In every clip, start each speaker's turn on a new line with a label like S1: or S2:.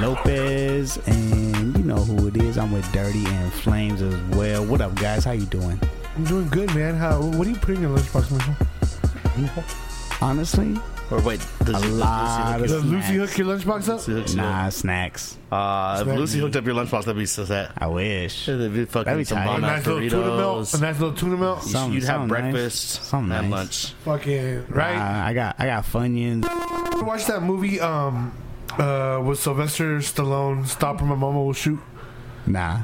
S1: Lopez, and you know who it is. I'm with Dirty and Flames as well. What up, guys? How you doing?
S2: I'm doing good, man. How? What do you put in your lunchbox, Michael?
S1: Honestly,
S3: Or wait, does, does
S1: lot
S3: Lucy
S2: Does
S3: hook
S1: Snacks.
S2: Lucy hook your lunchbox
S3: you
S2: up?
S3: up?
S1: nah, snacks.
S3: Uh, if
S2: Snacks.
S3: Lucy hooked up your lunchbox, that'd be so sad.
S1: I wish.
S3: It'd be fucking
S1: That'd be
S3: some
S1: tight.
S2: A
S3: bomb
S2: nice little tuna melt. A
S3: burritos.
S2: nice little tuna melt.
S1: Something-
S3: You'd have
S1: something nice.
S3: breakfast
S1: Something
S3: and
S1: nice.
S3: lunch.
S2: Fucking
S1: Uh,
S2: right.
S1: I got I got Funyuns.
S2: I watched that movie um, uh, with Sylvester Stallone, Stop or My Mama Will Shoot.
S1: Nah,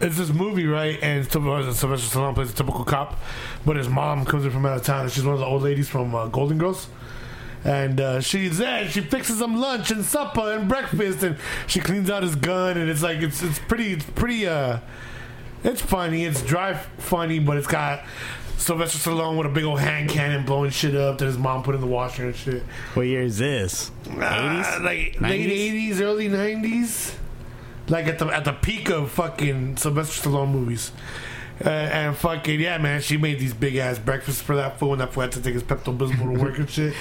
S2: It's this movie, right? And Sylvester Sylvester Stallone plays a typical cop, but his mom comes in from out of town. And she's one of the old ladies from uh, Golden Girls. And uh, she's there. She fixes him lunch and supper and breakfast, and she cleans out his gun. And it's like it's it's pretty it's pretty uh, it's funny. It's dry funny, but it's got Sylvester Stallone with a big old hand cannon blowing shit up that his mom put in the washer and shit.
S1: what year is this?
S2: Uh, like late
S1: 90s?
S2: eighties, early nineties, like at the at the peak of fucking Sylvester Stallone movies. Uh, and fucking yeah, man, she made these big ass breakfasts for that fool, and that fool had to take his Pepto Bismol to work and shit.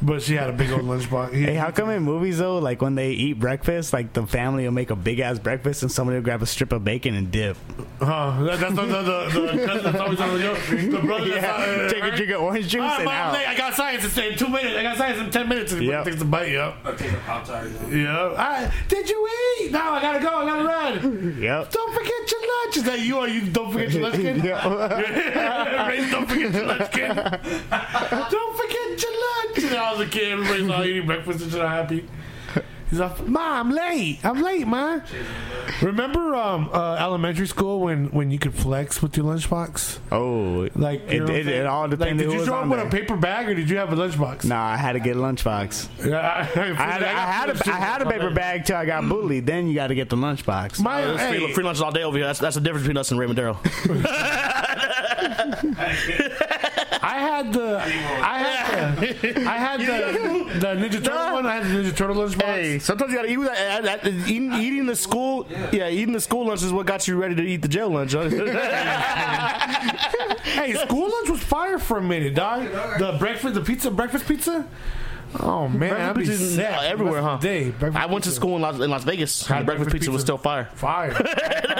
S2: But she had a big old lunchbox.
S1: Hey, how come in movies though, like when they eat breakfast, like the family will make a big ass breakfast and somebody will grab a strip of bacon and dip.
S2: Huh? That, that's the, the, the, the cousin that's always on the show. The brother that's uh, out-
S1: Take a drink of orange juice
S2: All right,
S1: and
S2: Mom, I'm
S1: out.
S2: late. I got science to say in two minutes. I got science in ten minutes. And
S1: Yep.
S2: yep. takes a bite. Yep.
S4: Take a pop tart.
S2: Yep. I, did you eat? No, I gotta go. I gotta run.
S1: Yep.
S2: Don't forget your lunch. Is that you or you don't forget your lunch, kid? Raise, don't forget your lunch, kid. don't forget your lunch. And I was a kid. Everybody's all eating breakfast and shit. I'm happy. He's like, Ma, I'm late. I'm late, Ma. Remember um, uh, elementary school when, when you could flex with your lunchbox?
S1: Oh,
S2: Like you
S1: It-
S2: know what I'm
S1: it- it
S2: saying?
S1: all
S2: Like,
S1: depended
S2: did
S1: who
S2: you
S1: was
S2: show up
S1: on
S2: with a
S1: there.
S2: paper bag or did you have a lunchbox?
S1: nah, I had to get a lunchbox.
S2: Yeah, I,
S1: I had, I had a, I had a paper bag till I got bullied. Then you got to get the lunchbox.
S2: My,
S3: There's
S2: hey,
S3: free, free lunches all day over here. That's, that's the difference between us and Ray Madero.
S2: I had the I had the I had the, the Ninja Turtle one. I had the Ninja Turtle lunchbox.
S3: hey, sometimes you gotta eat with that. that- that- eating, eating the school, yeah. eating the school lunch is what got you ready to eat the jail lunch.
S2: Hey, school lunch was fire for a minute, dog. The breakfast, the pizza, breakfast pizza. Oh man, I'd be
S3: Breakfast is
S2: sick
S3: everywhere, huh?
S2: Day, breakfast
S3: I went to
S2: pizza.
S3: school in Las, in Las Vegas. and the breakfast
S2: breakfast
S3: pizza was
S2: pizza.
S3: still fire.
S2: Fire.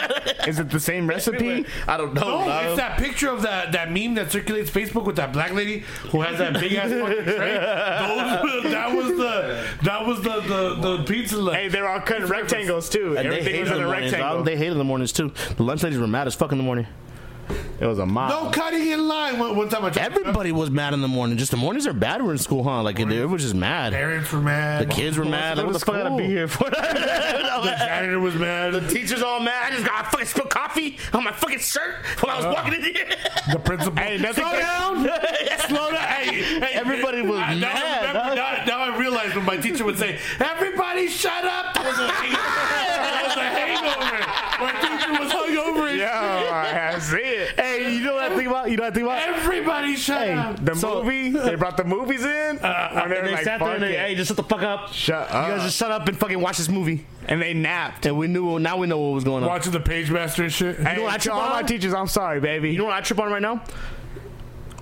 S1: Is it the same recipe?
S3: I don't know.
S2: No,
S3: dog.
S2: it's that picture of that, that meme that circulates Facebook with that black lady who has that big ass fucking tray. Those, that was the that was the the, the pizza lunch.
S1: Hey, they're all cut in rectangles too.
S3: And they
S1: Everything
S3: hated
S1: was in
S3: the
S1: a
S3: mornings. dog.
S1: rectangle.
S3: They hated the mornings too. The lunch ladies were mad as fuck in the morning.
S1: It was a mob.
S2: no cutting in line. One, one time I tried.
S3: Everybody was mad in the morning. Just the mornings are bad. We're in school, huh? Like it, it was just mad.
S2: Parents were mad.
S3: The kids were mad. Like what the fuck gotta be here for?
S2: The janitor was mad. The,
S3: Teachers all mad. I just got I fucking spilled coffee on my fucking shirt while I was walking in here.
S2: principal.
S1: Hey, nothing
S2: Slow
S1: can-
S2: down. Slow down. Hey, hey,
S3: Everybody was
S2: I- now I
S3: mad,
S2: remember-
S3: huh?
S2: Now, now I realize when my teacher would say, "Everybody, shut up." That was a hangover. It was a hangover. My teacher was hungover. and
S1: Yo, I see it.
S3: hey, you know what I think about? You know what I think about?
S2: Everybody, shut
S3: Hey,
S2: up.
S1: The
S3: So-
S1: movie they brought the movies in, Uh, and they
S3: And
S1: were
S3: they
S1: like,
S3: sat there
S1: "Fuck
S3: and they,
S1: it."
S3: hey, just shut the fuck up.
S1: Shut
S3: You
S1: up.
S3: guys just shut up and fucking watch this movie.
S1: and they napped.
S3: And we knew. Now we know what was going on.
S2: Watching the page master and shit.
S1: Hey,
S3: know what I
S1: to
S3: trip
S1: all my
S3: on?
S1: teachers, I'm sorry, baby.
S3: You know what I trip on right now?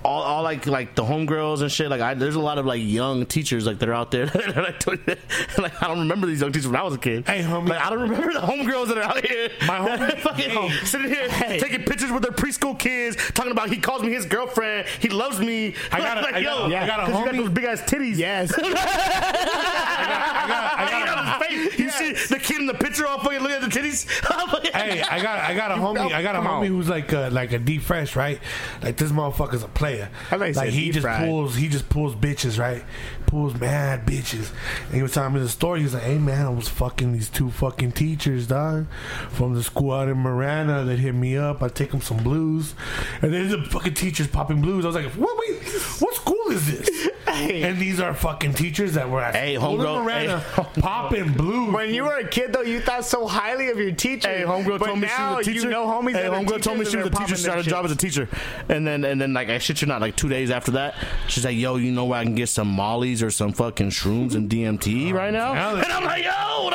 S3: All, all like like the homegirls and shit. Like I, there's a lot of like young teachers like that are out there. that are, like, doing that. like I don't remember these young teachers when I was a kid.
S2: Hey, homie.
S3: Like, I don't remember the homegirls that are out here.
S2: My homie-
S3: that are fucking
S2: Hey.
S3: sitting here taking pictures with their preschool kids, talking about he calls me his girlfriend, he loves me. I
S2: got a-
S3: like
S2: I
S3: yo,
S2: got a- I got a
S3: 'cause you got
S2: homie-
S3: those big ass titties.
S1: yes,
S2: I got, I
S3: Hanging
S2: got,
S3: out his face. You see the kid in the picture all fucking looking at the titties.
S2: Hey, I got I got a homie I got a
S1: come
S2: homie
S1: on.
S2: who's like uh, like a D fresh, right? Like this motherfucker's a player.
S1: I thought you
S2: Like
S1: said
S2: he just
S1: deep-fried.
S2: pulls he just pulls bitches, right? Pulls mad bitches. And he was telling me the story. He was like, "Hey man, I was fucking these two fucking teachers, dog, from the school out in Marana that hit me up. I take them some blues, and then the fucking teachers popping blues. I was like, what? Wait, what school is this? And these are fucking teachers that were at
S3: Hey,
S2: school in
S3: homegirl, hey.
S2: Marana popping blues.
S1: when you were a kid though, you thought so highly of your teacher.
S3: Hey, homegirl
S1: but
S3: told me she
S1: now
S3: was a teacher.
S1: You know, homies.
S3: hey,
S1: that are
S3: homegirl told me
S1: teachers
S3: she was a
S1: and they're
S3: teacher.
S1: popping their
S3: Started a
S1: shit.
S3: job as a teacher, and then and then like I shit you not, like two days after that, she's like, "Yo, you know where I can get some mollies or some fucking shrooms and
S1: Oh,
S3: DMT right now?"
S2: telling
S3: And I'm like, "Yo, dog,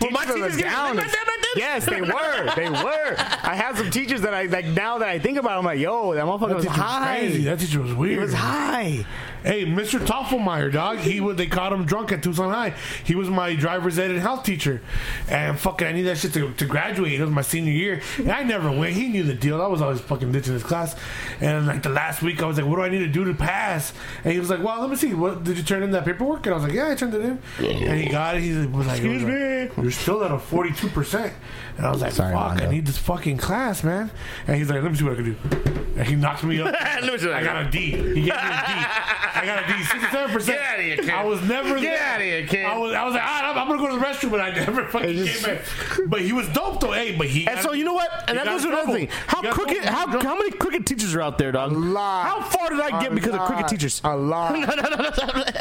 S3: well, my
S1: Teachers are
S3: teacher's getting
S1: down.
S3: like that back then."
S1: Yes, they were. They were. I had some teachers that I like. Now that I think about, it, I'm like, yo, that motherfucker
S2: That
S1: was
S2: teacher was
S1: high.
S2: crazy. That teacher was weird.
S1: He was high.
S2: Hey, Mr. Toffelmeyer, dog. He was. They caught him drunk at Tucson High. He was my driver's ed and health teacher, and fucking, I needed that shit to, to graduate. It was my senior year, and I never went. He knew the deal. I was always fucking ditching his class, and like the last week, I was like, "What do I need to do to pass?" And he was like, "Well, let me see. What did you turn in that paperwork?" And I was like, "Yeah, I turned it in." And he got it. He was like,
S1: Excuse
S2: me, you're still at a forty-two percent." And I was like,
S1: Sorry,
S2: "Fuck, I
S1: Mondo.
S2: need this fucking class, man." And he's like, "Let me see what I can do." And he knocked me up.
S3: Let me see what I
S2: I
S3: can
S2: got a D. He gave me a D. I got a D. Sixty-seven percent.
S3: Get outta here, kid.
S2: I was never
S3: Get
S2: there.
S3: outta here, kid.
S2: I was. I was like, "Ah, I'm, I'm gonna go to the restroom, but I never fucking
S3: just-
S2: came back. But he was dope though. Hey, but he.
S3: And so you know what? And
S2: He
S3: that
S2: got
S3: goes to another
S2: trouble.
S3: thing.
S2: He
S3: How
S2: got
S3: crooked?
S1: Oh,
S2: trouble.
S3: How, how many crooked teachers are out there, dog?
S4: lot.
S3: How far did I get
S4: A
S3: because of crooked
S4: lot.
S3: teachers?
S4: A lot.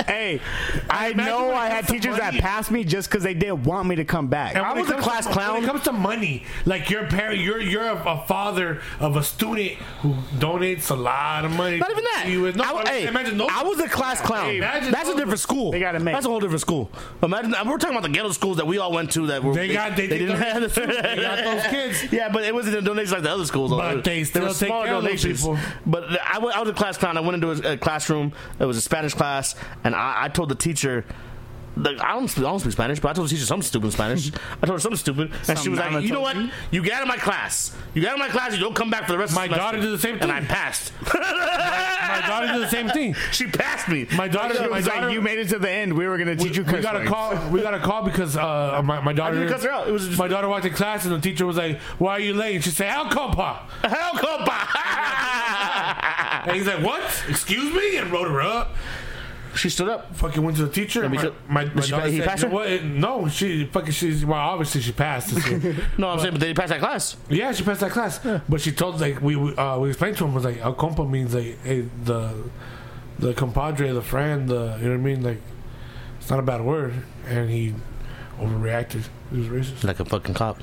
S1: Hey, I know
S2: when it
S1: I
S2: comes
S1: had
S2: to
S1: teachers that
S2: money-
S1: passed me just because they didn't want me to come back.
S2: And
S1: I
S2: when it
S1: was a
S2: comes to-
S1: class
S2: When
S1: clown.
S2: it comes to money, like your parent, you're you're a, a father of a student who donates a lot of money.
S3: Not even that.
S2: to you. No,
S3: I,
S2: I,
S3: hey,
S2: imagine no.
S3: I was a class clown.
S2: Hey, imagine
S3: That's a
S2: those-
S3: different school.
S1: They gotta make-
S3: That's a whole different school. Imagine we're talking about the ghetto schools that we all went to that were
S2: They got- they did
S3: didn't
S2: those
S3: have
S2: They got those kids.
S3: Yeah, but it wasn't a donation like the other schools.
S2: But they still
S3: were
S2: take
S3: small
S2: care of those people.
S3: But I, went, I was a class clown. I went into a, a classroom. It was a Spanish class, and I, I told the teacher. Like, I, don't speak, I don't speak Spanish, but I told the teacher something stupid in Spanish. I told her something stupid, and she
S1: Something
S3: was like, "You know what?
S1: Donatello.
S3: You get out of my class. You get out of my class. You don't come back for the rest
S2: My
S3: of the semester."
S2: daughter did the same
S3: and
S2: thing.
S3: I passed.
S2: My daughter did the same thing.
S3: She passed me.
S2: My daughter,
S1: It
S2: my
S1: was
S2: daughter,
S1: like, you made it to the end. We were gonna teach you.
S2: we
S1: curse
S2: got a
S1: words."
S2: call. We got a call because uh, my, my daughter.
S3: didn't cuss her out. It was just-
S2: my daughter walked in class and the teacher was like, "Why are you late?" And she said, "Al compa."
S3: Hell,
S2: And
S3: compa.
S2: he's like, "What? Excuse me?" And wrote her up.
S3: she stood up.
S2: Fucking went to the teacher.
S3: And we
S2: My,
S3: took-
S2: my, my
S3: she-
S2: daughter
S3: he
S2: said,
S3: passed
S2: "You
S3: her?"
S2: know what? No, she fucking she's well. Obviously, she passed. This year.
S3: No, I'm saying, but they passed that class.
S2: Yeah, she passed that class. But she told like we we, uh, we explained to him was like a compa means like hey, the the compadre, the friend, the you know what I mean. Like it's not a bad word, and he overreacted. He was racist.
S3: Like a fucking cop.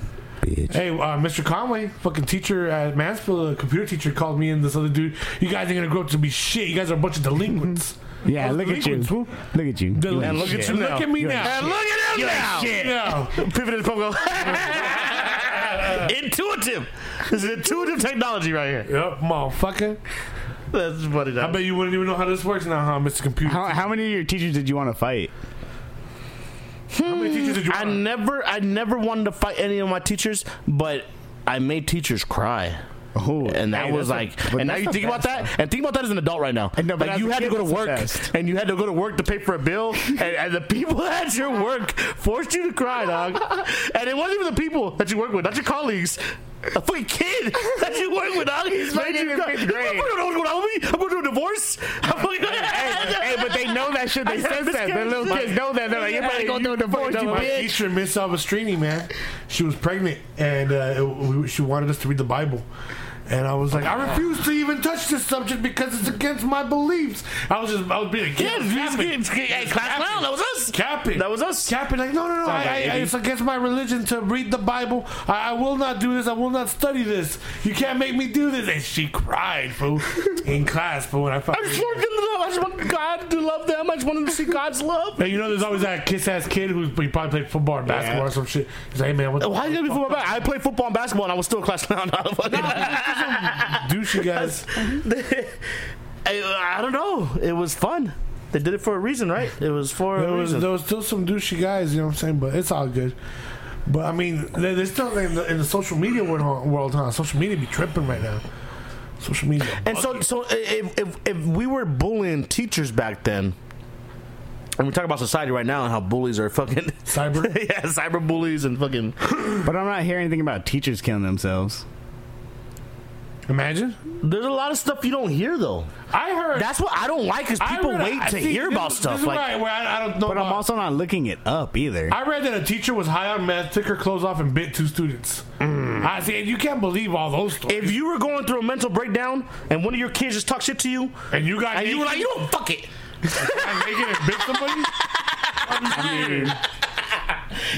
S2: Hey, uh, Mr. Conway, fucking teacher at Mansfield, a computer teacher, called me and this other dude. You guys ain't gonna grow up to be shit. You guys are a bunch of delinquents.
S1: Yeah,
S2: Those
S1: look at you.
S2: delinquents,
S1: Look
S2: fool.
S1: at you. You
S2: Delinquents.
S1: ain't shit.
S3: And look at you now.
S2: Look at me
S1: You're
S2: now.
S3: And look at him now.
S2: Yeah.
S3: Pivoted Pogo. intuitive. This is intuitive technology right here.
S2: Yep, motherfucker.
S3: That's funny.
S2: I bet you wouldn't even know how this works now, huh, Mr. Computer?
S1: How,
S2: How,
S1: how many of your teachers did you want to fight?
S2: many teachers did you
S3: I
S2: want?
S3: never, I never wanted to fight any of my teachers, but I made teachers cry.
S1: Oh,
S3: And that
S1: hey,
S3: was
S1: that's a-
S3: like,
S1: but
S3: and now
S1: that's
S3: you
S1: the
S3: think about
S1: best,
S3: that, and think about that as an adult right now.
S1: I know, but
S3: like
S1: as
S3: you
S1: a
S3: had to
S1: kid,
S3: go to
S1: that's the
S3: work,
S1: best.
S3: and you had to go to work to pay for a bill, and, and the people at your work forced you to cry, dog. And it wasn't even the people that you work with, not your colleagues. A fucking kid that you work with, dog. He's
S1: fucking in fifth grade.
S3: I'm fucking don't know what's going on with me. I'm going to a divorce. I'm fucking.
S1: Hey, hey, but they know that shit. They
S3: I
S1: sense
S3: said
S1: that. Their little
S3: this
S1: kids know that. They're like,
S3: kid-
S1: you're probably going to a divorce, you
S2: My
S1: bitch.
S2: teacher, Miss Salvestrini, man, she was pregnant and uh, it- we- she wanted us to read the Bible. And I was like, I refuse to even touch this subject because it's against my beliefs. I was just, I was being a kid. I
S3: Yeah,
S2: was
S3: it's-
S2: capping.
S3: it's- hey, class clown, that was us.
S2: Capping.
S3: That was us.
S2: Capping. Like, no, no, no. I,
S3: Sounds
S2: I,
S3: like
S2: I,
S3: Iggy.
S2: it's against my religion to read the Bible. I, I will not do this. I will not study this. You can't make me do this. And she cried, fool, in class, fool. And I
S3: I
S2: fucking.
S3: just want them to love. I just want God to love them. I just want them to see God's love.
S2: And you know, there's always that kiss ass kid who he probably played football or basketball or some shit. He's like, hey, man, what the
S3: Why you gotta be football back? I played football and basketball, and I was still a class clown. I don't fucking-
S2: douche you guys?
S3: I, I don't know. It was fun. They did it for a reason, right? It was for
S2: There
S3: a
S2: was
S3: reason.
S2: there was still some douchey guys, you know what I'm saying? But it's all good. But I mean, they- they're still in the, in the social media world, world, huh? Social media be tripping right now. Social media.
S3: and so, so if, if if we were bullying teachers back then, and we talk about society right now and how bullies are fucking
S2: Cyber?
S3: yeah, cyber bullies and fucking.
S1: But I'm not hearing anything about teachers killing themselves.
S2: Imagine.
S3: There's a lot of stuff you don't hear though.
S2: I heard.
S3: That's what I don't like is
S2: I
S3: people
S2: read-
S3: wait
S2: I-
S3: to
S2: see,
S3: hear
S2: this
S3: about
S2: is-
S3: stuff.
S2: This is
S3: like
S2: right where I, I don't know.
S1: But I'm
S2: about-
S1: also not looking it up either.
S2: I read that a teacher was high on meth, took her clothes off, and bit two students.
S3: Mm.
S2: I see, and you can't believe all those stories.
S3: if you were going through a mental breakdown and one of your kids just talked shit to you,
S2: and you got
S3: and you were like,
S2: naked-
S3: you don't fuck it.
S2: got naked and bit somebody. I mean,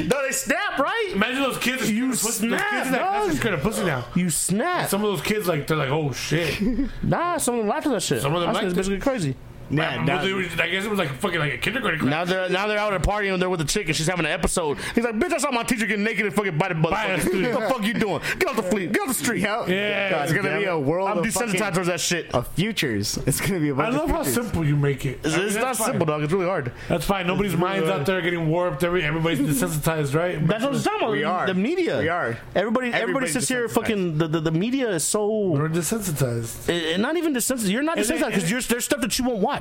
S3: No, they snap, right?
S2: imagine those kids.
S3: You
S2: those kids in that
S3: snap,
S2: class are
S3: dog.
S2: scared of pussy now.
S3: You snap.
S2: Some of those kids, like, they're like, oh shit.
S3: Nah, some of them laughed at that shit.
S2: Some of them
S3: I said
S2: liked
S3: it's basically crazy.
S1: Yeah,
S2: I,
S1: that-
S2: I guess it was like fucking like a kindergarten class.
S3: Now they're now they're out at a party and they're with a chick and she's having an episode. He's like, bitch, I saw my teacher get naked and fucking bite a
S2: Bite a
S3: motherfucker. What the fuck you doing? Get off the fleet. Get off the street.
S1: Yep.
S2: Yeah,
S3: God
S1: it's gonna
S3: damn
S1: be
S3: it.
S1: a world
S3: I'm
S1: of
S3: desensitized
S1: fucking
S3: towards that shit.
S1: of futures. It's gonna be a
S2: I
S1: bunch
S2: love
S1: of
S2: how
S1: futures.
S2: simple you make it.
S3: It's,
S2: I mean,
S3: it's not
S2: that's fine.
S3: simple, dog. It's really hard.
S2: That's fine. Nobody's minds out there getting warped. Every everybody's desensitized, right?
S3: That's what I'm talking about.
S1: We are.
S3: The media.
S1: We are.
S3: Everybody. Everybody
S1: Everybody's
S3: sits here.
S1: desensitized.
S3: Fucking. The, the, the media is so.
S2: We're desensitized.
S3: eh, eh, not even desensitized. You're not
S2: And
S3: desensitized
S2: then-
S3: because you're there's stuff that you won't watch.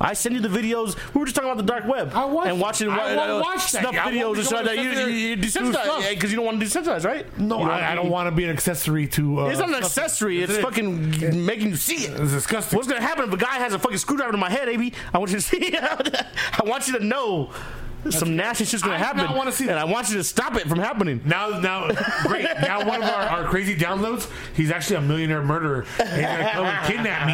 S3: I send you the videos. We were just talking about the dark web.
S2: I watch
S3: and
S2: it.
S3: watching
S2: I won't
S3: uh,
S2: watch that.
S3: snuff
S2: I won't be
S3: videos and stuff like that. You,
S2: going
S3: you, you're
S2: to send it.
S3: desensitized because you don't want to desensitize, right?
S2: No,
S3: You know,
S2: I, I don't want to be an accessory to. Uh,
S3: It's not an
S2: stuff.
S3: accessory. It's
S2: That's it.
S3: fucking making you see it.
S2: It's disgusting.
S3: What's gonna happen if a guy has a fucking screwdriver to my head, AB? I want you to see. I want you to know some nasty shit's gonna
S2: I do
S3: happen.
S2: not wanna see
S3: and
S2: that.
S3: I want you to stop it from happening.
S2: Now, now, great. Now, one of our, our crazy downloads, he's actually a millionaire murderer. And he's gonna come and kidnap me.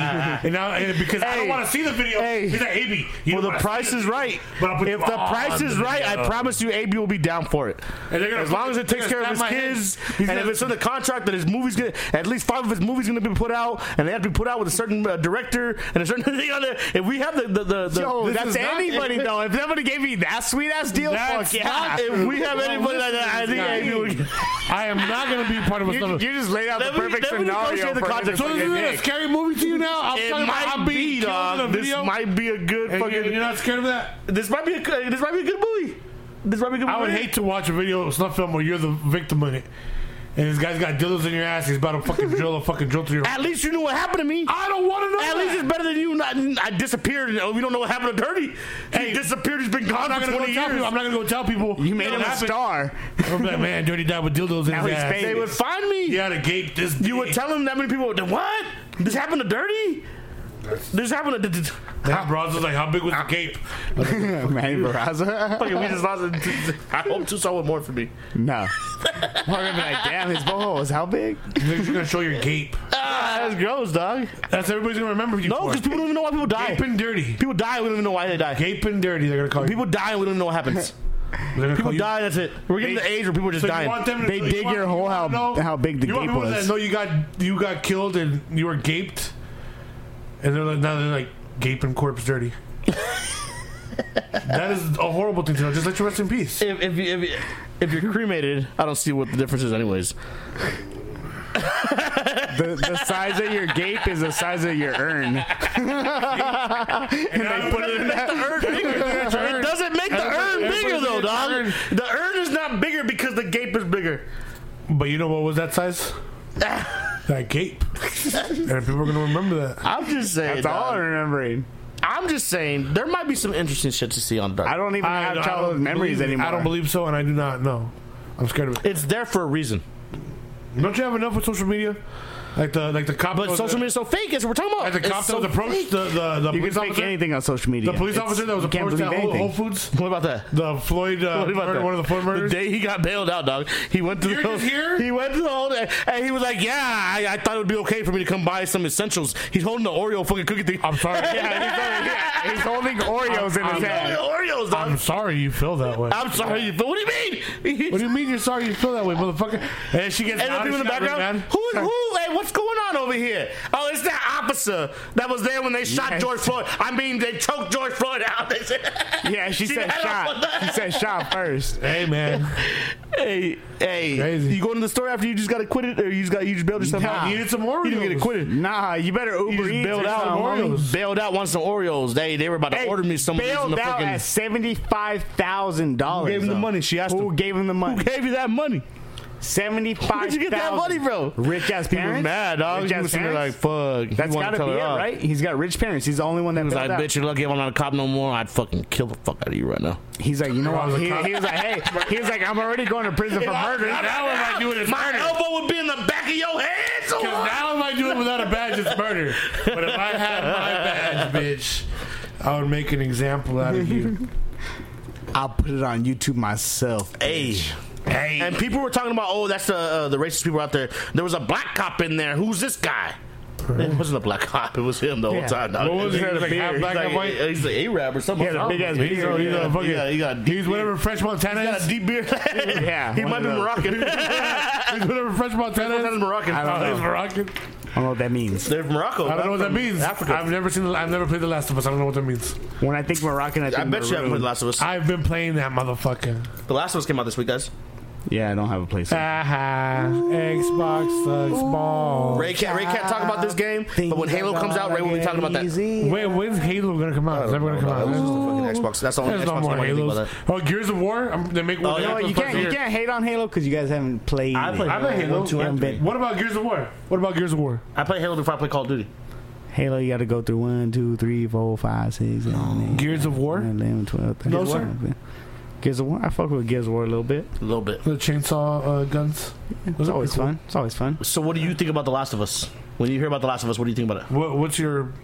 S2: And now, and because I
S3: Hey.
S2: don't want to see the video,
S3: Hey.
S2: he's like, "Ab, you
S3: Well,
S2: don't
S3: the
S2: wanna
S3: price
S2: see
S3: is
S2: it."
S3: right.
S2: But I'll put
S3: If
S2: you
S3: the
S2: on
S3: price is
S2: the
S3: right, I
S2: video.
S3: promise you, AB will be down for it.
S2: And they're gonna
S3: As long as it
S2: fucking-
S3: takes
S2: they're
S3: care of
S2: gonna
S3: his
S2: stab my head.
S3: kids,
S2: He's
S3: and if
S2: gonna-
S3: it's in the contract that his movie's gonna, at least five of his movies gonna be put out, and they have to be put out with a certain uh, director and a certain thing on there. If we have the the the, the
S1: Yo,
S3: this
S1: that's
S3: is not-
S1: anybody though. If somebody gave me that sweet ass deal,
S3: That's
S1: fuck yeah.
S3: not- if we have
S2: Well,
S3: anybody like that, I
S2: listen
S3: think
S2: to this
S3: AB would.
S2: guy. I am not going to be part of a.
S1: you,
S2: summer-
S1: you just laid out
S3: Let
S1: the
S3: me-
S1: perfect
S3: let me negotiate
S1: scenario.
S3: the
S1: for
S3: contract.
S1: him to
S2: so this
S1: fucking
S2: is a
S1: make.
S2: scary movie to you now. I'm
S3: It
S2: talking about
S3: might
S2: I'm being
S3: be,
S2: killed in
S3: dog.
S2: a
S3: This
S2: video.
S3: might be a good
S2: And
S3: fucking.
S2: you're, you're not scared of that?
S3: this might be a good- this might be a good movie. This might be a good movie.
S2: I would hate to watch a video of snuff film where you're the victim in it, and this guy's got dildos in your ass. He's about to fucking drill a fucking drill through your.
S3: At least you knew what happened to me.
S2: I don't want to know.
S3: At
S2: that.
S3: least it's better than you. Not, I disappeared. And we don't know what happened to Dirty. He disappeared. He's been
S2: I'm
S3: gone
S2: not
S3: for
S2: gonna go
S3: twenty
S2: tell
S3: years.
S2: people. I'm not gonna go tell people.
S1: You made
S2: It
S1: him a
S2: happened.
S1: star.
S2: I'm like, man, Dirty died with dildos in
S1: Now
S2: his
S1: he's
S2: ass.
S1: famous.
S3: they would find me.
S2: You had a gape this.
S3: You would tell him that many people. would- What? This happened to Dirty. This happened to.
S2: That bros was like, how big was the gape?
S1: Manny Barraza?
S3: Fucking, we just lost. it. I hope Tucson would more for me.
S1: No. We're gonna be like, damn, his boho is how big?
S2: You're gonna show your gape.
S3: Ah, that's gross, dog.
S2: That's everybody's gonna remember you
S3: No,
S2: for.
S3: because people don't even know why people die.
S2: Gape and dirty.
S3: People die. We don't even know why they die.
S2: Gape and dirty. They're gonna call you.
S3: People die. We don't even know what happens.
S2: They're gonna
S3: People
S2: call you-
S3: die. That's it. We're getting to
S2: They-
S3: the age where people are just
S2: So you
S3: dying.
S2: want them to-
S1: They
S2: you
S1: dig
S2: want-
S1: your
S2: you
S1: hole
S2: want
S1: how-
S2: to know-
S1: how big the
S2: you want
S1: gape
S2: people
S1: was.
S2: That know you got you got killed and you were gaped, and they're like now they're like gaping corpse dirty. that is a horrible thing to know. Just let you rest in peace.
S3: if if you- if, you- if you're cremated, I don't see what the difference is, anyways.
S1: The, the size of your gape is the size of your urn.
S2: And I put it in
S3: The urn bigger. It doesn't make the urn
S2: Everybody-
S3: bigger though,
S2: everybody
S3: dog.
S2: urn.
S3: The urn is not bigger because the gape is bigger.
S2: But you know what was that size? that gape. and people are gonna remember that.
S3: I'm just saying.
S1: That's all
S3: dog.
S1: I'm remembering.
S3: I'm just saying there might be some interesting shit to see on dark.
S1: I don't even
S2: I- I
S1: have
S2: don't
S1: childhood
S2: believe-
S1: memories anymore.
S2: I don't believe so, and I do not know. I'm scared of it.
S3: It's there for a reason.
S2: Don't you have enough with social media? Like the like the cop.
S3: But social media is so fake. It's we're talking about.
S2: Like the
S3: It's
S2: cop that
S3: so
S2: was approached
S3: fake.
S2: the the, the
S1: You can
S2: police
S1: fake
S2: officer.
S1: anything on social media.
S2: The police
S1: It's-
S2: officer that was
S1: you can't
S2: approached
S1: believe
S2: at Whole,
S1: anything.
S2: Whole Foods,
S3: What about that?
S2: the Floyd uh,
S3: What about
S2: murder,
S3: that?
S2: one of the Floyd murders.
S3: The day he got bailed out, dog, he went to
S2: You're
S3: the
S2: just here?
S3: He went to the whole and he was like, "Yeah, I, I thought it would be okay for me to come buy some essentials." He's holding the Oreo fucking cookie thing.
S2: I'm sorry.
S1: Yeah, he's holding, yeah, he's holding Oreos in his
S3: He's holding
S1: hand.
S3: Oreos, dog.
S2: I'm sorry you feel that way.
S3: I'm, sorry, but what do you mean?
S2: what do you mean you're sorry you feel that way, motherfucker? And she gets
S3: and the
S2: out
S3: people in the
S2: she's like,
S3: background,
S2: "Man."
S3: who, who, hey, what's going on over here? Oh, it's that officer that was there when they shot
S1: Yes.
S3: George Floyd. I mean, they choked George Floyd out. They said,
S1: Yeah, she said
S3: had
S1: shot.
S3: up on
S1: She
S3: the-
S1: said shot first.
S2: Hey man,
S3: hey, hey,
S2: Crazy.
S3: you going to the store after you just got acquitted, or you just got you just bailed yourself
S1: Nah.
S3: out?
S2: you needed some Oreos.
S3: You didn't get acquitted.
S1: Nah, you better Uber
S3: just
S1: Eats
S3: bailed
S1: or
S3: out
S1: something,
S2: on
S1: homie.
S2: Oreos.
S3: bailed out on some Oreos. They they were about to
S1: Hey,
S3: order me some of these in
S1: bailed
S3: the
S1: out
S3: fucking.
S1: at seventy five thousand dollars.
S3: Who gave him the money? She asked
S1: Who
S3: him.
S1: gave him the
S3: Who
S1: money?
S3: gave you that money?
S1: Seventy five.
S3: Where'd you get that money, bro?
S1: Rich ass
S3: He was
S1: parents.
S3: mad, dog.
S1: Rich
S3: He
S1: ass
S3: was sitting there like,
S1: parents?
S3: "Fuck." He
S1: That's
S3: wanted
S1: gotta
S3: to tell
S1: be it,
S3: her off.
S1: right? He's got rich parents. He's the only one that
S3: He was like,
S1: bailed out.
S3: "Bitch, you're lucky I'm not a cop no more. I'd fucking kill the fuck out of you right now."
S1: He's like, you know
S2: I
S1: what?
S2: was a
S1: He,
S2: cop.
S1: he was like, hey, he was like, I'm already going to prison for murder.
S2: Now what am I doing is
S3: My
S2: murder.
S3: elbow would be in the back of your head. So
S2: Because now if I do it without a badge, it's murder. But if I had my badge, bitch, I would make an example out of you.
S1: I'll put it on YouTube myself.
S3: Hey.
S2: Hey,
S3: And people were talking about, oh, that's the uh, the racist people out there. There was a black cop in there. Who's this guy? It wasn't a black cop. It was him the whole
S1: Yeah.
S3: time. Dog.
S2: What was he?
S3: He had a
S2: Like half
S3: beard.
S2: black,
S3: He's
S2: half white?
S3: uh, He's an Arab or something.
S1: He had a big ass
S2: he's,
S1: beard.
S2: he's,
S3: yeah.
S2: a fucking,
S3: He got- he got a deep
S2: he's whatever French Montana
S3: He got
S2: is.
S3: a deep beard.
S1: Yeah,
S3: he
S1: one
S3: might
S1: of
S3: be
S1: those.
S3: Moroccan. He's
S2: He's whatever French Montana
S3: not
S2: is.
S3: Moroccan.
S1: I don't know.
S2: He's Moroccan.
S1: don't know what that means.
S3: They're from Morocco.
S2: I don't know what that
S3: From
S2: means.
S3: Africa.
S2: I've never seen. The, I've never played The Last of Us. I don't know what that means.
S1: When I think Moroccan, I think
S3: I bet you
S1: Maroon.
S3: haven't played The Last of Us.
S2: I've been playing that motherfucker.
S3: the Last of Us came out this week, guys.
S1: Yeah, I don't have a place.
S2: Aha. Xbox sucks balls.
S3: Ray can't, Ray can't talk about this game, but when Halo comes out, Ray will be talking about that.
S2: Wait, when's Halo gonna come out? It's never gonna come
S3: That was just
S2: out.
S3: a fucking Xbox. That's the only
S2: There's
S3: Xbox
S2: no
S3: I
S2: more
S3: know anything
S2: Halos.
S3: about that.
S2: Oh, Gears of War. I'm, they make one.
S3: Oh,
S2: of
S3: yeah,
S2: the
S1: No,
S2: Xbox
S1: you can't. You
S2: here.
S1: can't hate on Halo because you guys haven't played.
S3: I played
S1: it.
S2: I
S3: Halo,
S2: play Halo.
S3: Halo 2 and
S1: Yeah,
S3: 3.
S1: but
S2: What about Gears of War? What about Gears of War?
S3: I play Halo before I play Call of Duty.
S1: Halo, you got to go through one, two, three, four, five, six, seven, eight,
S2: Gears of War.
S1: nine, eleven, twelve, thirteen.
S2: No, sir.
S1: Gears of War. I fuck with Gears of War a little bit.
S3: A little bit.
S2: The chainsaw uh, guns.
S1: It's always fun. It's always fun.
S3: So, what do you think about The Last of Us? When you hear about The Last of Us, what do you think about it?
S2: What, what's your?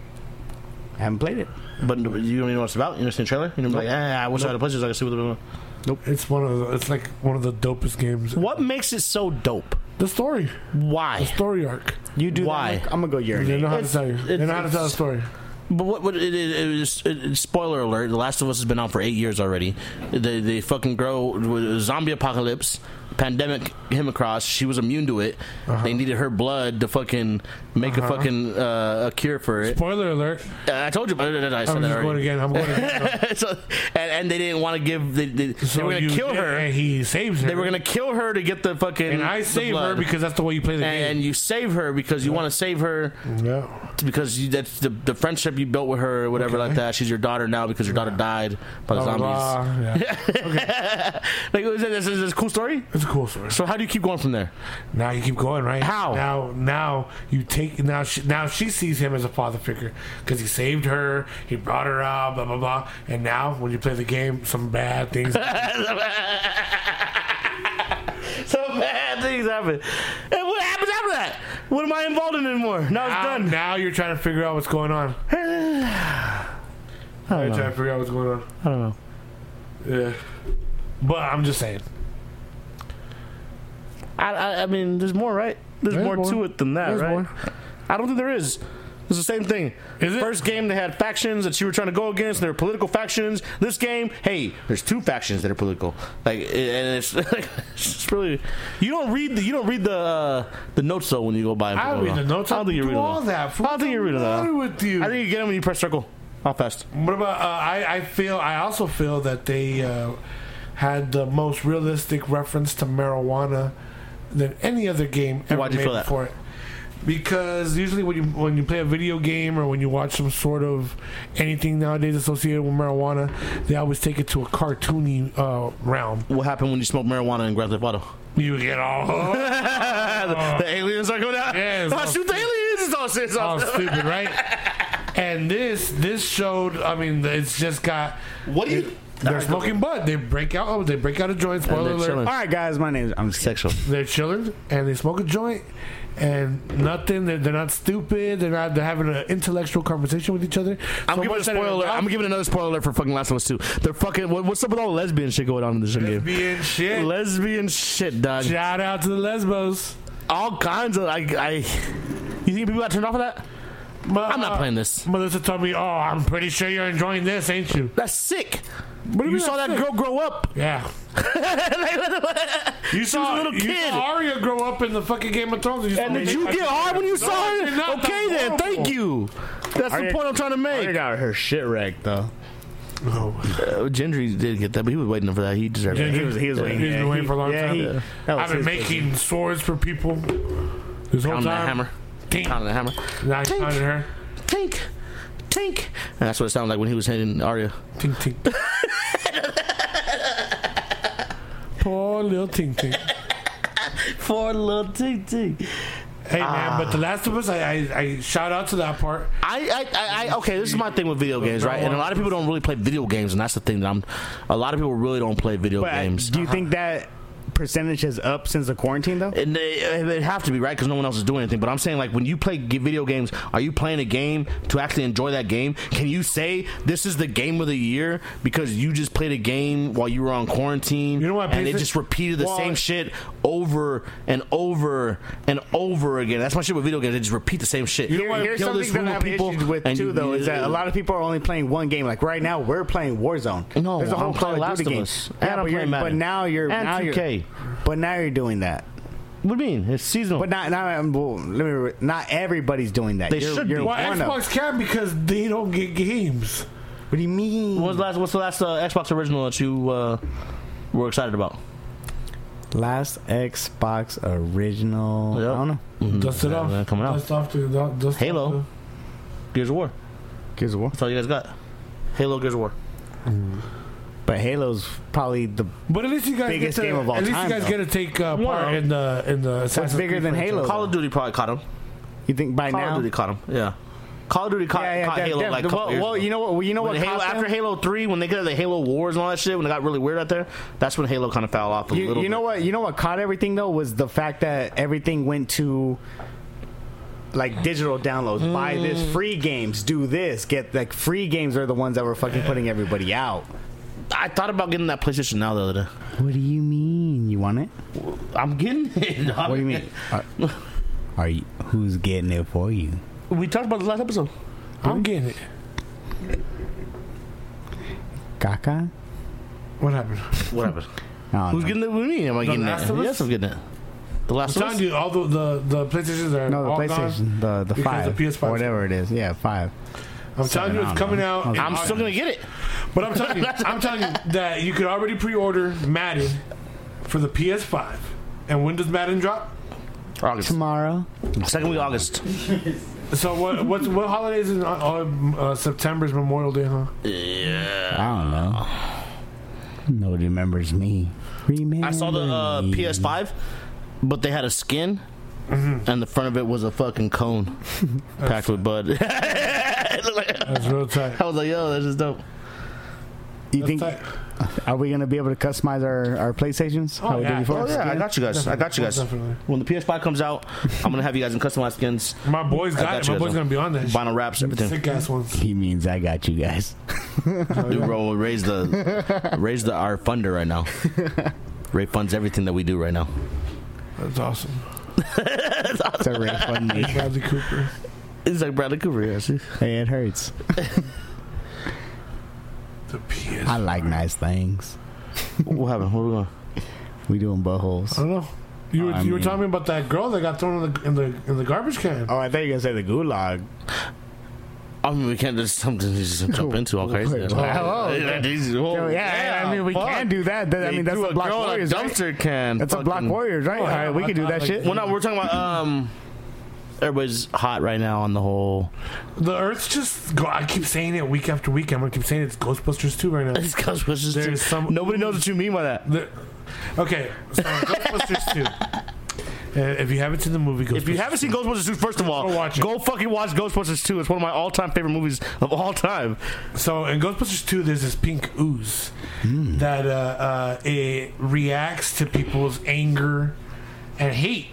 S1: I haven't played it.
S3: But you don't even know what it's about. You understand the trailer? You're gonna be like, ah, I wish I had a PlayStation so I could see what they're doing.
S2: It's one of. The, it's like one of the dopest games.
S3: What makes it so dope?
S2: The story.
S3: Why?
S2: Story arc.
S1: You do. that,
S3: Why?
S1: I'm gonna- I'm gonna go
S2: They
S1: urinate.
S2: know how to
S3: It's-
S2: tell you. They
S3: it's-
S2: know how to tell a
S3: it's-
S2: story.
S3: But what? what it, it, it is, it, it- spoiler alert: The Last of Us has been out for eight years already. They they fucking grow zombie apocalypse, pandemic him across. She was immune to it. They needed her blood to fucking make a fucking uh, a cure for it.
S2: Spoiler alert.
S3: I told you, but I said
S2: I'm
S3: that
S2: just Oh, going
S3: already.
S2: again. I'm going again.
S3: so, and, and they didn't want to give. They, they, they were gonna
S2: you-
S3: kill her.
S2: And he saves her.
S3: They were gonna kill her to get the fucking.
S2: And I
S3: the
S2: save her
S3: blood.
S2: because that's the way you play the
S3: And you save her because you want to save her
S2: game. Yeah.
S3: because you, that's the, the friendship you built with her, or whatever like that. She's your daughter now because your daughter died by the
S2: Blah,
S3: zombies.
S2: blah, yeah.
S3: like, is this, is this a cool story?
S2: It's a cool story.
S3: So how do you keep going from there?
S2: Now you keep going, right?
S3: How?
S2: Now, now you take now. She, now she sees him as a father figure because he saved her. He brought her out. Blah blah blah. And now, when you play the game, some bad things.
S3: So bad things happen. And what happens after that? What am I involved in anymore? Now it's
S2: now,
S3: done.
S2: now you're trying to figure out what's going on. You're trying to figure out what's going on.
S3: I don't know.
S2: Yeah. But I'm just saying.
S3: I, I, I mean, there's more, right? There's,
S2: There's
S3: more,
S2: more.
S3: to it than that,
S2: There's
S3: right?
S2: more.
S3: I don't think there is. It's the same thing.
S2: Is it?
S3: First game they had factions that you were trying to go against. and They were political factions. This game, hey, there's two factions that are political. Like, and it's, it's really you don't read the, you don't read the uh, the notes though when you go by.
S2: I read the notes.
S3: I don't think you
S2: do
S3: read
S2: all
S3: them.
S2: that.
S3: I don't think you read
S2: What's
S3: them.
S2: the matter with you?
S3: I think you get them when you press circle. How fast?
S2: What about? Uh, I I feel I also feel that they uh, had the most realistic reference to marijuana than any other game ever
S3: Why'd you
S2: made
S3: feel that?
S2: before it. Because usually when you when you play a video game or when you watch some sort of anything nowadays associated with marijuana, they always take it to a cartoony uh, realm.
S3: What happened when you smoked marijuana in Grand Theft Auto?
S2: You get all Oh.
S3: the, the aliens are going out.
S2: Yeah, it's
S3: oh,
S2: all
S3: shoot the aliens! It's all, it's all,
S2: all stupid, right? And this this showed. I mean, it's just got.
S3: What do you?
S2: They're smoking bud. They break out. Oh, they break out a joint. Spoiler
S3: they're
S2: alert.
S3: chilling.
S1: All right, guys. My name is. I'm just kidding.
S3: sexual.
S2: they're chilling and they smoke a joint and nothing. They're, they're not stupid. They're not. They're having an intellectual conversation with each other.
S3: I'm giving a spoiler. I'm giving another spoiler alert for fucking Last of Us 2. They're fucking. What, what's up with all the lesbian shit going on in this game?
S2: being shit.
S3: Lesbian shit, dog.
S2: Shout out to the lesbos.
S3: All kinds of. I, I. You think people got turned off of that? I'm
S2: Uh,
S3: not playing this.
S2: Melissa told me, "Oh, I'm pretty sure you're enjoying this, ain't you?"
S3: That's sick.
S2: do you
S3: you
S2: mean
S3: saw that
S2: that's sick?
S3: girl grow up.
S2: Yeah. You saw
S3: little
S2: you
S3: kid.
S2: saw Arya grow up in the fucking Game of Thrones.
S3: and did you get hard when you saw
S2: I did
S3: her?
S2: not.
S3: Okay
S2: That's
S3: then, thank
S2: horrible.
S3: you. That's
S1: Are
S3: the
S1: you-
S3: point I'm trying to
S1: I
S3: make.
S1: got her shit wrecked though.
S2: Oh,
S3: Uh, Gendry did get that, but he was waiting for that. He deserved
S2: Gendry-
S3: it.
S1: He was. He was
S2: Yeah.
S1: waiting.
S2: He's been
S1: yeah,
S2: waiting
S1: he-
S2: for a long
S1: yeah,
S2: time.
S1: He,
S2: Yeah.
S1: that was
S2: I've been
S1: his
S2: making swords for people this whole
S3: Pounding that
S2: time.
S3: hammer.
S2: Tink.
S3: Pounding the hammer.
S2: Now he's
S3: Tink.
S2: pounding her.
S3: Tink, tink. And that's what it sounded like when he was hitting Arya.
S2: Tink Tink. Poor little Tink Tink.
S3: Poor little tink tink.
S2: Hey
S1: Ah.
S2: man, but The Last of Us, I, I, I shout out to that part.
S3: I, I, I, I, okay, this is my thing with video games, right? And a lot of people don't really play video games, and that's the thing that I'm. A lot of people really don't play video
S1: But
S3: games.
S1: do you think that percentage is up since the quarantine though?
S3: and they, it'd have to be right because no one else is doing anything. But I'm saying, like, when you play g- video games, are you playing a game to actually enjoy that game? Can you say this is the game of the year because you just played a game while you were on quarantine?
S2: You know what,
S3: And they
S2: Payson?
S3: just repeated the
S2: Well,
S3: same shit over and over and over again. That's my shit with video games. They just repeat the same shit.
S2: You know what?
S1: Here's
S3: Kill
S1: something
S3: this
S1: that I
S3: group of
S1: have
S3: people
S1: issues with
S3: and
S1: too,
S3: you-
S1: though, is that a lot of people are only playing one game. Like right now, we're playing Warzone.
S3: No,
S1: There's a
S3: I'm
S1: whole Call
S3: playing
S1: of
S3: Last
S1: Duty
S3: of
S1: game.
S3: Us, and I'm
S1: but, you're-
S3: playing Madden.
S1: but now you're
S3: And
S1: now
S3: 2K.
S1: you're but now you're doing that.
S4: What do you mean? It's seasonal.
S1: But not not um, well, let me re- not everybody's doing that.
S4: They should be.
S2: Why
S1: one of-
S2: Xbox can? Because they don't get games.
S1: What do you mean?
S3: What was the last? What's the last uh, Xbox original that you uh, were excited about?
S1: Last Xbox original.
S3: Yep.
S1: I don't know.
S2: Dust it off.
S3: Coming out.
S2: Dust off the dust off
S3: Halo. Gears of War.
S1: Gears of War.
S3: That's all you guys got. Halo, Gears of War.
S1: But Halo's probably the
S2: the- But at least you guys
S1: Biggest
S2: get to,
S1: game of all
S2: at least
S1: time,
S2: you guys
S1: though.
S2: get to take uh,
S3: Wow.
S2: part in the in the.
S1: What's
S2: Assassin's
S1: bigger
S2: Creed
S1: than
S2: franchise.
S1: Halo?
S3: Call of Duty probably caught him.
S1: You think by
S3: Call
S1: now?
S3: of Duty caught him. Yeah. Call of Duty caught,
S1: Yeah, yeah,
S3: caught
S1: def-
S3: Halo
S1: def-
S3: like a couple
S1: well,
S3: years
S1: well,
S3: ago.
S1: you know what? Well, you know
S3: When
S1: what?
S3: Halo,
S1: cost them?
S3: after Halo Three, when they got the Halo Wars and all that shit, when it got really weird out there, that's when Halo kind of fell off a
S1: you,
S3: little.
S1: you know
S3: bit.
S1: what? You know what caught everything though was the fact that everything went to like digital downloads. Buy this free games. Do this. Get like free games are the ones that were fucking putting everybody out.
S3: I thought about getting that PlayStation Now the other day.
S1: What do you mean? You want it?
S3: I'm getting it.
S1: What do you mean? Are, are you? Who's getting it for you?
S3: We talked about this last episode.
S2: I'm getting it.
S1: Kaka?
S2: What happened?
S3: Whatever.
S1: No,
S3: Who's getting it with me? Am I getting
S2: Last of
S3: it?
S2: Us?
S3: Yes, I'm getting it. The
S2: I'm
S3: last of
S2: telling
S3: Us.
S2: you, all the the, the PlayStations are
S1: no the
S2: all gone.
S1: PlayStation, the the
S2: Because
S1: five,
S2: the PS5
S1: or whatever it is. Yeah, five.
S2: I'm telling you,
S1: I
S2: it's
S1: don't
S2: coming
S1: know.
S2: out. in
S3: I'm still
S2: August.
S3: gonna get it.
S2: But I'm telling you, I'm telling you that you could already pre-order Madden for the PS5. And when does Madden drop?
S3: August.
S1: Tomorrow.
S3: Second week of August.
S2: So what? What's what holidays in uh, uh, September's Memorial Day, huh?
S1: I don't know. Nobody remembers me. Remember
S3: I saw the uh,
S1: me.
S3: PS5, but they had a skin, and the front of it was a fucking cone packed with bud. It looked like-
S2: That's real tight.
S3: I was like, yo, that's just dope.
S1: You
S2: That's
S1: think
S2: tight.
S1: are we gonna be able to customize our, our PlayStations?
S2: Oh,
S1: we
S2: yeah.
S1: before?
S2: Oh,
S3: Yeah, I got you guys. I got you guys.
S2: Definitely.
S3: When the PS5 comes out, I'm gonna have you guys in customized skins,
S2: My boy's
S3: I
S2: got, it.
S3: got you
S2: My
S3: guys,
S2: boy's
S3: though.
S2: gonna be on that.
S3: vinyl wraps, everything.
S2: Sick ass ones.
S1: He means I got you guys.
S3: Dude, bro, we'll raise the raise the our funder right now. Ray funds everything that we do right now.
S2: That's awesome.
S1: It's a rare fun name.
S2: Bradley Cooper.
S3: It's like Bradley Cooper. Yeah, see?
S1: Hey, it hurts.
S2: The PS.
S1: I
S2: I
S1: like nice things.
S3: what happened? Where we going?
S1: We doing buttholes.
S2: don't know. You were,
S1: I
S2: you were
S1: mean-
S2: talking about that girl that got thrown in the in the, in the garbage can.
S1: Oh, I thought you were gonna say the gulag.
S3: I mean, we can't just something just jump into all crazy.
S1: Wait, hello.
S3: Yeah, Jesus, whoa,
S1: Oh, yeah, I mean we
S3: fuck.
S1: can do that. That- I
S3: They
S1: mean that's
S3: threw
S1: a block
S3: girl in
S1: warriors.
S3: a
S1: right?
S3: dumpster can.
S1: That's a block
S3: fucking-
S1: warriors, right?
S2: Oh,
S1: All
S2: yeah,
S1: right, we
S2: I
S1: can do
S2: thought,
S1: that
S2: like,
S1: shit.
S3: Well, no, we're talking about um. Everybody's hot right now on the whole.
S2: The Earth's just. Go, I keep saying it week after week. I'm gonna keep saying it's Ghostbusters 2 right now.
S3: It's Ghostbusters too.
S2: There's some-
S3: Nobody knows what you mean by that.
S2: The- okay, so Ghostbusters 2. Uh, if you haven't seen the movie, Ghostbusters
S3: If you haven't seen Ghostbusters 2, first of all,
S2: Go watch it.
S3: go fucking watch Ghostbusters 2. It's one of my all time favorite movies of all time.
S2: So in Ghostbusters 2, there's this pink ooze that uh, uh, it reacts to people's anger and hate.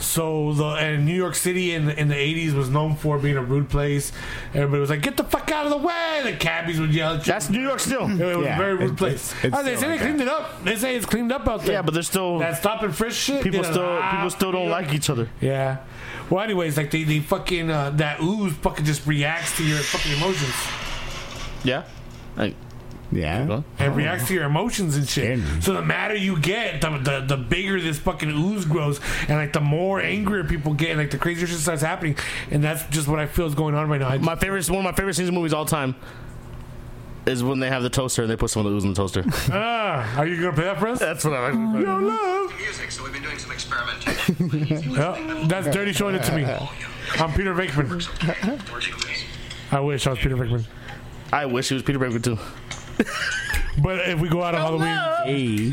S2: So the and New York City in the, in the 80s was known for being a rude place. Everybody was like, "Get the fuck out of the way!" The cabbies would yell. At you.
S3: That's New York still.
S2: It was
S1: Yeah,
S2: a very rude
S1: it's-
S2: place.
S1: it's- it's
S2: oh, they say
S1: still
S2: they
S1: like
S2: cleaned it up. They say it's cleaned up out there.
S3: Yeah, but there's still.
S2: that stop and frisk shit.
S3: People
S2: did a
S3: still,
S2: lot
S3: people still
S2: of
S3: don't
S2: New York
S3: like each other.
S2: yeah. Well, anyways, like they, they fucking uh, that ooze fucking just reacts to your fucking emotions
S3: Yeah, like,
S1: Yeah.
S3: well,
S2: and reacts to your emotions and shit.
S1: Damn.
S2: So the madder you get, the, the the bigger this fucking ooze grows, and like the more angrier people get, and like the crazier shit starts happening. And that's just what I feel is going on right now. I,
S3: my favorite, one of my favorite scenes in movies all time is when they have the toaster and they put some of the ooze in the toaster.
S2: Ah, are you gonna play that for us?
S3: That's what I like.
S2: Yo, love.
S5: music, so we've been doing some experimentation.
S2: Yeah, that's dirty showing it to me. I'm Peter Vickman. I wish I was Peter Vickman.
S3: I wish it was Peter Baker too.
S2: But if we go out on
S1: Hey.
S2: Halloween,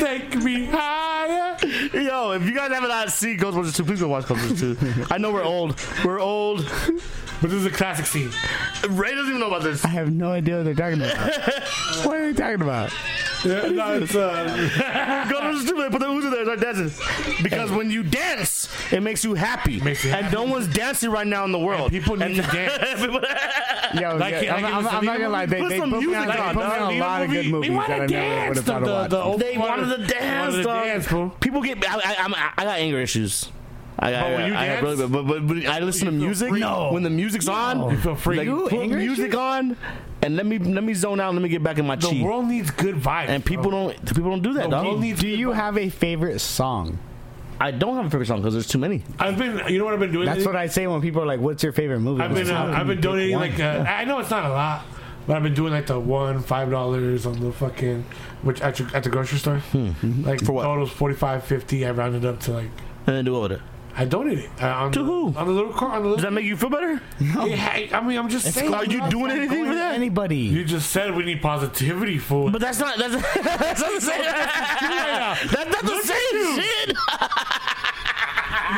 S2: take me higher.
S3: Yo, if you guys haven't not seen Ghostbusters 2, please go watch Ghostbusters 2. I know we're old. We're old.
S2: But this is a classic scene.
S3: Ray doesn't even know about this.
S1: I have no idea what they're talking about. what are they talking about?
S2: Yeah, no, it's, uh,
S3: Ghostbusters 2, they put the ooze in there and start dancing. Because when you dance, it makes you happy.
S2: Makes you
S3: And
S2: happy.
S3: no one's dancing right now in the world.
S2: people need to dance.
S1: Yo,
S2: Like,
S1: yeah, I'm,
S2: like it
S1: I'm,
S2: was
S1: I'm not gonna lie. They,
S3: put
S1: they
S3: some
S1: put me on,
S3: music
S1: they
S3: on,
S1: put me
S3: dog.
S1: on a
S3: They
S1: lot of
S2: wanna-
S1: good
S2: they
S1: movies
S2: wanna
S1: that I never
S2: dance,
S1: would have thought
S2: the-
S1: of
S2: the-
S1: watching.
S2: the-
S3: they wanted to dance,
S2: Wanted to
S3: dog.
S2: dance, fool.
S3: People get. I, I, I'm- I, I got anger issues. I, I,
S2: Oh, when you
S3: I, I have
S2: dance?
S3: really, but, but, but I listen to music.
S2: No.
S3: When the music's on,
S2: You feel free.
S3: Like,
S2: You
S3: put
S2: angry
S3: music on, and let me let me zone out. Let me get back in my
S2: The
S3: chi.
S2: world needs good vibes.
S3: and people
S2: bro.
S3: don't people don't do that,
S2: The
S3: dog.
S2: world needs
S1: Do
S2: good
S1: you
S2: vibes.
S1: have a favorite song?
S3: I don't have a favorite song because there's too many.
S2: I've been, you know what I've been doing?
S1: That's what I say when people are like, "What's your favorite movie?"
S2: I've been,
S1: How
S2: uh,
S1: can
S2: I've
S1: you
S2: been
S1: pick
S2: donating
S1: one?
S2: like, uh, I know it's not a lot, but I've been doing like the one, five dollars on the fucking, which at, your, at the grocery store. Like
S3: Hmm, mm-hmm. For what?
S2: Totals 45, 50. I rounded up to like,
S3: And then do what with it?
S2: I donated it. Uh, on
S3: To
S2: the,
S3: who?
S2: On the little car. On the
S3: Does
S2: little,
S3: that make you feel better?
S2: Yeah, I, I mean, I'm just saying.
S3: Are you doing
S1: I'm
S3: anything
S1: going
S3: for
S1: to
S3: that?
S1: Anybody?
S2: You just said we need positivity, fool.
S3: But that's not that's that's not the same. that's not the same shit.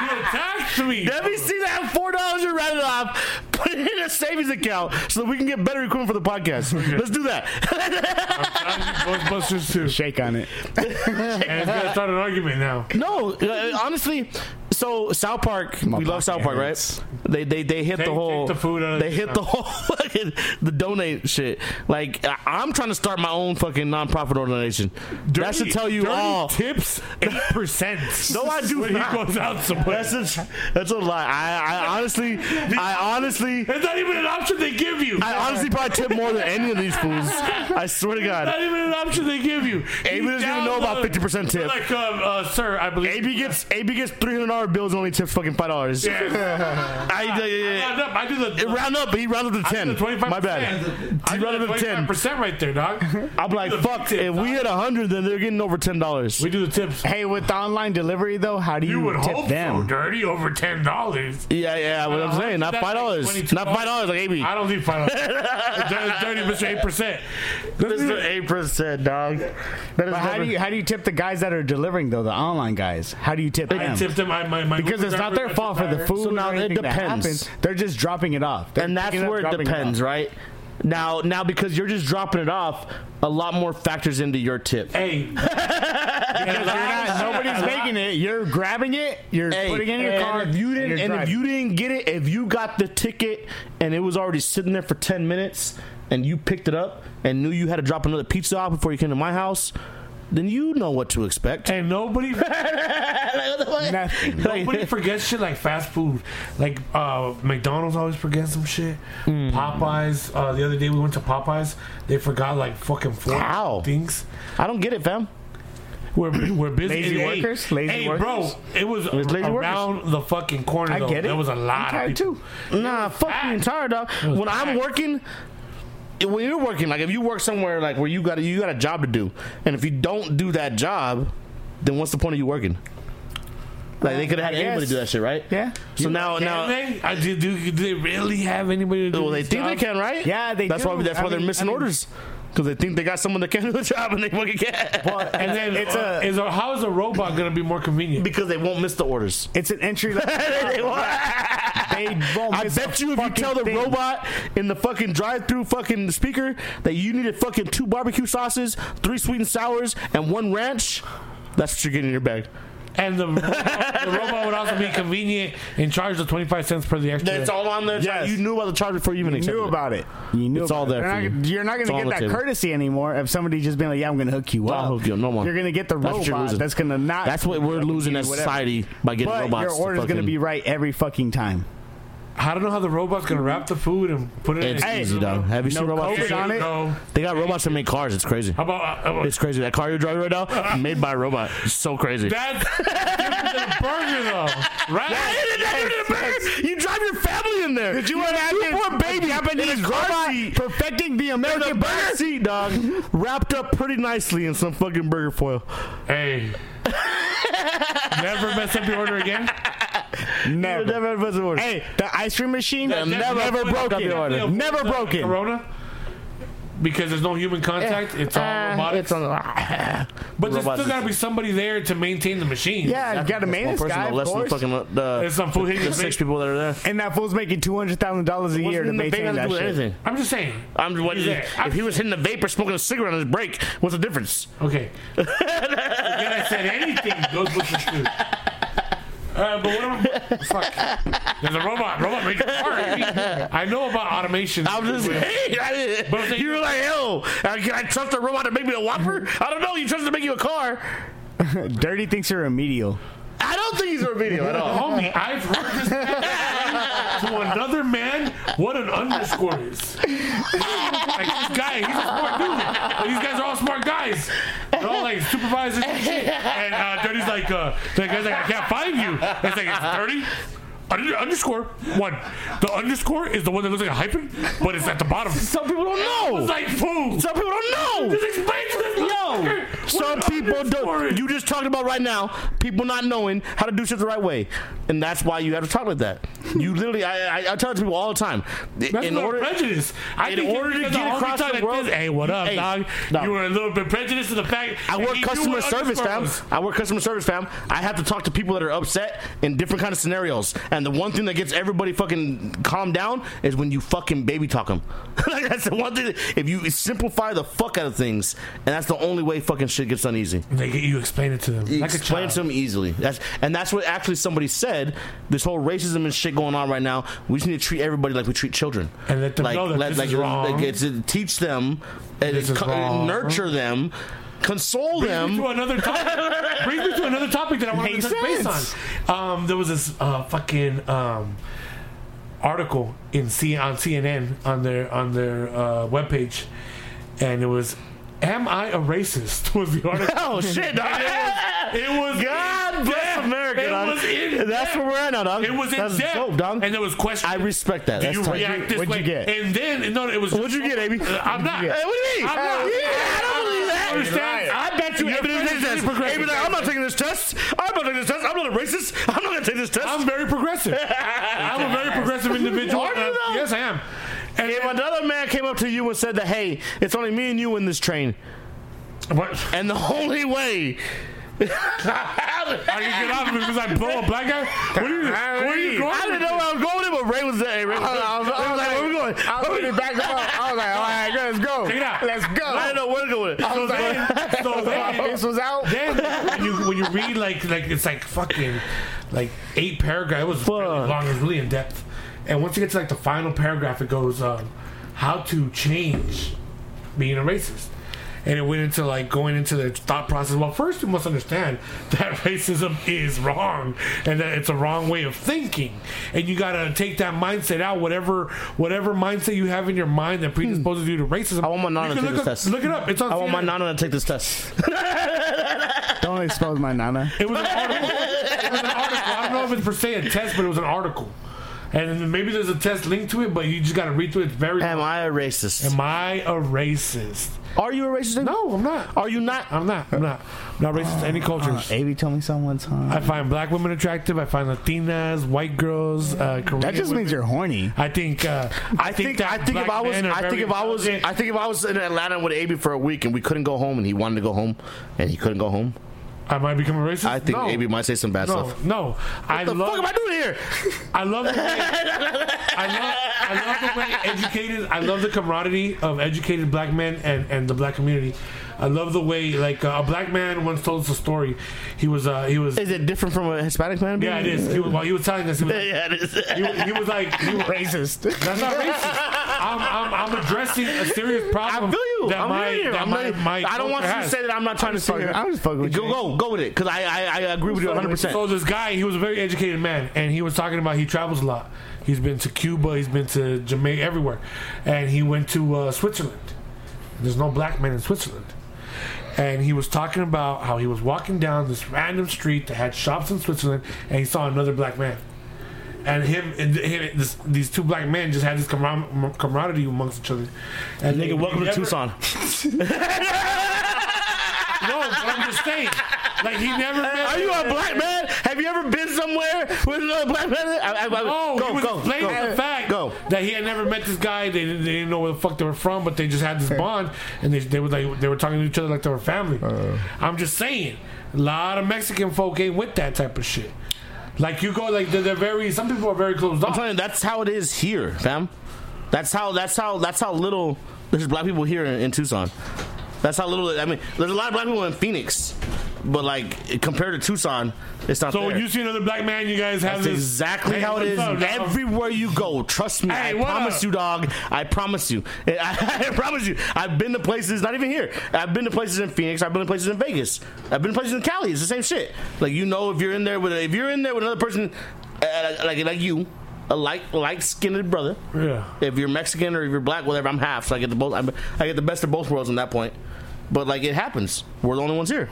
S2: you attached to me.
S3: Let me see that four dollars you rounded off. Put it in a savings account so that we can get better equipment for the podcast. Let's do that.
S2: Ghostbusters too.
S1: Shake on it.
S2: And it's gonna start an argument now.
S3: no, uh, honestly. So South Park, we love South Park, right? They they they hit
S2: Take-
S3: the whole
S2: take the food out of
S3: they
S2: the-
S3: hit the whole fucking the donate shit. Like I- I'm trying to start my own fucking nonprofit organization. that should tell you
S2: dirty
S3: all.
S2: Tips eight percent.
S3: No, I do
S2: When
S3: not.
S2: he goes out somewhere.
S3: That's a that's a lie. I, I honestly, I honestly,
S2: It's not even an option they give you.
S3: I honestly probably tip more than any of these fools. I swear to God.
S2: not even an option they give you.
S3: Abe
S2: You
S3: doesn't even know about
S2: download-
S3: 50% tip.
S2: Like, um, uh, sir, I believe.
S3: AB gets AB gets three hundred dollar bills and only tips fucking five dollars.
S2: Yeah.
S3: I,
S2: I
S3: I, I,
S2: round up. I do the.
S3: it round up, but he rounded up to
S2: I do
S3: ten.
S2: the 25%.
S3: My bad.
S2: I
S3: He
S2: do
S3: rounded
S2: the
S3: up to ten.
S2: 25% right there, dog.
S3: I'm like, fuck. If we hit hundred, then they're getting over ten dollars.
S2: We do the tips.
S1: Hey, with the online delivery though, how do you,
S2: You would
S1: tip
S2: hope so,
S1: them?
S2: dirty. Over ten dollars.
S3: Yeah, yeah. What I'm saying, not
S2: That's like
S3: five dollars,
S2: 22
S3: not five dollars, like AB.
S2: I don't need five dollars. dirty, Mister Eight Percent.
S3: eight percent, dog. That is
S1: But how do you how do you tip the guys that are delivering though? The online guys. How do you tip
S2: I
S1: them?
S2: tipped them. I, my, my
S1: because
S2: Uber
S1: it's not
S2: driver
S1: their
S2: got
S1: fault for the
S2: fired.
S1: food.
S3: So now
S1: or
S3: it
S1: anything that
S3: depends.
S1: happens. They're just dropping it off, They're
S3: and that's
S1: picking up,
S3: where it
S1: dropping
S3: depends,
S1: off.
S3: right? Now, now because you're just dropping it off, a lot more factors into your tip.
S2: Hey,
S1: Because you're not- nobody's making it. You're grabbing it. You're
S3: Hey,
S1: putting it in your
S3: and
S1: car.
S3: if you didn't,
S1: you're
S3: and, if
S1: driving.
S3: you didn't get it, if you got the ticket and it was already sitting there for ten minutes, and you picked it up and knew you had to drop another pizza off before you came to my house, then you know what to expect.
S2: and nobody,
S3: Like, what the fuck?
S1: Nothing.
S3: Like,
S2: nobody forgets shit like fast food. Like uh, McDonald's always forgets some shit.
S1: Hmm.
S2: Popeyes. Uh, the other day we went to Popeyes. They forgot like fucking four
S3: How?
S2: things.
S3: I don't get it, fam.
S2: We're, we're busy.
S1: Lazy
S2: Hey,
S1: workers?
S2: Hey,
S1: Lazy
S2: hey
S1: workers?
S2: bro, it was,
S3: was lazy workers.
S2: around the fucking corner.
S1: I
S2: though.
S1: get it.
S2: There was a lot
S1: I'm tired
S2: of people.
S1: too.
S3: Nah, fuck you entire dog. When I'm
S2: packed.
S3: working, when you're working, like if you work somewhere like where you got you got a job to do, and if you don't do that job, then what's the point of you working? Like they could have had
S1: I
S3: anybody
S1: guess.
S3: do that shit, right?
S1: Yeah.
S3: So now, now,
S2: Can they? I, do, do, do they really have anybody to do
S3: well, they
S2: this
S3: think they
S2: job?
S3: can, right?
S1: Yeah, they
S3: That's
S1: do.
S3: why that's
S1: I
S3: why they're
S1: mean-
S3: missing
S1: I mean-
S3: orders because they think they got someone that can do the job and they fucking can't
S1: Well,
S2: And then uh,
S1: it's a
S2: is a, how is a robot going to be more convenient?
S3: because they won't miss the orders.
S1: it's an entry level.
S3: They won't.
S1: They won't
S3: I
S1: miss a
S3: bet you if you
S1: fucking
S3: tell the
S1: thing.
S3: robot in the fucking drive-through fucking speaker that you needed fucking two barbecue sauces, three sweet and sours, and one ranch, that's what you're getting in your bag.
S2: And the, robot- the robot would also be convenient and charge the twenty five cents per the extra.
S3: It's all on there.
S1: Yes.
S3: You knew about the charge before you even
S1: You
S3: accepted
S1: knew about it. You knew
S3: It's all
S1: about it.
S3: there
S1: They're
S3: for
S1: not-
S3: you.
S1: You're not going
S3: It's
S1: to
S3: all
S1: get
S3: on
S1: that
S3: the table.
S1: courtesy anymore if somebody just being like, "Yeah, I'm going to hook you up."
S3: hook you up, no more.
S1: You're going to get the
S3: That's what you're
S1: robot.
S3: losing.
S1: That's going to not.
S3: That's what we're losing as
S1: Whatever.
S3: society by getting
S1: But
S3: robots.
S1: your
S3: to
S1: order's going to
S3: fucking-
S1: be right every fucking time.
S2: I don't know how the robot's going to wrap the food and put it.
S3: It's
S2: in
S1: Hey,
S3: easy, dog. Have you
S1: no
S3: seen robots?
S1: Coke
S2: Here you
S1: on it.
S2: go.
S3: They got robots that make cars. It's crazy.
S2: How about, uh, how about
S3: It's crazy. That car you're driving right now, made by a robot. It's so crazy.
S2: that's different than a burger though, right?
S3: You drive your family in there. Did
S1: you imagine
S3: two poor baby Japanese robot
S1: perfecting the American
S3: American back seat, dog, wrapped up pretty nicely in some fucking burger foil.
S2: Hey, never mess up your order again.
S1: Never.
S3: Never had a order.
S1: Hey, the ice cream machine
S3: Yeah,
S1: never,
S3: never
S1: never
S3: put up
S1: broken.
S3: the order.
S1: Never broken.
S2: Corona. Because there's no human contact, it's all
S3: Uh,
S2: robotic.
S3: it's on the-
S2: but there's
S3: robots.
S2: still gotta be somebody there to maintain the machine.
S1: Yeah, you got to
S3: That's
S1: maintenance
S3: one person,
S1: guy,
S3: though,
S1: of
S3: less than
S1: course.
S3: fucking, uh, the-
S2: It's some fool hitting
S3: the
S2: the
S3: six
S2: bait.
S3: people that are there.
S1: And that fool's making two hundred thousand dollars a year to
S3: Wasn't the vape
S1: maintain
S3: had to
S1: that
S3: do with
S1: shit.
S3: anything.
S2: I'm just saying.
S3: I'm what,
S2: He's there.
S3: if he was hitting the vape or smoking a cigarette on his break, what's the difference?
S2: Okay. Forget I said anything. Those books are true. Uh, but what am Fuck. There's a robot. Robot made your car. I know about automation.
S3: I'm just saying. I didn't-
S2: But I'm saying-
S3: you were like, yo, I- can I trust a robot to make me a whopper? I don't know. You trust it to make you a car?
S1: Dirty thinks you're remedial.
S3: I don't think he's a video at all.
S2: Homie, I've heard this man to another man what an underscore is. Like, this guy, he's a smart dude. Like, these guys are all smart guys. They're all like supervisors and shit. And uh, Dirty's like, uh, the guy's like, I can't find you. And it's like, it's Dirty. Under, underscore one. The underscore is the one that looks like a hyphen, but it's at the bottom.
S3: Some people don't
S2: It's
S3: know.
S2: like food.
S3: Some people don't know.
S2: Just explain to this
S3: Yo,
S2: motherfucker what
S3: some
S2: an
S3: people
S2: underscore
S3: don't.
S2: is.
S3: You just talked about right now people not knowing how to do shit the right way, and that's why you have to talk like that. You literally, I, I, I tell it to people all the time.
S2: That's
S3: in
S2: not
S3: order,
S2: prejudice. I
S3: in
S2: think
S3: order to
S2: because
S3: get
S2: the honky
S3: across
S2: tonk
S3: the
S2: like
S3: world-
S2: this, hey, what up,
S3: Hey,
S2: dog?
S3: no.
S2: You were a little bit prejudiced to the fact.
S3: I
S2: that
S3: work
S2: he knew
S3: customer
S2: what
S3: service,
S2: underscore
S3: fam.
S2: was.
S3: I work customer service, fam. I have to talk to people that are upset in different kind of scenarios. And the one thing that gets everybody fucking calmed down is when you fucking baby talk them. like that's the one thing. that- If you simplify the fuck out of things, and that's the only way fucking shit gets done easy.
S2: They get you explain it to them.
S3: You
S2: like
S3: explain
S2: a
S3: to
S2: child.
S3: them easily. That's and that's what actually somebody said. This whole racism and shit going on right now. We just need to treat everybody like we treat children,
S2: And let them
S3: like,
S2: know that this is wrong.
S3: like, it's- it- teach them, and
S2: This is
S3: co-
S2: wrong.
S3: nurture them, console
S2: Brings me
S3: them.
S2: to another topic. brings me to another topic that I wanted
S1: Makes
S2: to touch base
S1: sense.
S2: on. Um, there was this uh, fucking um, article in C on CNN on their on their uh, webpage, and it was, "Am I a racist?" Was the article.
S3: Oh shit! dog.
S2: It was
S3: God bless America,
S2: It
S3: dog.
S2: was in
S3: That's where we're at now, dog.
S2: It was in
S3: That's
S2: depth,
S3: dope, dog.
S2: and there was questions.
S3: I respect that.
S2: Did
S3: That's
S2: you
S3: tight.
S2: react this
S1: What'd you
S2: way?
S1: get?
S2: And then no, it was.
S3: What'd you get, Amy?
S2: Uh, I'm not.
S1: What'd you
S3: Hey, what do you mean?
S2: I'm not.
S3: Yeah, I don't believe that.
S2: Understand?
S3: I bet you
S2: You're
S3: Anthony
S2: friends
S3: did
S2: with
S3: this.
S2: Amy Progressive.
S3: Amy, like, I'm not taking this test. I'm not taking this test. I'm not a racist. I'm not gonna take this test.
S2: I'm very progressive. I'm a very progressive individual.
S3: Are you
S2: and-
S3: though?
S2: yes, I am. And
S3: if another man came up to you and said that, hey, it's only me and you in this train,
S2: what?
S3: and the only way.
S2: I can get off of it because I blow a black guy. What are you? Where are you going?
S3: I didn't know where I was going, with, but Ray was there. Ray was,
S1: I was,
S3: Ray
S1: I
S3: was
S1: was
S3: like,
S1: like,
S3: where we going?
S1: I was really back up. I was like, all right, let's go.
S2: Check it out.
S1: Let's
S3: I "Oh,
S1: go.
S3: didn't know where to go with it.
S1: I was
S2: then,
S1: like,
S2: so then,
S1: this was out.
S2: then when you when you read like like it's like fucking like eight paragraphs. It was really
S3: Fuck.
S2: long. It was really in depth. And once you get to like the final paragraph, it goes um, how to change being a racist. And it went into like going into the thought process. Well, first you must understand that racism is wrong and that it's a wrong way of thinking. And you gotta take that mindset out, whatever whatever mindset you have in your mind that predisposes you to racism. I
S3: Hmm. want my nana to take
S2: look,
S3: this
S2: up,
S3: test.
S2: look it up. It's on
S3: I want my
S2: CNN.
S3: nana to take this test.
S1: Don't expose my nana.
S2: It was an article. it was an article. I don't know if it's per se a test, but it was an article. And maybe there's a test linked to it, but you just got to read through it. It's very.
S3: Am I a racist?
S2: Am I a racist?
S3: Are you a racist?
S2: No, I'm not.
S3: Are you not?
S2: I'm not. I'm not. I'm not racist to any
S3: Uh,
S2: cultures.
S1: Avery Uh, told me some one
S2: I
S1: time.
S2: find black women attractive. I find Latinas, white girls, uh, Korean.
S1: That just
S2: women.
S1: means you're horny.
S2: I think. Uh, I, think. that
S3: I think if
S2: black
S3: I was,
S2: men are
S3: I
S2: very
S3: think if I was,
S2: intelligent.
S3: I think if I was in Atlanta with Abe for a week and we couldn't go home and he wanted to go home and he couldn't go home,
S2: I might become a racist.
S3: I think
S2: no.
S3: Abe might say some bad
S2: No,
S3: stuff.
S2: no. I
S3: What the
S2: love.
S3: fuck am I doing here?
S2: I love the way, I love, I love the way educated. I love the camaraderie of educated black men and, and the black community. I love the way like uh, a black man once told us a story. He was uh, he was
S3: Is it different from a Hispanic man?
S2: yeah it is. He was, while he was telling us, he was,
S3: yeah, it is.
S2: he, was- he was like he was,
S1: Racist.
S2: that's not racist. I'm, I'm, I'm addressing a serious
S3: I
S2: problem.
S3: feel you.
S2: That
S3: I'm
S2: my,
S3: hearing you.
S2: that
S3: I'm
S2: my,
S3: not-
S2: my
S3: I don't want you to
S2: culture
S3: say
S2: has.
S3: that I'm not trying to
S1: just
S3: sit here.
S1: fucking- I'm just fucking with
S3: go,
S1: you.
S3: Go, go with it, because I, I, I agree with you 100.
S2: So
S3: percent
S2: this guy, he was a very educated man, and he was talking about he travels a lot. He's been to Cuba, he's been to Jamaica, everywhere, and he went to uh, Switzerland. There's no black men in Switzerland. And he was talking about how he was walking down this random street that had shops in Switzerland, and he saw another black man. And him, and th- him this, these two black men just had this camar- camaraderie amongst each other. And they-
S3: Nigga, welcome to
S2: never-
S3: Tucson.
S2: No, but I'm just saying, like he never. Met
S3: Are you a black man? Have you ever been somewhere with another black man? I, I, I,
S2: Oh,
S3: go,
S2: he was
S3: go,
S2: explaining
S3: go.
S2: the fact
S3: Go.
S2: that he had never met this guy. They didn't, they didn't know where the fuck they were from, but they just had this bond, and they, they were like they were talking to each other like they were family.
S3: Uh.
S2: I'm just saying, a lot of Mexican folk ain't with that type of shit. Like you go, like they're, they're very. Some people are very closed
S3: I'm
S2: off.
S3: telling you, that's how it is here, fam. That's how. That's how. That's how little there's black people here in, in Tucson. That's how little. I mean, there's a lot of black people in Phoenix, but like compared to Tucson, it's not.
S2: So
S3: there.
S2: you see another black man, you guys have
S3: That's
S2: this
S3: exactly
S2: Hey,
S3: how it
S2: what's
S3: is.
S2: up, dog?
S3: Everywhere you go, trust me.
S2: Hey,
S3: I
S2: what
S3: promise
S2: up?
S3: you, dog. I promise you. I, I promise you. I've been to places, not even here. I've been to places in Phoenix. I've been to places in Vegas. I've been to places in Cali. It's the same shit. Like you know, if you're in there with if you're in there with another person, uh, like like you, a light light skinned brother.
S2: Yeah.
S3: If you're Mexican or if you're black, whatever, I'm half. So I get the both. I'm, I get the best of both worlds on that point. But like it happens. We're the only ones here.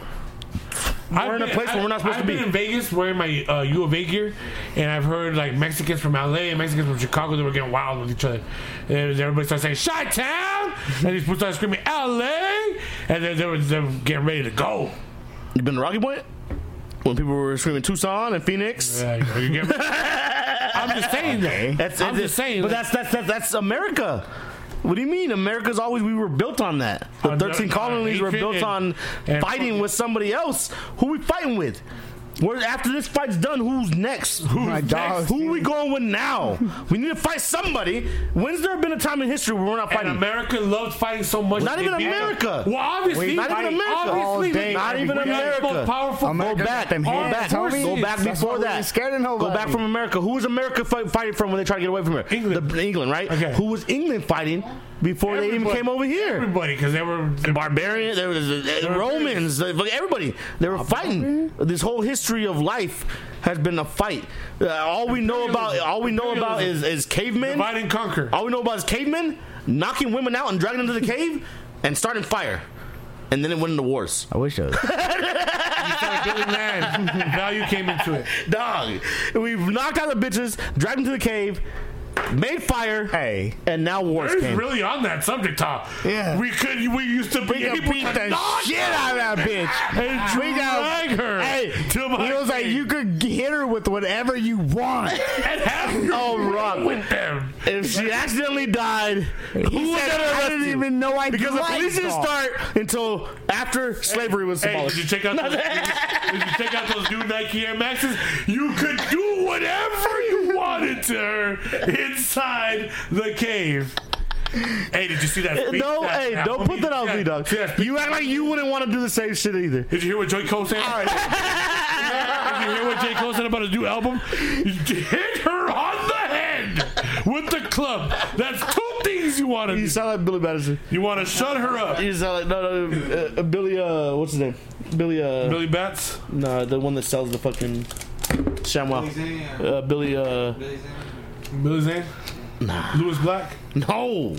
S2: I've
S3: in a
S2: been-
S3: place where
S2: I-
S3: we're not supposed
S2: I've
S3: to
S2: been
S3: be.
S2: in Vegas wearing my uh, U of A gear, and I've heard like Mexicans from LA and Mexicans from Chicago that were getting wild with each other. And everybody started saying "Shot Town," and these people started screaming "LA," and then they were, they were getting ready to go.
S3: You been to Rocky Point? When people were screaming Tucson and Phoenix.
S2: Yeah, Uh, you know, you get- I'm just saying that.
S3: That's,
S2: I'm
S3: it's-
S2: just saying.
S3: But
S2: like,
S3: that's, that's that's that's America. What do you mean? America's always we were built on that. The
S2: On
S3: thirteen
S2: the- on
S3: colonies were
S2: hatred
S3: built
S2: and-
S3: on
S2: and
S3: fighting
S2: fucking-
S3: with somebody else. Who we fighting with? Where after this fight's done, who's next? Who's
S1: My dog.
S3: next? Who we going with now? we need to fight somebody. When's there been a time in history where we're not
S2: and
S3: fighting?
S2: America loved fighting so much.
S3: Not
S2: they
S3: even
S2: beat them.
S3: America.
S2: Well, obviously,
S1: Wait, not
S3: even
S2: fight-
S3: America.
S1: All
S2: Obviously,
S1: day,
S3: Not even
S2: we had the
S3: America.
S2: Most powerful.
S1: America
S3: Go back.
S1: got them
S3: Go
S1: hands,
S3: back.
S1: homie.
S3: Go back
S1: That's
S3: before
S1: why we
S3: that.
S1: ain't scared of nobody.
S3: Go back from America. Who was America fight, fighting from when they tried to get away from here?
S2: England.
S3: The, England, right?
S2: Okay.
S3: Who was England fighting before they even
S2: Everybody-
S3: came over here?
S2: Everybody, because they were they
S3: barbarian. There was uh, uh, Romans. uh, fuck, Everybody. They were fighting. This whole history of life has been a fight. Uh, all we know about all we know about is is cavemen.
S2: divide and conquer.
S3: All we know about is cavemen knocking women out and dragging them to the cave and starting fire, and then it went into wars.
S1: I wish I was.
S2: Billy Land. Value came into it.
S3: Dog, we've knocked out the bitches, dragged them to the cave, made fire,
S1: hey,
S3: and now wars
S2: It's
S3: came.
S2: really on that subject, Tom.
S1: Yeah.
S2: we could. We used to be
S1: we can
S2: able
S1: beat
S2: to
S1: the
S2: knock
S1: shit out of that bitch.
S2: and
S1: We got-
S2: drag her.
S1: Hey,
S2: to my
S1: he was like,
S2: face.
S1: you could hit her with whatever you want.
S2: and have your
S3: Oh,
S2: way
S3: Rob.
S2: with them.
S3: If she accidentally died, who was
S1: He said,
S3: gonna
S1: I
S3: arrest
S1: didn't
S3: you?"
S1: even know I
S3: Because the
S1: liked
S3: police didn't
S1: y'all."
S3: start until after slavery was
S2: Hey, did
S3: abolished.
S2: you check out? Those, did, you, did you check out those new Nike Air Maxes? You could do whatever you wanted to her inside the cave. Hey, did you see that? speech?
S3: no,
S2: That-
S3: hey,
S2: that
S3: don't
S2: homie-
S3: put that on me, dog.
S2: Yeah, speech-
S3: You act like you wouldn't want to do the same shit either.
S2: Did you hear what Joy Cole said? Did you hear what J. Cole said about his new album? Hit her on the head with the club. That's two things you want to
S3: You
S2: do.
S3: sound like Billy Madison.
S2: You want to shut her up.
S3: You sound like no, no, uh, uh, Billy. Uh, what's his name? Billy. Uh,
S2: Billy Bats.
S3: no, the one that sells the fucking ShamWow. Uh, Billy. Uh,
S2: Billy Zane. Louis Black.
S3: no.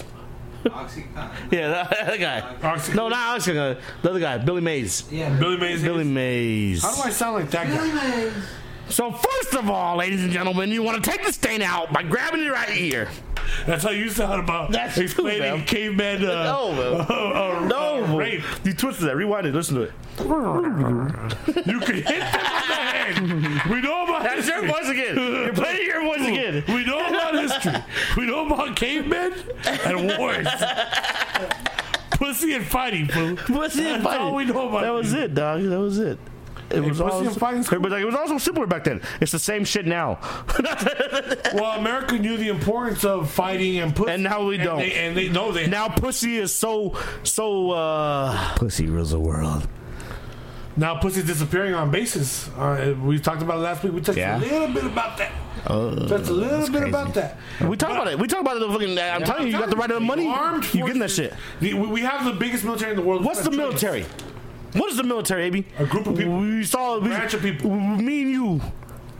S3: Yeah, that, that guy.
S2: Oxy-
S3: No, not Alex. The other guy, Billy Mays.
S4: Yeah.
S2: Billy Mays.
S3: Billy Mays.
S2: How do I sound like that guy?
S3: So first of all, ladies and gentlemen, you want to take the stain out by grabbing it right here.
S2: That's how you sound about
S3: That's
S2: explaining
S3: true, man.
S2: caveman uh,
S3: No, man.
S2: uh, uh, uh, rape.
S3: you twisted that. Rewind it. Listen to it.
S2: You can hit them on the head. We know about
S3: That's your
S2: history.
S3: voice again. You're playing your voice again.
S2: We know about history. We know about cavemen and wars. Pussy and fighting, fool.
S3: Pussy and
S2: That's
S3: fighting.
S2: all we know about
S3: That was it, dog. That was it. It was
S2: pussy
S3: all.
S2: and fighting's cool.
S3: Everybody's like, it was also simpler back then. It's the same shit now.
S2: Well, America knew the importance of fighting and pussy.
S3: And now we don't.
S2: They, and they know they. Now,
S3: now pussy is so so. uh
S1: Pussy rules the world.
S2: pussy's disappearing on bases. Uh, we talked about it last week. We touched
S1: Yeah.
S2: a little bit about that.
S3: Oh,
S2: touched a little bit about that.
S3: We talk about it. We talk about it. The fucking. I'm telling you, you got the right of the money.
S2: Armed
S3: You getting that
S2: forces-
S3: shit.
S2: The- we- we have the biggest military in the world.
S3: What's the military? What is the military, AB?
S2: A group of people.
S3: We saw we,
S2: Branch of people.
S3: Me and you.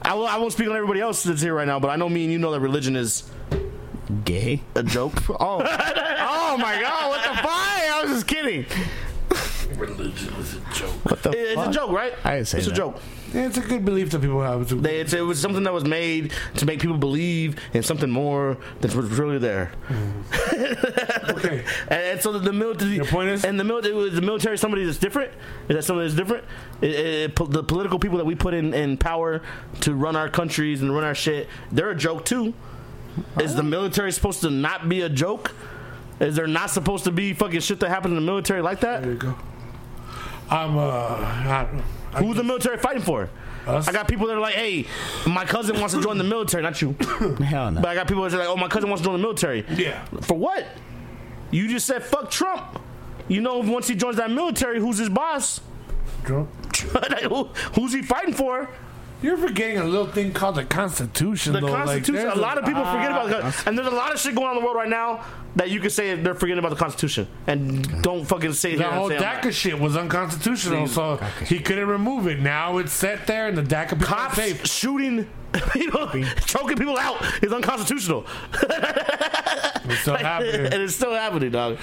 S3: I, will, I won't speak on everybody else that's here right now, but I know me and you know that religion is
S1: Gay?
S3: a joke.
S1: Oh. oh my god, what the fuck? I was just kidding.
S2: Religion is a joke.
S1: What the
S3: It's
S1: fuck?
S3: a joke, right?
S1: I didn't say
S3: it's a
S1: that.
S3: joke.
S2: It's a good belief that people have. It's a-
S3: They, it's, it was something that was made to make people believe in something more than was really there.
S2: okay.
S3: And, and so the military.
S2: Your point is?
S3: and the military. The military is somebody that's different. Is that somebody that's different? It, it, it- po- the political people that we put in in power to run our countries and run our shit, they're a joke too. Is the military supposed to not be a joke? Is there not supposed to be fucking shit that happened in the military like
S2: There
S3: that?
S2: you go. I'm uh, I don't know. I-
S3: Who's the military fighting for?
S2: Us.
S3: I got people that are like, hey, my cousin wants to join the military, not you.
S1: Hell no.
S3: But I got people that are like, oh, my cousin wants to join the military.
S2: yeah.
S3: For what? You just said fuck Trump. You know, once he joins that military, who's his boss?
S2: Drunk.
S3: Like, who, who's he fighting for?
S2: You're forgetting a little thing called the Constitution.
S3: The
S2: though. Like,
S3: Constitution.
S2: there's Ah,
S3: a lot of people forget about the and there's a lot of shit going on in the world right now that you could say they're forgetting about the Constitution and don't fucking
S2: The
S3: say here and
S2: whole
S3: say I'm
S2: DACA
S3: not.
S2: shit was unconstitutional, so he couldn't remove it. Now it's set there, and the DACA people are
S3: Cops
S2: safe.
S3: shooting, people, choking people out is unconstitutional,
S2: It's still
S3: and
S2: happening.
S3: it's still happening, dog.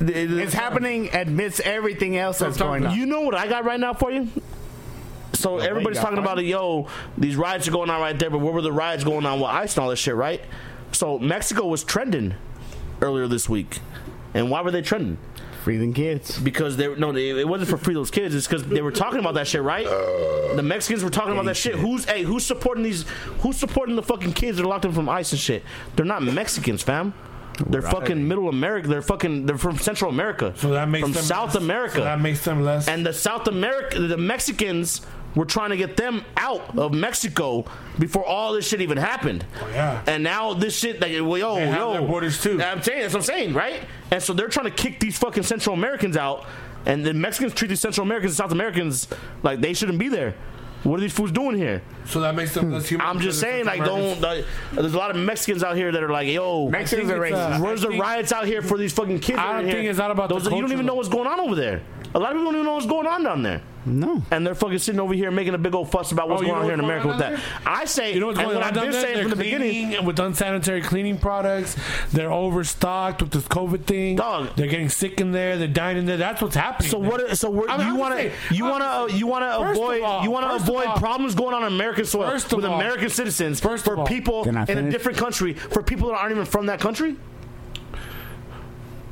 S1: It's happening amidst everything else that's going on.
S3: You know what I got right now for you? So everybody's
S1: got
S3: talking about
S1: fun.
S3: it, yo, these riots are going on right there, but where were the riots going on with ICE and all this shit, right? So Mexico was trending earlier this week. And why were they trending?
S1: Freezing kids.
S3: Because they no, they, it wasn't for free those kids. It's because they were talking about that shit, right? the Mexicans were talking about that shit. Who's hey? Who's supporting these? Who's supporting the fucking kids that are locked in from ICE and shit? They're not Mexicans, fam. They're fucking Middle America. They're fucking. They're from Central America.
S2: So that makes
S3: from
S2: them
S3: South
S2: less-
S3: America
S2: So that makes them less.
S3: and the South America, the Mexicans were trying to get them out of Mexico before all this shit even happened.
S2: Oh, yeah.
S3: And now this shit, like, well, yo,
S2: They have
S3: yo,
S2: their borders, too.
S3: I'm saying that's what I'm saying, right? And so they're trying to kick these fucking Central Americans out, and the Mexicans treat these Central Americans and South Americans like they shouldn't be there. What are these fools doing here?
S2: so that makes them less human.
S3: I'm
S2: because
S3: just
S2: they're
S3: saying,
S2: Central
S3: like, don't.
S2: Americans.
S3: Like, there's a lot of Mexicans out here that are like, yo,
S1: Mexicans
S2: think
S1: are
S2: it's, uh,
S1: racist.
S3: Where's
S2: I
S3: the
S2: think-
S3: riots out here for these fucking kids?
S2: I
S3: over
S2: think
S3: here?
S2: it's not about the
S3: Those, you don't
S2: culture,
S3: even know
S2: though.
S3: what's going on over there. A lot of people don't even know what's going on down there.
S1: No.
S3: And they're fucking sitting over here making a big old fuss about what's
S2: Oh, you
S3: going on
S2: know
S3: here in
S2: what's
S3: America
S2: going
S3: with
S2: on
S3: that. I say,
S2: You know what's
S3: and
S2: going
S3: what
S2: on
S3: I've
S2: down
S3: been
S2: there?
S3: saying
S2: They're
S3: from the beginning,
S2: cleaning with unsanitary cleaning products. They're overstocked with this COVID thing.
S3: Dog.
S2: They're getting sick in there. They're dying in there. That's what's happening.
S3: So what? So we're,
S2: I mean,
S3: you
S2: I'm
S3: want
S2: just
S3: to
S2: saying-
S3: you
S2: I'm
S3: want
S2: just
S3: to
S2: saying-
S3: you want to
S2: First of
S3: avoid
S2: all-
S3: you want to
S2: first of
S3: avoid
S2: all-
S3: problems going on in American soil
S2: First of
S3: with
S2: all-
S3: American citizens
S2: First of
S3: for
S2: all-
S3: people
S1: Can I
S3: in a
S1: finish?
S3: different country for people that aren't even from that country.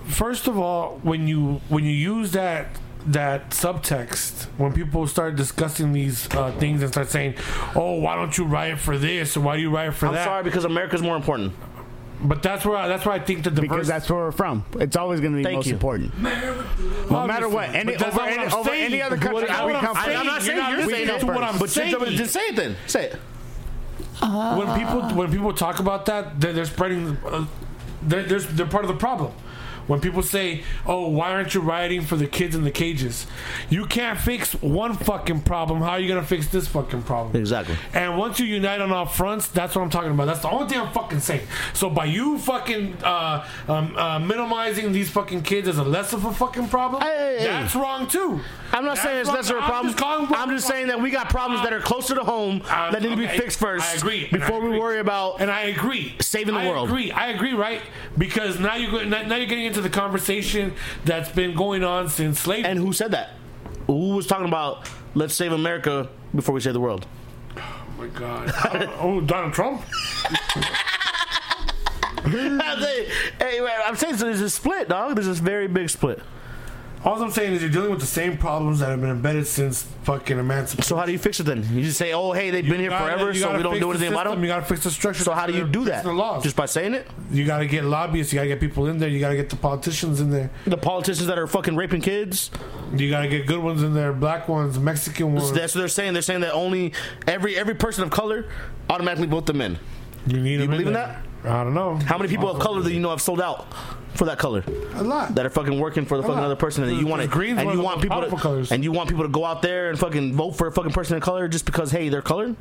S2: first of all, when you when you use that that subtext, when people start discussing these uh, things and start saying, "Oh, why don't you riot for this? Or why do you riot for
S3: I'm
S2: that?"
S3: sorry because America's more important.
S2: But that's where I, that's where I think the
S1: Because
S2: diversity.
S1: that's where we're from. It's always going to be
S3: Thank
S1: most
S3: you.
S1: important. No matter what, any, over, any, over any other country
S2: What,
S1: that we come
S3: I- I'm
S1: from,
S3: not saying
S2: you're,
S3: you're
S2: not
S1: we
S2: listening
S3: saying
S1: come
S3: it,
S2: to
S1: first.
S2: what I'm
S3: But
S2: saying.
S3: you just say it then. Say it. Uh-huh.
S2: when people when people talk about that, they're, they're spreading. Uh, they're, they're they're part of the problem. When people say, "Oh, why aren't you rioting for the kids in the cages?" You can't fix one fucking problem. How are you gonna fix this fucking problem?
S3: Exactly.
S2: And once you unite on all fronts, that's what I'm talking about. That's the only thing I'm fucking saying. So by you fucking uh, um, uh, minimizing these fucking kids as a less of a fucking problem,
S3: Hey, hey, hey.
S2: that's wrong too.
S3: I'm not
S2: That's
S3: saying it's
S2: wrong.
S3: lesser a
S2: I'm
S3: problem.
S2: just calling for-
S3: I'm just saying that we got problems that are closer to home
S2: Um,
S3: that need to be
S2: okay,
S3: fixed first.
S2: I agree, and I
S3: Before we
S2: agree.
S3: worry about
S2: And I agree.
S3: Saving the
S2: I
S3: world.
S2: Agree. I agree, right? Because now you're go- now now you're getting into the conversation that's been going on since slavery.
S3: and who said that? Who was talking about let's save America before we save the world?
S2: oh my god. oh, Donald Trump.
S3: I'm saying- hey, man, I'm saying so there's a split, dog. There's this very big split.
S2: All I'm saying is you're dealing with the same problems that have been embedded since fucking emancipation.
S3: So how do you fix it then? You just say, oh, hey, they've been here
S2: You gotta-
S3: forever,
S2: you
S3: so
S2: gotta
S3: we don't
S2: fix
S3: do
S2: the
S3: anything about
S2: system,
S3: them.
S2: You got to fix the structure.
S3: So how do you do that?
S2: The laws.
S3: Just by saying it?
S2: you got to get lobbyists. You got to get people in there. You got to get the politicians in there.
S3: The politicians that are fucking raping kids?
S2: You got to get good ones in there, black ones, Mexican ones.
S3: That's what they're saying. They're saying that only every every person of color automatically vote them in.
S2: you need them
S3: believe in
S2: there. I don't know.
S3: How many people of color that you know have sold out for that color?
S2: A lot.
S3: that are fucking working for the fucking
S2: Yeah.
S3: other person, and you want to,
S2: Because green's one
S3: and you
S2: of the
S3: want
S2: most
S3: people to,
S2: powerful colors.
S3: and you want people to go out there and fucking vote for a fucking person of color just because hey they're colored.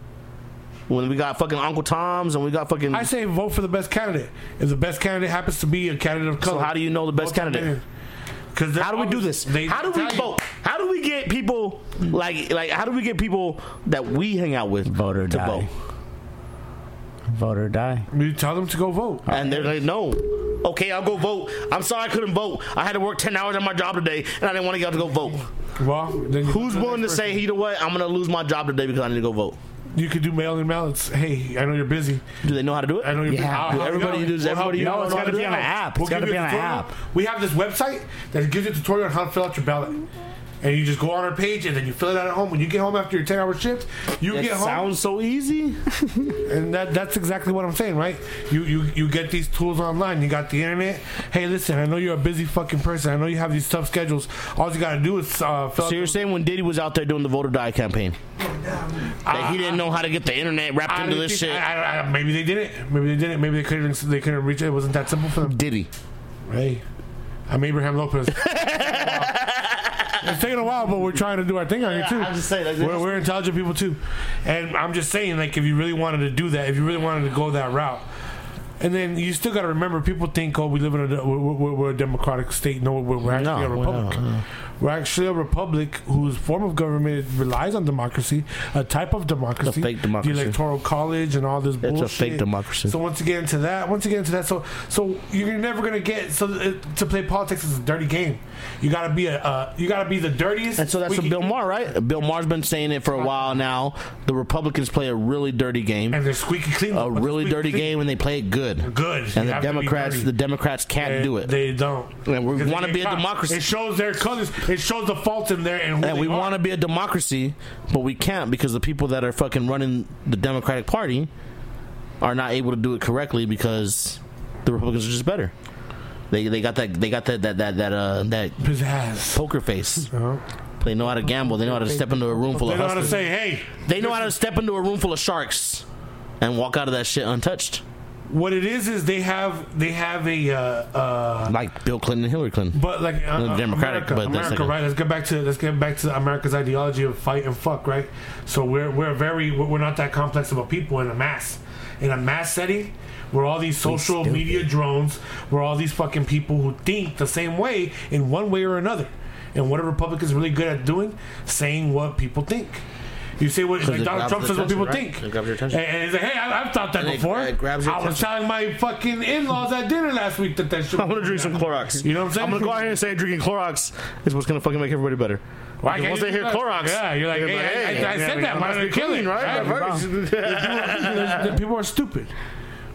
S3: When we got fucking Uncle Tom's and we got fucking,
S2: I say vote for the best candidate. If the best candidate happens to be a candidate of color,
S3: how do you know the best candidate?
S2: Because
S3: how do we do this? How do we vote? How do we get people like like how do we get people that we hang out with
S1: Vote or
S3: to
S1: die.
S3: vote?
S1: Vote or die.
S2: You tell them to go vote.
S3: And they're like, no. Okay, I'll go vote. I'm sorry I couldn't vote. I had to work ten hours at my job today, and I didn't want to get out to go vote.
S2: Well, then you
S3: Who's willing to say, you know what? I'm gonna lose my job today because I need to go vote.
S2: you could do mail-in ballots? Hey, I know you're busy.
S3: Do they know how to do it?
S2: I know you're busy.
S1: Yeah.
S2: How- how
S3: Everybody
S2: you-
S3: does-
S2: well, how
S3: everybody
S2: you-
S3: knows
S2: how
S3: it's
S2: you
S3: gotta
S2: do
S1: be on
S2: it?
S1: an app. It's
S2: We'll
S1: gotta
S2: give you
S1: be
S2: a
S1: on an
S2: tutorial.
S1: app.
S2: We have this website that gives you a tutorial on how to fill out your ballot. And you just go on our page and then you fill it out at home. When you get home after your 10 hour shift, you
S3: It
S2: get home.
S3: sounds so easy.
S2: and that that's exactly what I'm saying, right? You you you get these tools online. You got the internet. Hey, listen, I know you're a busy fucking person. I know you have these tough schedules. All you gotta do is uh, fill out
S3: So you're
S2: the-
S3: saying when Diddy was out there doing the vote or die campaign, that he didn't know how to get the internet wrapped
S2: I
S3: into
S2: didn't
S3: this
S2: think-
S3: shit?
S2: I, I, I, maybe they didn't. Maybe they didn't. Maybe they couldn't. They couldn't reach it. It wasn't that simple for them.
S3: Diddy.
S2: Hey, I'm Abraham Lopez. it's taking a while, but we're trying to do our thing on here too.
S3: I'm just saying, like,
S2: we're, we're intelligent people too, and I'm just saying, like, if you really wanted to do that, if you really wanted to go that route, and then you still got to remember, people think, oh, we live in a de- we're, we're, we're a democratic state. No, we're, we're actually
S3: No,
S2: a
S3: we're
S2: republic. We're actually a republic whose form of government relies on democracy, a type of democracy,
S3: fake democracy.
S2: the electoral college, and all this
S3: a
S2: bullshit.
S3: fake democracy.
S2: So once you get into that, once you get into that, so so you're never gonna get so uh, to play politics is a dirty game. You gotta be a uh, you gotta be the dirtiest.
S3: And so that's what
S2: wicked-
S3: Bill Maher, right? Bill Maher's been saying it for a while now. The Republicans play a really dirty game,
S2: and they're squeaky clean.
S3: a
S2: but they're
S3: really
S2: squeaky
S3: dirty
S2: clean.
S3: game, and they play it good.
S2: Good. You
S3: And the
S2: have to be
S3: Democrats,
S2: dirty.
S3: the Democrats can't
S2: They-
S3: do it.
S2: They don't.
S3: And we
S2: Because they
S3: wanna
S2: get
S3: be a
S2: caught.
S3: democracy.
S2: It shows their colors. It shows the faults in there and who
S3: And
S2: they
S3: we
S2: are.
S3: want to be a democracy, but we can't because the people that are fucking running the Democratic Party are not able to do it correctly because the Republicans are just better. They they got that they got that that that that uh that
S2: pizzazz.
S3: poker face. They know how to gamble. They know how to step into a room full
S2: Uh-huh. They know
S3: of
S2: how to
S3: hustlers.
S2: say, "Hey,
S3: They know how to step into a room full of sharks and walk out of that shit untouched,
S2: what it is is they have they have a uh, uh,
S3: like Bill Clinton and Hillary Clinton.
S2: But like uh,
S3: Not
S2: uh,
S3: democratic,
S2: America,
S3: but that's
S2: America,
S3: like a-
S2: right? Let's get back to let's get back to America's ideology of fight and fuck, right? So we're we're very we're we're not that complex of a people in a mass in a mass setting. We're all these social media drones. We're all these fucking people who think the same way in one way or another. And what are Republicans really good at doing? Saying what people think. You say what like
S3: it
S2: Donald
S3: grabs
S2: Trump
S3: the
S2: says what people
S3: attention, right?
S2: think.
S3: It grabs your attention.
S2: And, and it's like, hey, I, I've thought that
S3: And it-
S2: before.
S3: it grabs your
S2: I was telling
S3: attention.
S2: my fucking in-laws at dinner last week that that shit.
S3: I'm gonna drink some Clorox.
S2: You know what I'm saying?
S3: I'm gonna go out here and say drinking Clorox is what's gonna fucking make everybody better.
S2: Why
S3: Because
S2: can't
S3: once
S2: you
S3: they
S2: do
S3: hear
S2: that?
S3: Clorox,
S2: Yeah, you're like,
S3: they're gonna be
S2: "Hey, I- I said that,
S3: it
S2: why
S3: must
S2: don't
S3: be
S2: you kill
S3: clean,
S2: it?"
S3: right?
S2: Right, The people are stupid,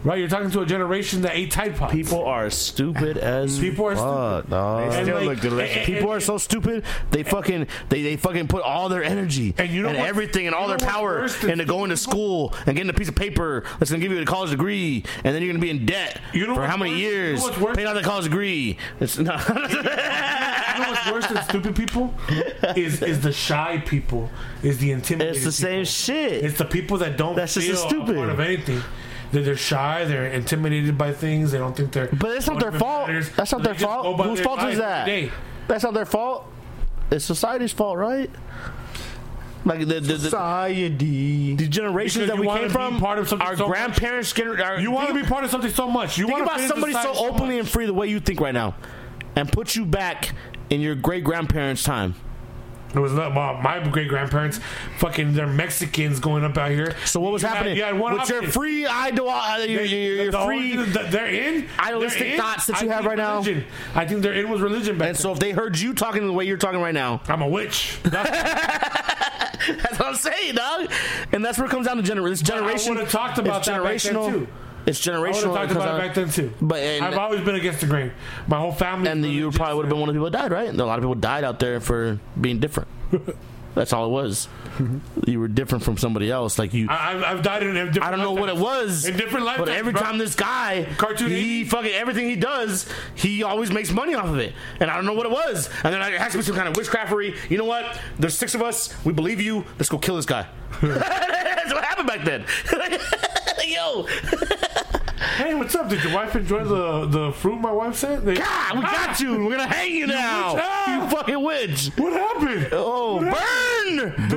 S2: right? You're talking to a generation that ate Tide Pods.
S3: People are stupid as
S2: People are
S3: fuck,
S2: stupid.
S3: dog.
S1: They
S2: And
S1: still
S2: like-
S1: look delicious.
S2: and-
S3: People are so stupid. They fucking they, they fucking put all their energy
S2: And you know what-
S3: everything and all
S2: you know
S3: their
S2: what's
S3: power
S2: worse than
S3: into going to school and getting a piece of paper that's gonna give you a college degree, and then you're gonna be in debt
S2: You know
S3: for
S2: what's
S3: how many
S2: worse? You know
S3: years?
S2: what's worse?
S3: Paying out the college degree. It's not.
S2: You know what's worse than stupid people is is the shy people, is the intimidated.
S3: It's the same
S2: people.
S3: shit.
S2: It's the people that don't
S3: That's just
S2: feel
S3: as stupid.
S2: a part of anything. They're, they're shy. They're intimidated by things. They don't think they're.
S3: But it's not their fault.
S2: matters.
S3: That's not
S2: They
S3: their
S2: just go
S3: fault.
S2: by
S3: Whose
S2: their
S3: fault
S2: life
S3: is that?
S2: every day.
S3: That's not their fault. It's society's fault, right? Like the the, the,
S1: Society.
S3: the generations
S2: Because
S3: that
S2: you
S3: we
S2: wanna
S3: came
S2: be
S3: from,
S2: part of something
S3: our
S2: so much.
S3: grandparents, gener- our,
S2: You want to
S3: think,
S2: be part of something so much. You
S3: think
S2: want to
S3: about somebody so openly and free the way you think right now, and put you back in your great grandparents' time.
S2: It was not my, my great grandparents. Fucking, they're Mexicans going up out here.
S3: So what was
S2: You had-
S3: happening
S2: you had one
S3: with your
S2: option.
S3: free idol, uh, your, your, your,
S2: The
S3: your
S2: only
S3: free
S2: thing that they're in
S3: idealistic
S2: they're in,
S3: thoughts that
S2: I
S3: you have
S2: think
S3: right now.
S2: religion. I think their in was religion back.
S3: and so if they heard you talking the way you're talking right now,
S2: then. I'm a witch. That's,
S3: That's what I'm saying, dog. And that's where it comes down to gener- this generation.
S2: would've talked about
S3: it's
S2: that back then,
S3: generational.
S2: too.
S3: It's
S2: I would
S3: generational.
S2: have talked
S3: because
S2: about it
S3: I-
S2: back then too.
S3: But and,
S2: I've always been against the grain. My whole family.
S3: and you probably would have been one of the people that died, right? And a lot of people died out there for being different. that's all it was. You were different from somebody else. Like you, Mm-hmm.
S2: I,
S3: I,
S2: I've- I've died in. a different
S3: don't know what it
S2: lifetime.
S3: was.
S2: In different
S3: But
S2: lifetimes,
S3: every
S2: bro.
S3: time this guy,
S2: Cartoon
S3: he
S2: eighties.
S3: fucking everything he does, he always makes money off of it. And I don't know what it was. And then like, it has to be some kind of witchcraftery. You know what? There's six of us. We believe you. Let's go kill this guy. That's what happened back then. Yo,
S2: Hey, what's up? Did your wife enjoy the the fruit my wife sent? They-
S3: God, we got you. We're gonna hang you now.
S2: witch. Ah.
S3: You fucking witch.
S2: What happened?
S3: Oh, burn!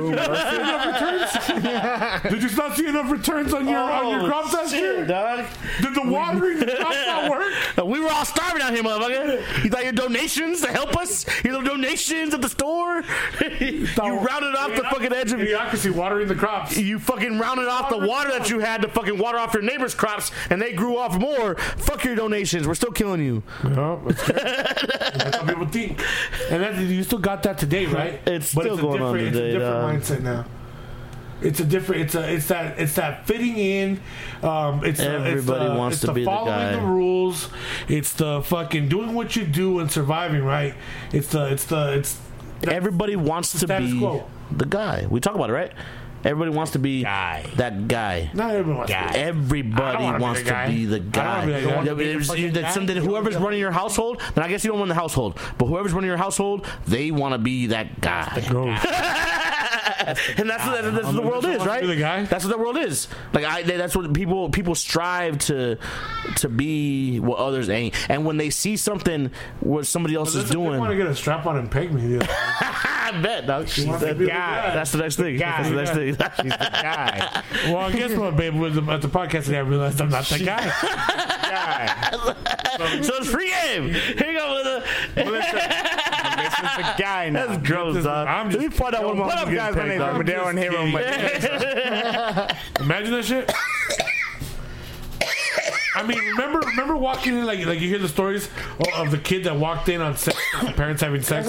S2: Did you not see enough returns on your on
S3: Oh,
S2: your crops last year?
S3: dog.
S2: Did the watering the crops not work?
S3: We were all starving out here, motherfucker. You thought your donations to help us? Your little donations at the store? you rounded off the fucking edge of.
S2: mediocrity, watering the crops.
S3: You fucking rounded off the water that you had to fucking water off your neighbor's crops, and they grew off more. Fuck your donations. We're still killing you.
S2: No, that's, good. that's what people think. And that, you still got that today, right?
S3: It's still
S2: a
S3: going on
S2: different-
S3: today, dog.
S2: It's a different mindset now. It's a different. It's a. It's that. It's that fitting in. Um, it's the- it's the,
S3: Everybody wants
S2: it's
S3: to
S2: the
S3: be the
S2: following
S3: guy.
S2: the rules. It's the fucking doing what you do and surviving, right? It's the. It's the. It's
S3: Everybody wants to
S2: status
S3: be
S2: quo.
S3: the guy. We talk about it, right? Everybody wants to be
S4: Guy.
S3: that guy.
S2: not everyone wants to. I don't
S3: Everybody
S2: wanna be
S3: wants
S2: the
S3: to
S2: guy.
S3: be the
S2: I don't wanna
S3: guy.
S2: be the guy.
S3: Yeah, but
S2: Be the
S3: it's-
S2: fucking
S3: that's
S2: guy.
S3: something- Whoever's running your household, then I guess you don't run the household, but whoever's running your household, they want to be that guy.
S2: Go.
S3: and that's what, that's what the
S2: Everyone
S3: world is,
S2: wants to
S3: right?
S2: be the guy.
S3: That's what the world is. Like I, that's what people people strive to to be what others ain't. And when they see something what somebody else is
S2: I want to
S3: doing,
S2: get a strap on and peg me. the other day.
S3: I bet. dog.
S2: wants to be the guy.
S3: That's the next thing. That's the next thing.
S1: Guy.
S2: Well, guess what, babe? With the, at the podcast today, I realized I'm not that guy.
S1: Guy.
S3: so it's free game. Here you go. Melissa.
S1: Melissa, this is a guy now.
S4: That's gross, dog.
S2: I'm
S4: Let me
S2: just-
S4: find out what my
S1: what up,
S4: getting
S1: guys? My
S4: paid,
S1: name is
S4: dog.
S1: Armadillo and Hero.
S2: kidding.
S1: Mike.
S2: Imagine that shit. I mean, remember, remember walking in like like you hear the stories of- of the kid that walked in on sex, the parents having sex.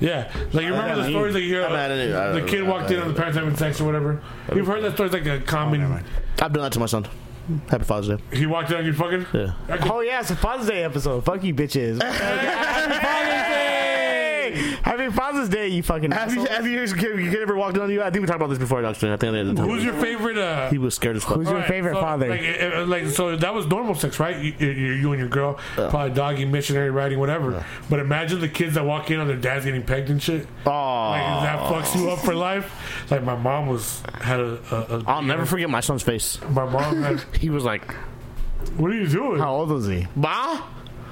S2: Yeah, like you remember the stories that you hear.
S4: I've had it. I
S2: The
S4: don't-
S2: kid walked in on the parents having sex or whatever. You've heard that story like a
S4: Oh,
S2: common.
S3: I've done that to my son. Happy Father's Day.
S2: He walked in on you fucking.
S3: Yeah.
S1: Oh yeah, it's a Father's Day episode. Fuck you, bitches. Happy Father's Day! Happy Father's Day, you fucking.
S4: Have you,
S1: asshole.
S4: have you, have you ever walked in on you? I think we talked about this before, actually. I think they had
S2: Who's your favorite? Uh,
S3: He was scared as fuck.
S1: Who's your
S2: Alright,
S1: favorite
S2: so,
S1: father?
S2: Like, uh, uh, like, so that was normal sex, right? You, you, you and your girl, probably doggy, missionary, riding, whatever. But imagine the kids that walk in on their dads getting pegged and shit. Like,
S3: Aw.
S2: that fucks you up for life. Like my mom was had a. a, a
S3: I'll never forget my son's face.
S2: My mom had.
S3: He was like,
S2: What are you doing?
S1: How old was he?
S3: "Bah."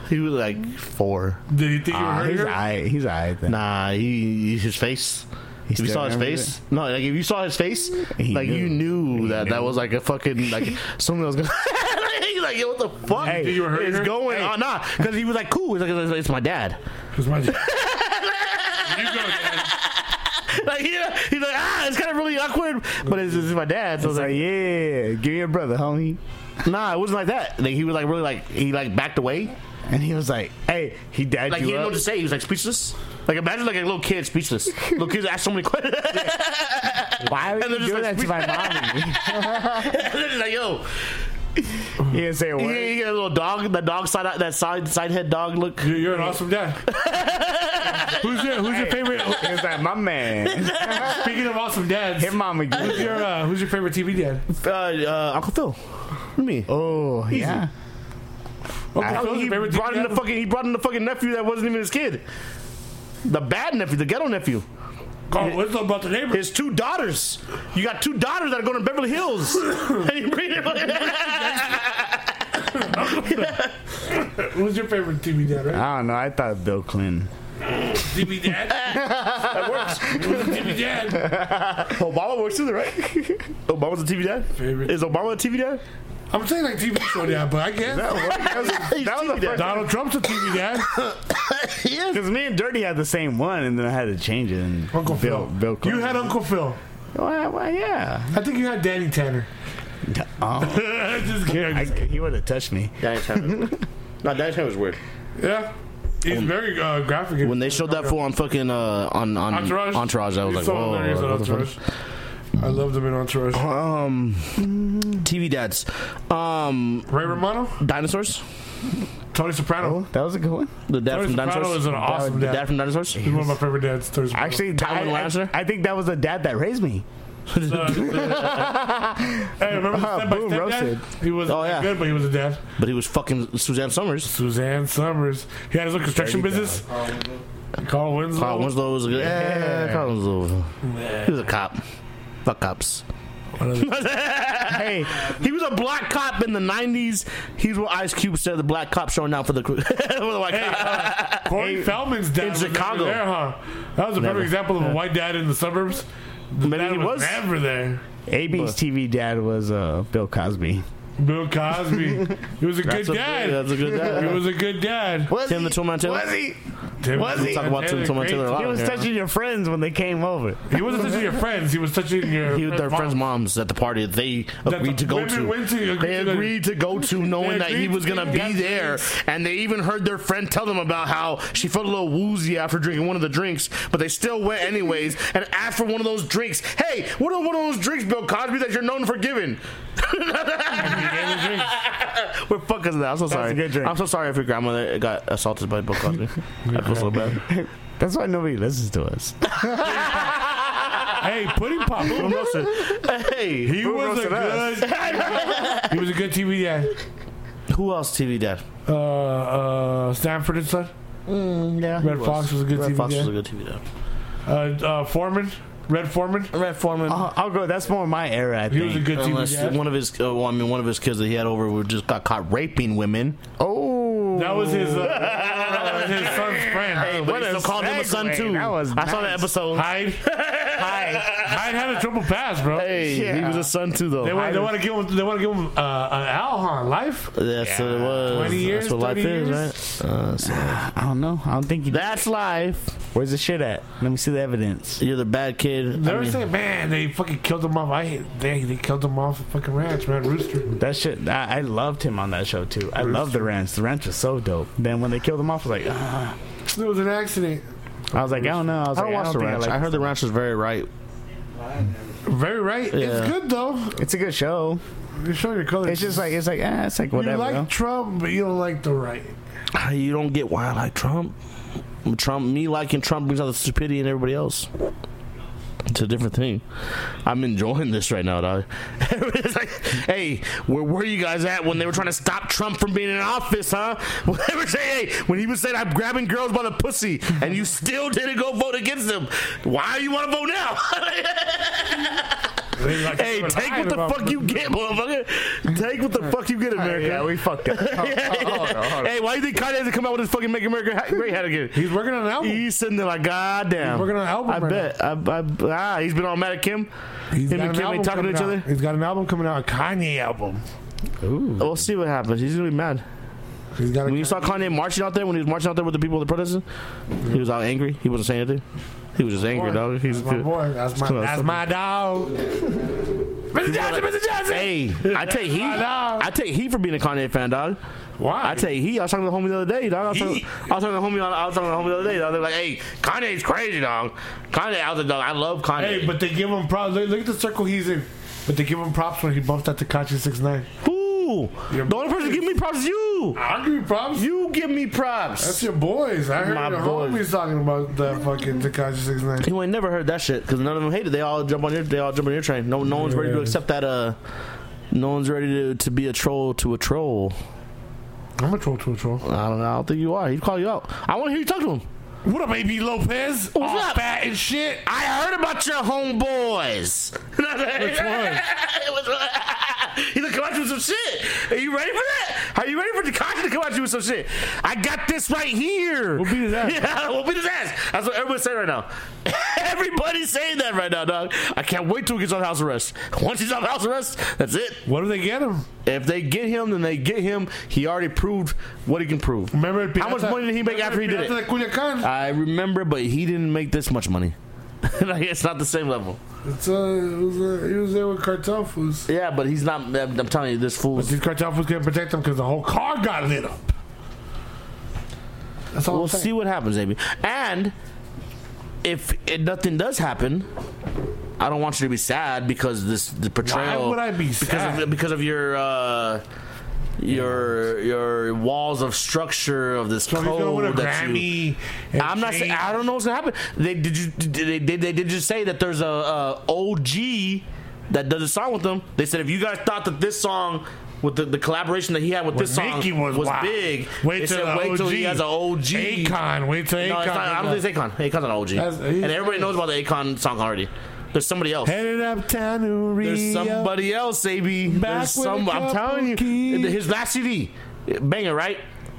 S3: He was like four.
S2: Did he think you were
S1: Ah,
S2: hurting
S1: he's
S2: her?
S1: alright. He's alright. Then.
S3: Nah, he his face. if you
S1: still
S3: saw his
S1: remembers
S3: face, no, like if you saw his face,
S1: He
S3: like you knew that that was like a fucking like something that was gonna. like yo, what the fuck
S1: Hey,
S2: Did you hurt
S3: is
S2: her?
S3: going on? Nah, because he was like cool. He's like it's, it's my dad.
S2: Because my. you go, dad.
S3: Like he, he's like ah, it's kind of really awkward, but it's, it's my dad.
S1: I
S3: So I was
S1: was like,
S3: like,
S1: yeah, give me a brother, homie.
S3: nah, it wasn't like that. Like he was like really like he like backed away.
S1: And he was like, hey, he dad
S3: Like
S1: you
S3: he didn't know
S1: up.
S3: what to say. He was like speechless. Like imagine like a little kid speechless. little kids ask so many questions.
S1: Why would
S3: And
S1: you
S3: they're
S1: do that
S3: just
S1: to my mommy?
S3: They're just like yo,
S1: he didn't say a
S3: you,
S1: word.
S3: you get a little dog, that dog side that side side head dog look.
S2: You're, you're an awesome dad. who's your Who's your favorite?
S1: He was like, my man,
S2: Speaking of awesome dads,
S1: hit mom
S2: who's
S1: again.
S2: your uh, Who's your favorite TV dad?
S3: Uh, uh, Uncle Phil. What do you mean?
S1: Oh, yeah.
S2: Uncle Phil's
S3: he
S2: your favorite
S3: brought
S2: TV
S3: in
S2: dad?
S3: the fucking he brought in the fucking nephew that wasn't even his kid. The bad nephew, the ghetto nephew.
S2: God, what's up about Oh, the neighbor?
S3: His two daughters. You got two daughters that are going to Beverly Hills. and you bring them.
S2: Who's your favorite TV dad, right?
S1: I don't know. I thought Bill Clinton.
S2: TV dad? that works. Who's your TV dad?
S3: Obama works too, right? Obama's a TV dad.
S2: Favorite.
S3: Is Obama a TV dad?
S2: I'm saying like TV show dad, but I guess.
S1: That was, that was the first
S2: Donald Trump's a TV dad.
S3: Yes.
S1: Because me and Dirty had the same one, and then I had to change it. And
S2: Uncle
S1: Bill,
S2: Phil.
S1: Bill Clinton.
S2: You had Uncle Phil.
S1: Why, why, yeah.
S2: I think you had Danny Tanner.
S3: um,
S1: Oh,
S2: Just kidding.
S1: I, he would have touched me.
S3: Daddy's having. No, Daddy's having was weird.
S2: yeah. He's very uh, graphic.
S3: When they showed that fool on fucking uh, on on
S2: Entourage.
S3: Entourage, I
S2: He's
S3: was like,
S2: so hilarious in
S3: whoa. what the fuck?"
S2: Entourage. I loved him in Entourage.
S3: Um, TV dads, um,
S2: Ray Romano,
S3: dinosaurs.
S2: Tony Soprano.
S1: Oh, that was a good one.
S3: The dad
S2: Tony
S3: from
S2: Soprano is
S3: dinosaurs.
S2: an awesome
S3: The dad
S2: dad.
S3: from dinosaurs.
S2: He's one of my favorite dads. Tony Soprano.
S1: Actually,
S3: Tywin
S1: I, I,
S3: Lannister?
S1: I think that was the dad that raised me.
S2: hey, remember
S1: Uh,
S2: the step by
S1: boom,
S2: step
S1: roasted.
S2: dad? He was
S3: Oh, yeah.
S2: good, but he was a dad.
S3: But he was fucking Suzanne Summers.
S2: Suzanne Summers. He had his own construction business. Carl Winslow.
S3: Carl Winslow was a good. Yeah, Carl Winslow. He was a cop. Fuck cops.
S1: Hey,
S3: He was a black cop in the '90s. He's what Ice Cube said. The black cop showing out for the, for the white
S2: Hey,
S3: cop.
S2: uh, Corey Feldman's dad
S3: in
S2: was never
S3: Chicago.
S2: There, huh? That was a perfect example of a white dad in the suburbs. The
S3: Maybe
S2: dad
S3: he was.
S2: never there.
S1: AB's TV dad was uh, Bill Cosby.
S2: Bill Cosby. he was a good
S3: a-
S2: dad.
S3: that's a good dad.
S2: He was a good dad.
S1: Was
S3: Tim the
S1: he?
S3: Tool Man Taylor?
S1: Was he?
S2: Tim,
S1: Was he?
S3: Talk about Tim, Tim and Taylor a lot.
S1: He was
S3: Yeah.
S1: touching your friends when they came over.
S2: He wasn't touching your friends. He was touching your.
S3: He, their
S2: mom.
S3: friends' moms at the party that they
S2: That the
S3: agreed to go
S2: women
S3: to.
S2: Went to
S3: They agreed to go to, knowing that he
S2: agreed
S3: was
S2: to
S3: gonna
S2: be
S3: be
S2: at
S3: there, and they even heard their friend tell them about how she felt a little woozy after drinking one of the drinks, but they still went anyways. And after one of those drinks, hey, what are one of those drinks, Bill Cosby, that you're known for giving? We're fucking that. I'm so sorry.
S1: a good drink.
S3: I'm so sorry if your grandmother got assaulted by Bill Cosby. I feel so bad.
S1: That's why nobody listens to us.
S2: Hey, pudding pop.
S3: hey,
S2: He was a
S1: roasted us?
S2: good. he was a good TV dad.
S3: who else TV dad?
S2: Uh, uh, Stanford and Son.
S3: Yeah,
S2: Red Fox was a good
S3: Red
S2: TV
S3: Fox
S2: dad.
S3: was a good TV dad.
S2: Uh, uh, Foreman. Red Foreman.
S3: Red Foreman.
S1: I'll, I'll go. That's more my era. I
S2: He was a
S1: think.
S2: good TV
S3: Unless
S2: dad.
S3: one of his, uh, well, I mean, one of his kids that he had over who just got caught raping women.
S1: Oh,
S2: That was his. Uh, that was his son's friend.
S3: But they still called him a son
S1: segue.
S3: too.
S1: That was
S3: I saw that
S1: nice.
S3: episode.
S2: Hyde.
S1: hi.
S2: Hyde Brian had a triple pass, bro.
S4: Hey, he
S1: Yeah.
S4: was a son too, though.
S2: They want, they want to give him. They want to give him uh, an Alhan life.
S4: That's what it was.
S2: 20 years,
S4: That's what life
S2: 30
S4: is, right? Uh, so-
S1: I don't know. I don't think you.
S4: That's life.
S1: Where's the shit at? Let me see the evidence.
S4: You're the bad kid.
S2: They
S4: I
S2: were
S4: mean,
S2: saying, man, they fucking killed him off. I hate they they killed him off the fucking ranch, man. Rooster.
S1: That shit. I, I loved him on that show too. I loved the ranch. The ranch was so dope. Then when they killed him off, I was like, ah.
S2: It was an accident.
S1: I was like, I don't know. I was
S6: I
S1: like,
S6: don't watch the
S1: I don't think
S6: ranch.
S1: I,
S6: I
S1: like
S6: heard the ranch is very right.
S2: Very right.
S4: Yeah.
S2: It's good though.
S1: It's a good show.
S2: You're showing your colors.
S1: It's just like it's like ah, it's like
S2: you
S1: whatever.
S2: like
S1: though.
S2: Trump, but you don't like the right.
S4: you
S3: You don't get why I like Trump. Trump, me liking Trump brings out the stupidity in everybody else. It's a different thing. I'm enjoying this right now, dog. Everybody's like, hey, where were you guys at when they were trying to stop Trump from being in office, huh? When they were saying, hey, when he was saying, I'm grabbing girls by the pussy, and you still didn't go vote against him, why you want to vote now?
S2: They like
S3: hey, take what the fuck you get, motherfucker. Take what the fuck you get, America.
S1: Yeah, we fucked up.
S3: Hey, why do you think Kanye hasn't come out with his fucking Make America Ha- Great hat again?
S2: He's working on an album.
S3: He's sitting there like, God damn.
S2: Oh. He's working on an album
S3: I
S2: right
S3: bet. I, I, ah, he's been on Mad at Kim.
S2: He's
S3: Him
S2: got
S3: and
S2: an
S3: Kim
S2: album
S3: ain't talking to
S2: coming
S3: each
S2: out.
S3: other.
S2: He's got an album coming out, a Kanye album.
S3: We'll see what happens. He's gonna be mad.
S2: He's got.
S3: When you
S2: A,
S3: saw Kanye marching out there, when he was marching out there with the people, the protesters, he was all angry. He wasn't saying anything. He was just angry, dog. He's
S2: that's my boy. That's my. That's my dog. Mr. Johnson, Mr. Johnson.
S3: Hey, I take heat.
S2: My dog.
S3: I take heat for being a Kanye fan, dog.
S2: Why?
S3: I take heat. I was talking to the homie the other day, dog. I was, talking,
S2: Heat.
S3: I was talking to the homie. I was talking to the homie the other day, dog. They're like, "Hey, Kanye's crazy, dog. Kanye out the dog. I love Kanye.
S2: Hey, but they give him props. Look, look at the circle he's in. But they give him props when he bumped out to Kachi Six Nine.
S3: Who?
S2: Your
S3: The only person giving me props is you.
S2: I'll give you props.
S3: You give me
S2: That's
S3: props.
S2: your boys. I heard
S3: My
S2: your
S3: boys.
S2: homies talking about that fucking Takashi Six Nine.
S3: You ain't never heard that shit because none of them hate it. They all jump on your. They all jump on your train. No, no one's ready to
S2: Yeah.
S3: accept that. Uh, no one's ready to, to be a troll to a troll.
S2: I'm a troll to a troll.
S3: I don't know. I don't think you are. He'd call you out. I want to hear you talk to him.
S2: What up, AB Lopez?
S3: What's
S2: All
S3: up?
S2: fat and shit.
S3: I heard about your homeboys. Which
S2: one?
S3: He's gonna come at you with some shit. Are you ready for that? Are you ready for Takashi to come at you with some shit? I got this right here.
S2: We'll beat his ass.
S3: Yeah, we'll beat his ass. That's what everybody's saying right now. Everybody's saying that right now, dog. I can't wait till he gets on house arrest. Once he's on house arrest, that's it.
S2: What if they get him?
S3: If they get him, then they get him. He already proved what he can prove.
S2: Remember
S3: how much money did he make after he did it?
S2: After the Culiacan.
S3: I remember, but he didn't make this much money. like, it's not the same level.
S2: It's, uh, it was, uh, he was there with cartel fools.
S3: Yeah, but he's not. I'm I'm telling you, this fool.
S2: These cartel fools can't protect him because the whole car got lit up. That's all
S3: We'll
S2: I'm saying.
S3: see what happens, Amy. And if it, nothing does happen, I don't want you to be sad because this the portrayal.
S2: would I be
S3: Because
S2: sad?
S3: of, because of your. Uh, your your walls of structure of this
S2: So he's gonna win a
S3: code that you-
S2: Grammy. and
S3: I'm not.
S2: shit.
S3: Saying, I don't know what's gonna happen. They did you? Did they, they, they did just say that there's a, a OG that does a song with them. They said if you guys thought that this song with the, the collaboration that he had with this song
S2: Nicki was,
S3: was
S2: wild.
S3: big, they
S2: Wait till,
S3: said,
S2: the
S3: wait till he
S2: OG.
S3: has an OG.
S2: Akon. Wait till Akon.
S3: No, it's not, I don't
S2: comes
S3: think it's Akon. Akon's an OG,
S2: That's- he's-
S3: and everybody knows about the Akon song already. There's somebody else.
S2: out. Headed uptown to
S3: There's
S2: Rio.
S3: somebody else, AB.
S2: Back
S3: There's
S2: with
S3: some.
S2: a
S3: I'm telling you,
S2: couple keys.
S3: his last CD, banger, right?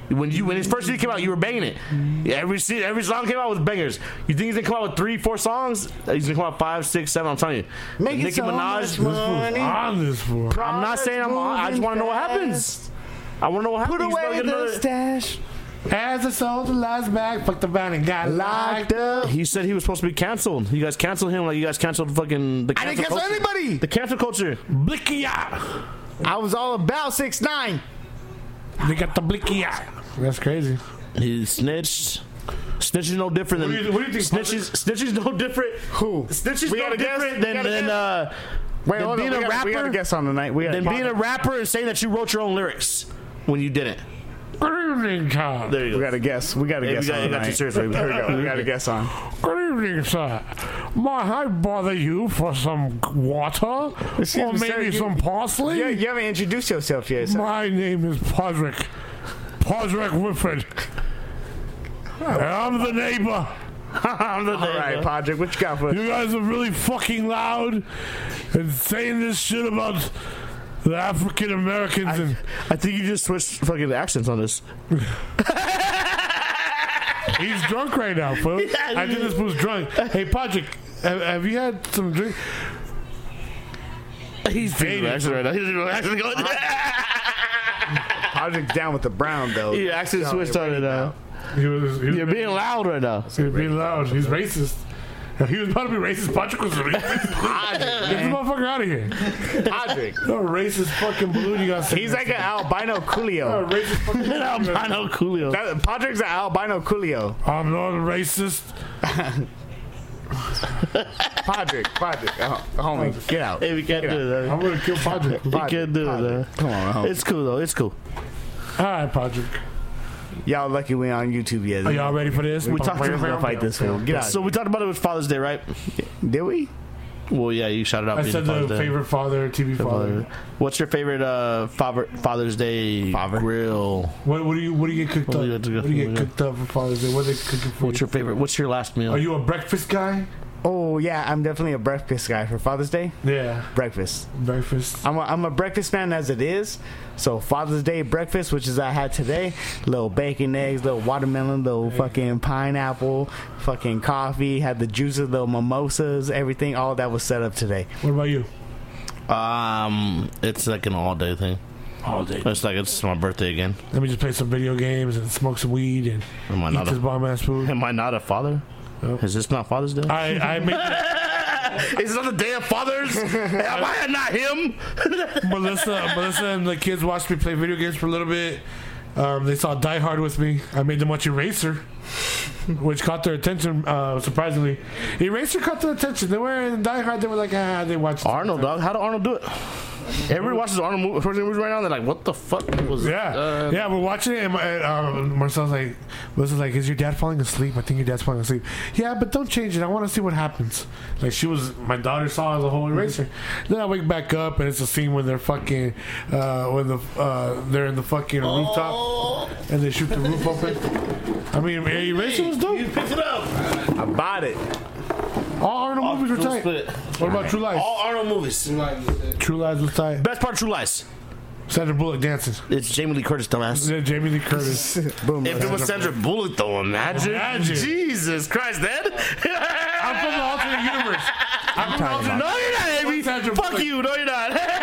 S3: When you when his first CD came out, you were banging it. Every se- every song came out was bangers. You think he's gonna come out with three, four songs? He's gonna come out five, six, seven. I'm telling you,
S1: Making so much money.
S2: on this fool.
S3: I'm not saying I'm. on. I just want to know what happens. I want to know what happens.
S1: Put
S3: He's
S1: away
S3: gonna get
S1: the
S3: another-
S1: stash.
S2: As I sold the lies back, fucked the van and got
S1: Locked
S2: locked.
S1: up.
S3: He said he was supposed to be canceled. You guys canceled him like you guys canceled fucking the.
S1: I
S3: Cancel
S1: didn't cancel
S3: culture.
S1: anybody.
S3: The cancel culture.
S2: Blicky eye.
S1: I was all about six nine.
S2: They got the blicky eye. That's crazy.
S3: He snitched. Snitches no different than
S2: What do you- what do you think,
S3: snitches. Snitches no different.
S1: Who?
S3: Snitches
S1: We
S3: no
S1: gotta guess?
S3: different
S1: We
S3: than
S1: gotta
S3: than,
S1: guess?
S3: uh,
S1: Wait,
S3: than
S1: hold
S3: being
S1: on.
S3: a
S1: we, gotta,
S3: rapper.
S1: we gotta guess on the night. We gotta
S3: than being a rapper and saying that you wrote your own lyrics when you didn't.
S2: Good evening, sir.
S3: There you
S1: We
S3: go.
S1: gotta guess. We gotta
S3: Hey,
S1: guess
S3: we got,
S1: on
S3: I
S1: the
S3: got you
S1: night.
S3: serious, baby.
S1: Here we go. We gotta guess on.
S2: Good evening, sir. Might I bother you for some water?
S1: Excuse
S2: or
S1: me,
S2: maybe
S1: sir, you-
S2: some parsley?
S1: Yeah, you haven't introduced yourself yet. So.
S2: My name is Podrick. Podrick Whitford. and I'm the neighbor.
S3: I'm the
S1: All right, Podrick, what you got for us?
S2: You guys are really fucking loud and saying this shit about the African Americans and
S3: I think you just switched fucking accents on this.
S2: He's drunk right now, fool. I think this was drunk. Hey, Podrick, Have, have you had some drink?
S4: He's
S2: faded.
S4: relaxing right now. He's relaxing. Going,
S1: Project down with the brown though.
S4: he actually
S1: So,
S4: switched on it now.
S2: He was, he was
S4: You're being loud right now.
S2: He was being loud. He's racist. He was about to be racist. Patrick was racist. Get the motherfucker out of here.
S1: Project.
S2: You're a racist fucking balloon you got.
S1: He's like an albino
S2: You're a
S1: Coolio.
S2: racist fucking balloon.
S4: I know Coolio.
S1: That, Podrick's an albino Coolio.
S2: I'm not a racist.
S1: Podrick, Podrick, oh, homie, get out.
S4: Hey, we can't do it.
S2: I'm
S4: though.
S2: gonna kill Patrick.
S4: We can't do it. though.
S1: Come on, homie.
S4: It's cool though. It's cool.
S2: All right, Patrick.
S1: Y'all lucky we on YouTube yet.
S2: Are y'all ready for this?
S4: We talked
S1: We're gonna fight this one. Get out.
S4: So we talked about it with Father's Day, right?
S1: did we?
S4: Well, yeah, you shouted out.
S2: I
S4: being
S2: said the
S4: Father's Day.
S2: favorite father, TV father.
S4: What's your favorite uh, father, Father's Day grill?
S2: What, what do you What do you get cooked
S4: What
S2: up?
S4: do you get
S2: What
S4: to
S2: do
S4: go-
S2: you
S4: what
S2: get
S4: do you
S2: cooked up for Father's Day? What are they cooking for
S4: What's
S2: you?
S4: your favorite? What's your last meal?
S2: Are you a breakfast guy?
S1: Oh yeah, I'm definitely a breakfast guy for Father's Day.
S2: Yeah,
S1: Breakfast.
S2: breakfast.
S1: I'm a, I'm a breakfast man as it is. So Father's Day breakfast, which is I had today, little bacon, eggs, little watermelon, little fucking pineapple, fucking coffee. Had the juices, little mimosas, everything. All that was set up today.
S2: What about you?
S3: Um, it's like an all day thing.
S2: All day.
S3: It's like it's my birthday again.
S2: Let me just play some video games and smoke some weed and
S3: Am I
S2: eat
S3: not
S2: this
S3: a
S2: bomb ass food.
S3: Am I not a father? Is this not Father's Day?
S2: I I make
S3: Is this not the Day of Fathers? Am I not him?
S2: Melissa Melissa and the kids watched me play video games for a little bit. Um, they saw Die Hard with me. I made them watch Eraser, which caught their attention uh, surprisingly. Eraser caught their attention. They were in Die Hard. They were like, ah, they watched.
S3: Arnold, dog. How did Arnold do it? Everybody watches Arnold movie, first movies right now. They're like, what the fuck was?
S2: Yeah,
S3: uh,
S2: yeah, we're watching it, and, and um, Marcel's like, Melissa's like, "Is your dad falling asleep?" I think your dad's falling asleep. Yeah, but don't change it. I want to see what happens. Like she was, my daughter saw the whole eraser. Then I wake back up, and it's a scene when they're fucking, uh, when the uh, they're in the fucking rooftop, and they shoot the roof open. I mean, eraser was dope.
S3: picked it up.
S1: I bought it.
S2: All Arnold movies were tight.
S3: Split.
S2: What about True Lies?
S3: All Arnold movies.
S2: True Lies was tight.
S3: Best part, True Lies.
S2: Sandra Bullock dancing.
S3: It's Jamie Lee Curtis, dumbass.
S2: Yeah, Jamie Lee Curtis.
S1: Boom.
S3: If it was Sandra Bullock, though, imagine.
S2: Imagine.
S3: Jesus Christ, Dad.
S2: I'm from the alternate universe. I'm from the alternate.
S3: no, you're not, Amy.
S2: What's Sandra
S3: Fuck
S2: Bullock?
S3: you. No, you're not.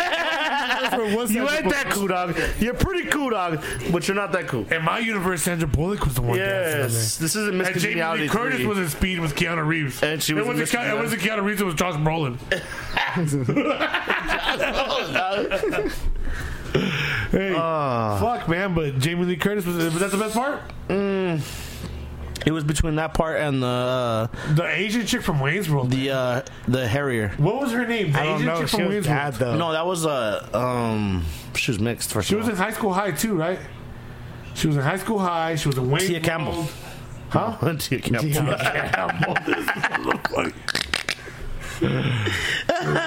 S2: For what's
S3: you
S2: Sandra
S3: ain't that cool, dog. You're pretty cool, dog, but you're not that cool.
S2: In my universe, Sandra Bullock was the one
S3: Yes,
S2: dancing.
S3: this is a
S2: on there. Oh, And Jamie
S3: miscongeniality.
S2: Lee Curtis
S3: three.
S2: was in Speed with Keanu Reeves.
S3: And she was
S2: It
S3: in
S2: wasn't,
S3: Mr.
S2: Keanu, it wasn't Keanu Reeves. It was Josh Brolin. hey,
S3: Ah.
S2: fuck, man! But Jamie Lee Curtis was. Was that the best part?
S3: It was between that part and the uh,
S2: The Asian chick from Wayne's World.
S3: the uh, the Harrier.
S2: What was her name? The
S1: I don't
S2: Asian
S1: know.
S2: chick
S1: She
S2: from
S1: was
S2: Wayne's
S1: bad
S2: World.
S1: though.
S3: No, that was uh um she was mixed for
S2: Oh. She was in High School High too, right? She was in High School High. She was in Wayne's
S3: Tia Campbell.
S2: World.
S3: huh? Tia Campbell.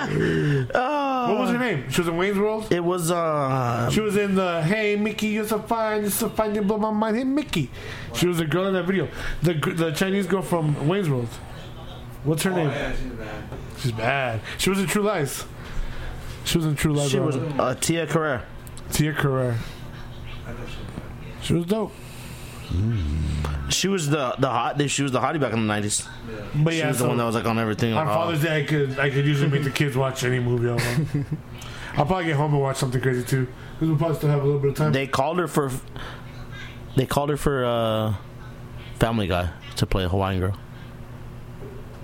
S2: What was her name? She was in Wayne's World.
S3: It was uh
S2: She was in the Hey Mickey, you're so fine, you're so fine, you blow my mind. Hey Mickey, she was a girl in that video. The gr- the Chinese girl from Wayne's World. What's her name? she's bad. She was in True Lies. She was in True Lies.
S3: she was
S2: right?
S3: uh, Tia Carrere.
S2: Tia Carrere. She was dope.
S3: She was the the hot she was the hottie back in the nineties.
S2: But
S3: She
S2: yeah,
S3: was
S2: so
S3: the one that was like on everything. Uh,
S2: on
S3: Like,
S4: Uh-huh.
S2: Father's Day, I could I could usually make the kids watch any movie I want. I'll probably get home and watch something crazy too. Because we'll probably still have a little bit of
S3: oh.
S2: time.
S3: They called her for they called her for uh Family Guy to play a Hawaiian girl.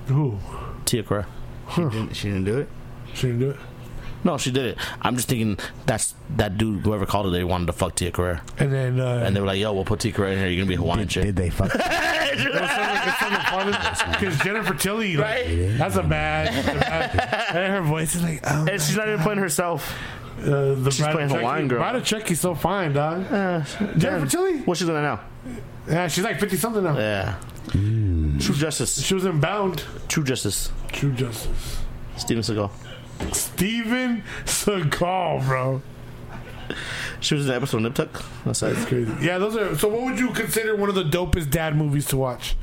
S2: Who?
S3: Tia Carrere.
S1: she, didn't, she didn't do it.
S2: She didn't do it.
S3: No, she did it. I'm just thinking that's that dude whoever called her they wanted to fuck Tia Carrere.
S2: And then uh,
S3: And they were like, yo, we'll put Tika in here. You're going to be a Hawaiian chick.
S1: Did they fuck?
S2: Because Jennifer Tilly, like, that's a bad. and her voice is like, oh,
S4: And she's not even playing herself.
S2: uh, the she's
S4: playing Hawaiian girl. Uh,
S2: Bride of Chucky's so fine, dog. Jennifer Tilly,
S4: What's she doing now?
S2: yeah, she's like fifty something now.
S4: Yeah. True Justice.
S2: She was in Bound,
S4: True Justice.
S2: True Justice.
S4: Steven Seagal.
S2: Steven Seagal, bro.
S4: She was in the episode of Nip Tuck. That's it.
S2: Crazy. Yeah, those are. So, what would you consider one of the dopest dad movies to watch?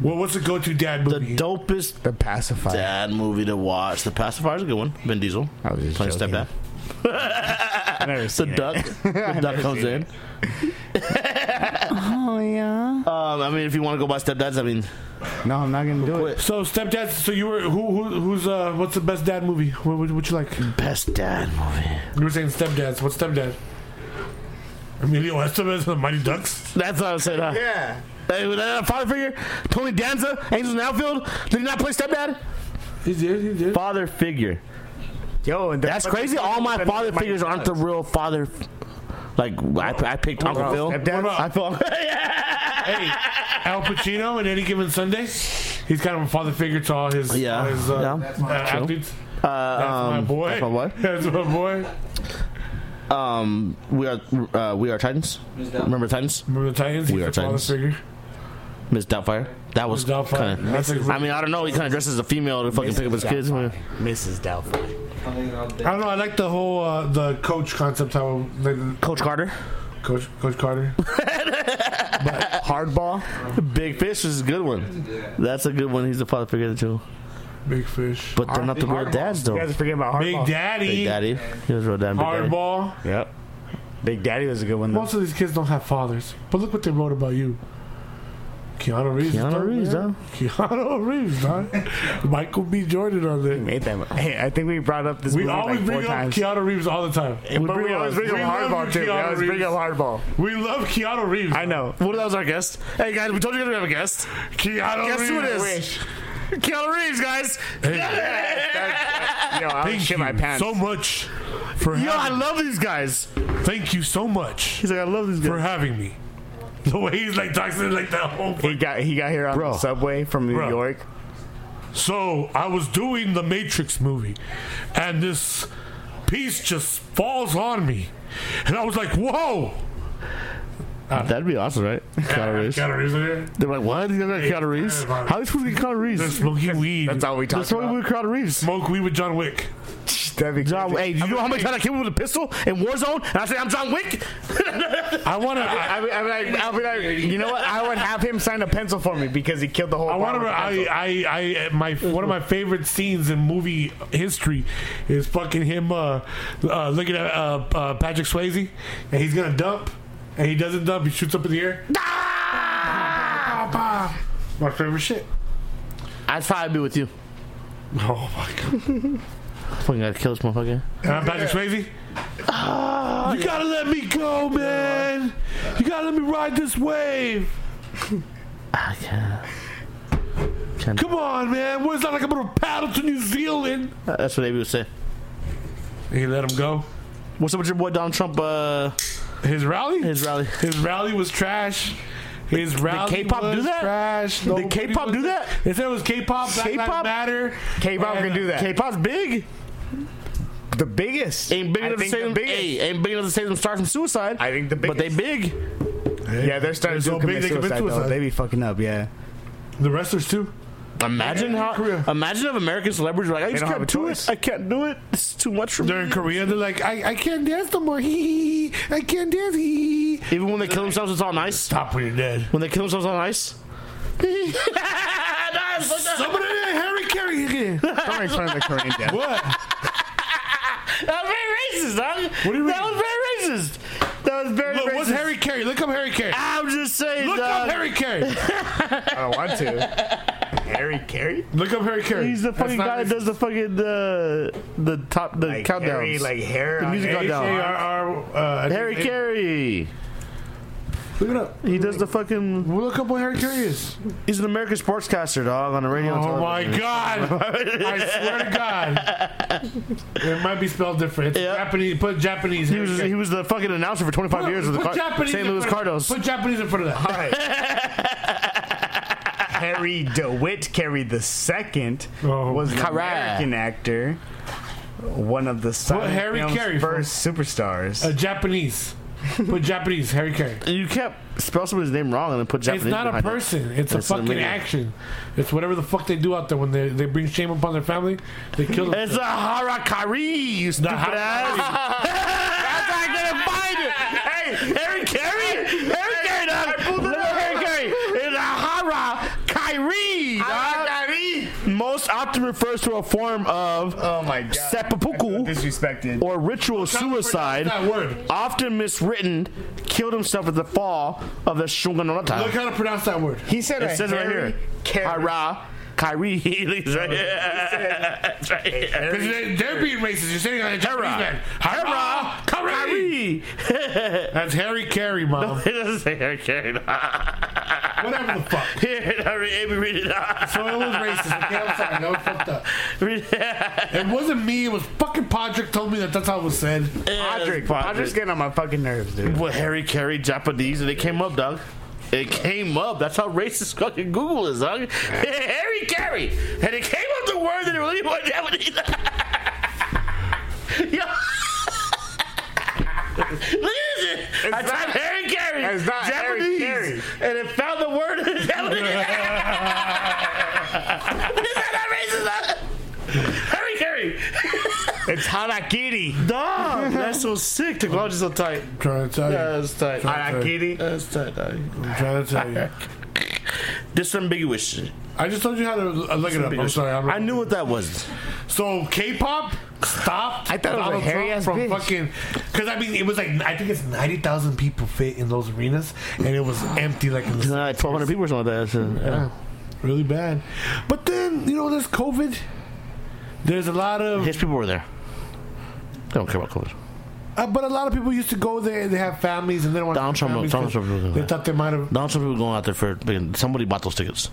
S2: Well, what's the go-to dad
S3: The
S2: movie?
S3: dopest
S1: the pacifier.
S3: dad movie to watch. The Pacifier's a good one. Vin Diesel.
S1: I was just
S3: Playing
S1: joking.
S3: stepdad.
S1: I never
S3: The
S1: seen it.
S3: duck. The duck comes in.
S1: Oh yeah. Oh,
S3: Um, I mean, if you want to go by stepdads, I mean,
S1: No, I'm not gonna do it.
S5: Quit.
S2: So stepdad. So you were who, who who's uh what's the best dad movie? What would what you like?
S5: Best dad movie.
S2: You were saying stepdads. What's stepdad? Emilio Estevez, The Mighty Ducks.
S3: That's what I said. Huh?
S1: Yeah.
S3: Hey, was that a father figure? Tony Danza, Angels in the Outfield. Did he not play stepdad?
S2: He did. He did.
S3: Father figure.
S1: Yo, and
S3: That's crazy. All my father figures aren't the real father. f- Like I, I picked Uncle Phil.
S1: Stepdad?
S3: I feel.
S2: Hey, Al Pacino in any given Sunday. He's kind of a father figure to all his
S5: Yeah,
S2: all his, uh,
S3: yeah.
S2: uh, athletes. That's my
S3: um,
S2: boy.
S3: that's my boy.
S2: That's my boy.
S5: Um, we are uh, we are Titans. Remember Titans?
S2: Remember the Titans?
S5: We
S2: He's
S5: are
S2: a father
S5: Titans.
S2: figure.
S5: Miss Doubtfire. That was
S2: Miss Doubtfire.
S5: kind
S2: That's
S5: of.
S2: exactly-
S5: I mean, I don't know. He kind of dresses as a female to fucking pick up his kids.
S1: Mrs. Doubtfire.
S2: I don't know. I like the whole uh, the coach concept. How they,
S3: Coach Carter.
S2: Coach Coach Carter.
S1: Hardball.
S3: Big Fish is a good one. That's a good one. He's a father figure too.
S2: Big fish.
S3: But they're not the real dads
S1: You
S3: though.
S1: guys are forgetting about
S2: Big
S1: hardball.
S2: Daddy.
S3: Big Daddy. He was real dad. Big Daddy.
S2: Hardball.
S1: Yep. Big Daddy was a good one. Though.
S2: Most of these kids don't have fathers. But look what they wrote about you. Keanu Reeves.
S3: Keanu
S2: dog,
S3: Reeves,
S2: man. Keanu Reeves, dog. Michael B. Jordan on there.
S1: Made them. Hey, I think we brought up this
S2: We
S1: movie
S2: always
S1: like four
S2: bring up
S1: times.
S2: Keanu Reeves all the time.
S1: Hey, but we always bring up
S2: We love
S1: hardball
S2: you,
S1: too. We
S2: Keanu
S1: always bring
S2: Reeves.
S1: up hardball.
S2: We love Keanu Reeves.
S1: I know.
S3: What that was our guest? Hey guys, we told you guys we have a guest.
S2: Keanu
S3: Guess
S2: Reeves.
S3: who it is?
S1: Wish.
S3: Keanu Reeves, guys.
S1: Yo, I would
S2: Thank
S1: shit my
S2: you
S1: pants.
S2: so much for
S3: Yo, I
S2: having
S3: love these guys.
S2: Thank you so much
S3: He's like, I love these
S2: for
S3: guys.
S2: having me. The way he's like talking like that whole
S1: he got he got here on
S3: Bro.
S1: the subway from New
S2: Bro.
S1: York.
S2: So I was doing the Matrix movie, and this piece just falls on me, and I was like, "Whoa!"
S3: That'd be awesome, right? Keanu Reeves.
S2: Keanu Reeves in here.
S3: They're like, what? You got Keanu Reeves? How are these people get Keanu
S2: They're
S3: Reeves?
S2: smoking weed.
S1: That's all we
S3: That's
S1: talked
S3: why
S1: about.
S3: we Keanu Reeves.
S2: Smoke weed with John Wick.
S1: That'd be
S3: John,
S1: crazy.
S3: hey, do you know how many times I came with a pistol in Warzone? And I said, I'm John Wick?
S2: I want to. I,
S1: I mean, I mean, I, I mean, I, you know what? I would have him sign a pencil for me because he killed the whole.
S2: I want to. I, I, I, my one of my favorite scenes in movie history is fucking him uh, uh, looking at uh, uh, Patrick Swayze, and he's gonna dump, and he doesn't dump. He shoots up in the air.
S1: Ah!
S2: Bah, bah, bah. My favorite shit.
S3: I'd probably be with you.
S2: Oh my god.
S3: Fucking gotta kill this motherfucker.
S2: And I'm Uh, Patrick Swayze. Ah, you gotta let me go, man. You gotta let me ride this wave.
S3: I can't.
S2: Come on, man. What is that like? I'm gonna paddle to New Zealand.
S3: That's what they would say.
S2: And he let him go.
S3: What's up with your boy Donald Trump? Uh,
S2: His rally.
S3: his rally.
S2: His rally was trash. His rally
S3: K-pop
S2: was
S3: do that?
S2: trash.
S3: Did K-pop do that?
S2: They said it was K-pop. Black K-pop
S1: K-pop?
S2: matter.
S1: K-pop
S2: And uh,
S1: can do that.
S3: K-pop's big.
S1: the biggest.
S3: Ain't big
S1: I
S3: enough to
S1: think
S3: save
S1: the
S3: them.
S1: biggest.
S3: Hey, ain't big enough to save them start from suicide.
S1: I think the
S3: But they
S1: biggest.
S3: big.
S1: yeah, they're starting
S2: They're
S1: to
S2: so
S1: commit
S2: big they commit
S1: suicide, though.
S2: suicide.
S1: They be fucking up. Yeah.
S2: The wrestlers too.
S3: Imagine how. Imagine if American celebrities were like, I just
S1: don't have
S3: can't
S1: a
S3: do
S1: choice.
S3: it. I can't do it. It's too much for me.
S2: They're in Korea. They're like, I, I can't dance no more. Hee hee hee. I can't dance. Hee hee. hee."
S3: Even when they kill themselves, it's all nice.
S2: Stop when you're dead.
S3: When they kill themselves on ice.
S2: Somebody there, Harry Carey again.
S1: Don't make fun of the Korean death.
S2: What?
S3: That was very racist, dog.
S2: What do you mean?
S3: That was very racist. That was very
S2: Look,
S3: racist. um,
S2: what's Harry Carey? Look up Harry Carey.
S3: I'm just saying,
S2: Look
S3: dog.
S2: up Harry Carey.
S1: I don't want to. Harry Carey.
S2: Look up Harry Carey.
S3: He's the
S2: That's
S3: fucking
S2: not
S3: guy that
S2: racist.
S3: does the fucking uh, the top the
S1: Like
S3: countdowns.
S1: Harry, like hair.
S3: The
S1: on
S3: music
S1: it.
S3: got down.
S2: H-A-R-R, uh,
S3: Harry
S2: they-
S3: Carey.
S2: Look it up.
S3: He does the fucking.
S2: We'll look up what Harry Carey is.
S3: He's an American sportscaster, dog, on the radio. and
S2: Oh my
S3: television.
S2: god! I swear to God, it might be spelled different. It's
S3: Yeah.
S2: Japanese. Put Japanese.
S3: He was he was the fucking announcer for 25 years with the
S2: put
S3: Car-
S2: Japanese
S3: St.
S2: in
S3: Louis
S2: front of-
S3: Cardinals.
S2: Put Japanese in front of that.
S1: All right. Harry DeWitt Carey the second
S2: Oh.
S1: was an
S3: Correct.
S1: American actor, one of the silent
S2: Harry
S1: film's
S2: Carey for-
S1: first superstars.
S3: Uh,
S2: A Uh, Japanese. Put Japanese. Harry Carey.
S3: You kept spell somebody's name wrong and then put Japanese.
S2: It's not a
S3: behind it.
S2: person. It's,
S3: It's
S2: a
S3: an
S2: fucking
S3: idiot.
S2: action. It's whatever the fuck they do out there when they, they bring shame upon their family. They kill them.
S3: It's a harakiri, you stupid
S2: harakiri.
S3: ass. That's how I couldn't find it. Hey, Harry Carey? Harry Carey, dog. Look
S1: Ah,
S3: at Harry Carey. It's a harakiri, dog. Most, opt- refers to a form of
S2: Uh,
S7: Oh my god.
S3: seppuku
S7: I feel disrespected.
S3: or ritual suicide,
S2: That word.
S3: often miswritten, killed himself at the fall of the Shungan no
S2: Look
S3: Rata.
S2: how to pronounce that word.
S7: He said
S3: It says it right here. Kyra. Kyrie Healy's right here. That's right here.
S2: Because they, they're being racist. You're saying like a Japanese man. Hara, Curry.
S3: Kyrie.
S2: That's Harry Carey, mom.
S3: It doesn't say Harry Carey.
S2: Whatever the fuck.
S3: Here, Harry, Amy, read it out.
S2: So it was racist. Okay, I'm sorry. That was fucked up.
S3: Read it.
S2: It wasn't me. It was fucking Podrick told me that that's how it was said.
S1: Podrick, Podrick's getting on my fucking nerves, dude.
S3: Well, Harry Carey, Japanese, and it came up, dog. It came up. That's how racist fucking Google is, dog. Harry Carey, and it came up the word that it really was Japanese. Yo. Look at this. I typed Harry Carey.
S1: it's not Harry
S3: Japanese,
S1: Carey.
S3: and it found the word in Japanese. is that not racist? dog? Harry Carey.
S1: It's Harakiri.
S3: Dog, that's so sick. Technology's so tight.
S2: I'm trying to tell you.
S3: That's tight.
S1: Harakiri.
S3: That's tight, dog.
S2: I'm trying to tell you.
S3: Disambiguous.
S2: I just told you how to uh, look it up. I'm sorry. I'm
S8: I knew what that was.
S2: So K-pop stopped.
S1: I thought it was a
S2: Donald
S1: hairy
S2: Trump
S1: ass
S2: from
S1: bitch.
S2: fucking. Because I mean, it was like I think it's ninety thousand people fit in those arenas, and it was empty like in the,
S3: Like 1,200 people or something like that. Yeah.
S2: really bad. But then you know, there's COVID. There's a lot of,
S3: His people were there. They don't care about COVID.
S2: uh, but a lot of people used to go there. They have families, and they don't want
S8: Donald Trump-
S2: families
S8: Donald
S2: 'cause
S8: Trump was
S2: They
S8: there.
S2: thought they might have,
S8: Donald Trump was going out there for somebody bought those tickets.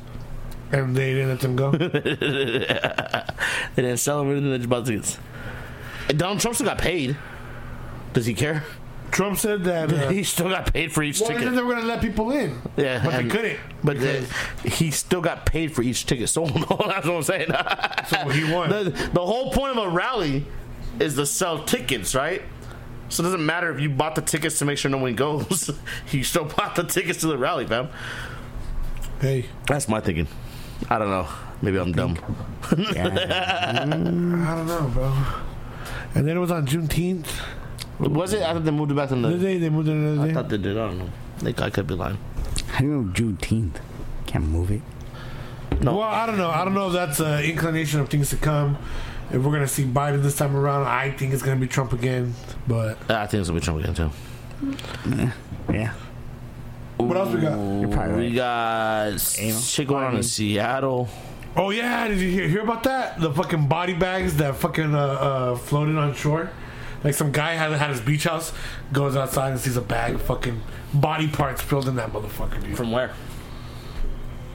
S2: and they didn't let them go.
S8: They didn't sell them anything. They just bought tickets. And Donald Trump still got paid. Does he care?
S2: Trump said that. Uh,
S8: He still got paid for each
S2: well, they said
S8: ticket.
S2: they were going to let people in,
S8: Yeah,
S2: but they
S8: and-
S2: couldn't.
S8: But uh, he still got paid for each ticket sold. That's what I'm saying.
S2: So he won.
S3: The, the whole point of a rally is to sell tickets, right? So it doesn't matter if you bought the tickets to make sure no one goes. you still bought the tickets to the rally, fam.
S2: Hey,
S3: That's my thinking. I don't know. Maybe I'm dumb.
S2: I don't know, bro. And then it was on Juneteenth.
S3: Was it? I thought they moved it back on
S2: The
S3: the.
S2: day they moved it another
S3: Uh, I
S2: day.
S3: thought they did. I don't know. Like, I could be lying.
S1: How do you know Juneteenth? Can't move it.
S2: Well, I don't know. I don't know if that's an inclination of things to come. If we're gonna see Biden this time around, I think it's gonna be Trump again. But
S3: Uh,
S8: I think it's gonna be Trump again too.
S1: Yeah.
S2: what else we got?
S1: You're probably
S8: We
S1: right.
S8: got shit going on in Seattle.
S2: Oh yeah, did you hear, hear about that? The fucking body bags that fucking uh, uh, floated on shore. Like some guy had had his beach house, goes outside and sees a bag of fucking body parts filled in that motherfucker. Dude.
S8: From where?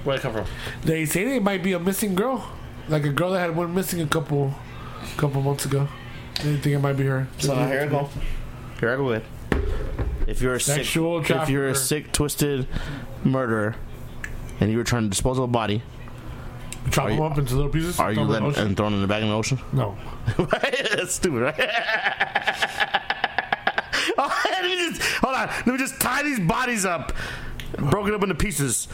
S8: Where would it come from?
S2: They say they might be a missing girl, like a girl that had went missing a couple, couple months ago. They think it might be her.
S3: here I go. Here I go with.
S8: If you're a
S2: Sexual
S8: sick, if you're
S2: trafficker.
S8: a sick, twisted murderer, and you were trying to dispose of a body,
S2: Chop them up into little pieces.
S8: are you
S2: throw them
S8: let
S2: in the ocean?
S8: and thrown in the back in the ocean?
S2: No.
S8: That's stupid, right?
S3: Oh, let me just, hold on. Let me just tie these bodies up, broken up into pieces,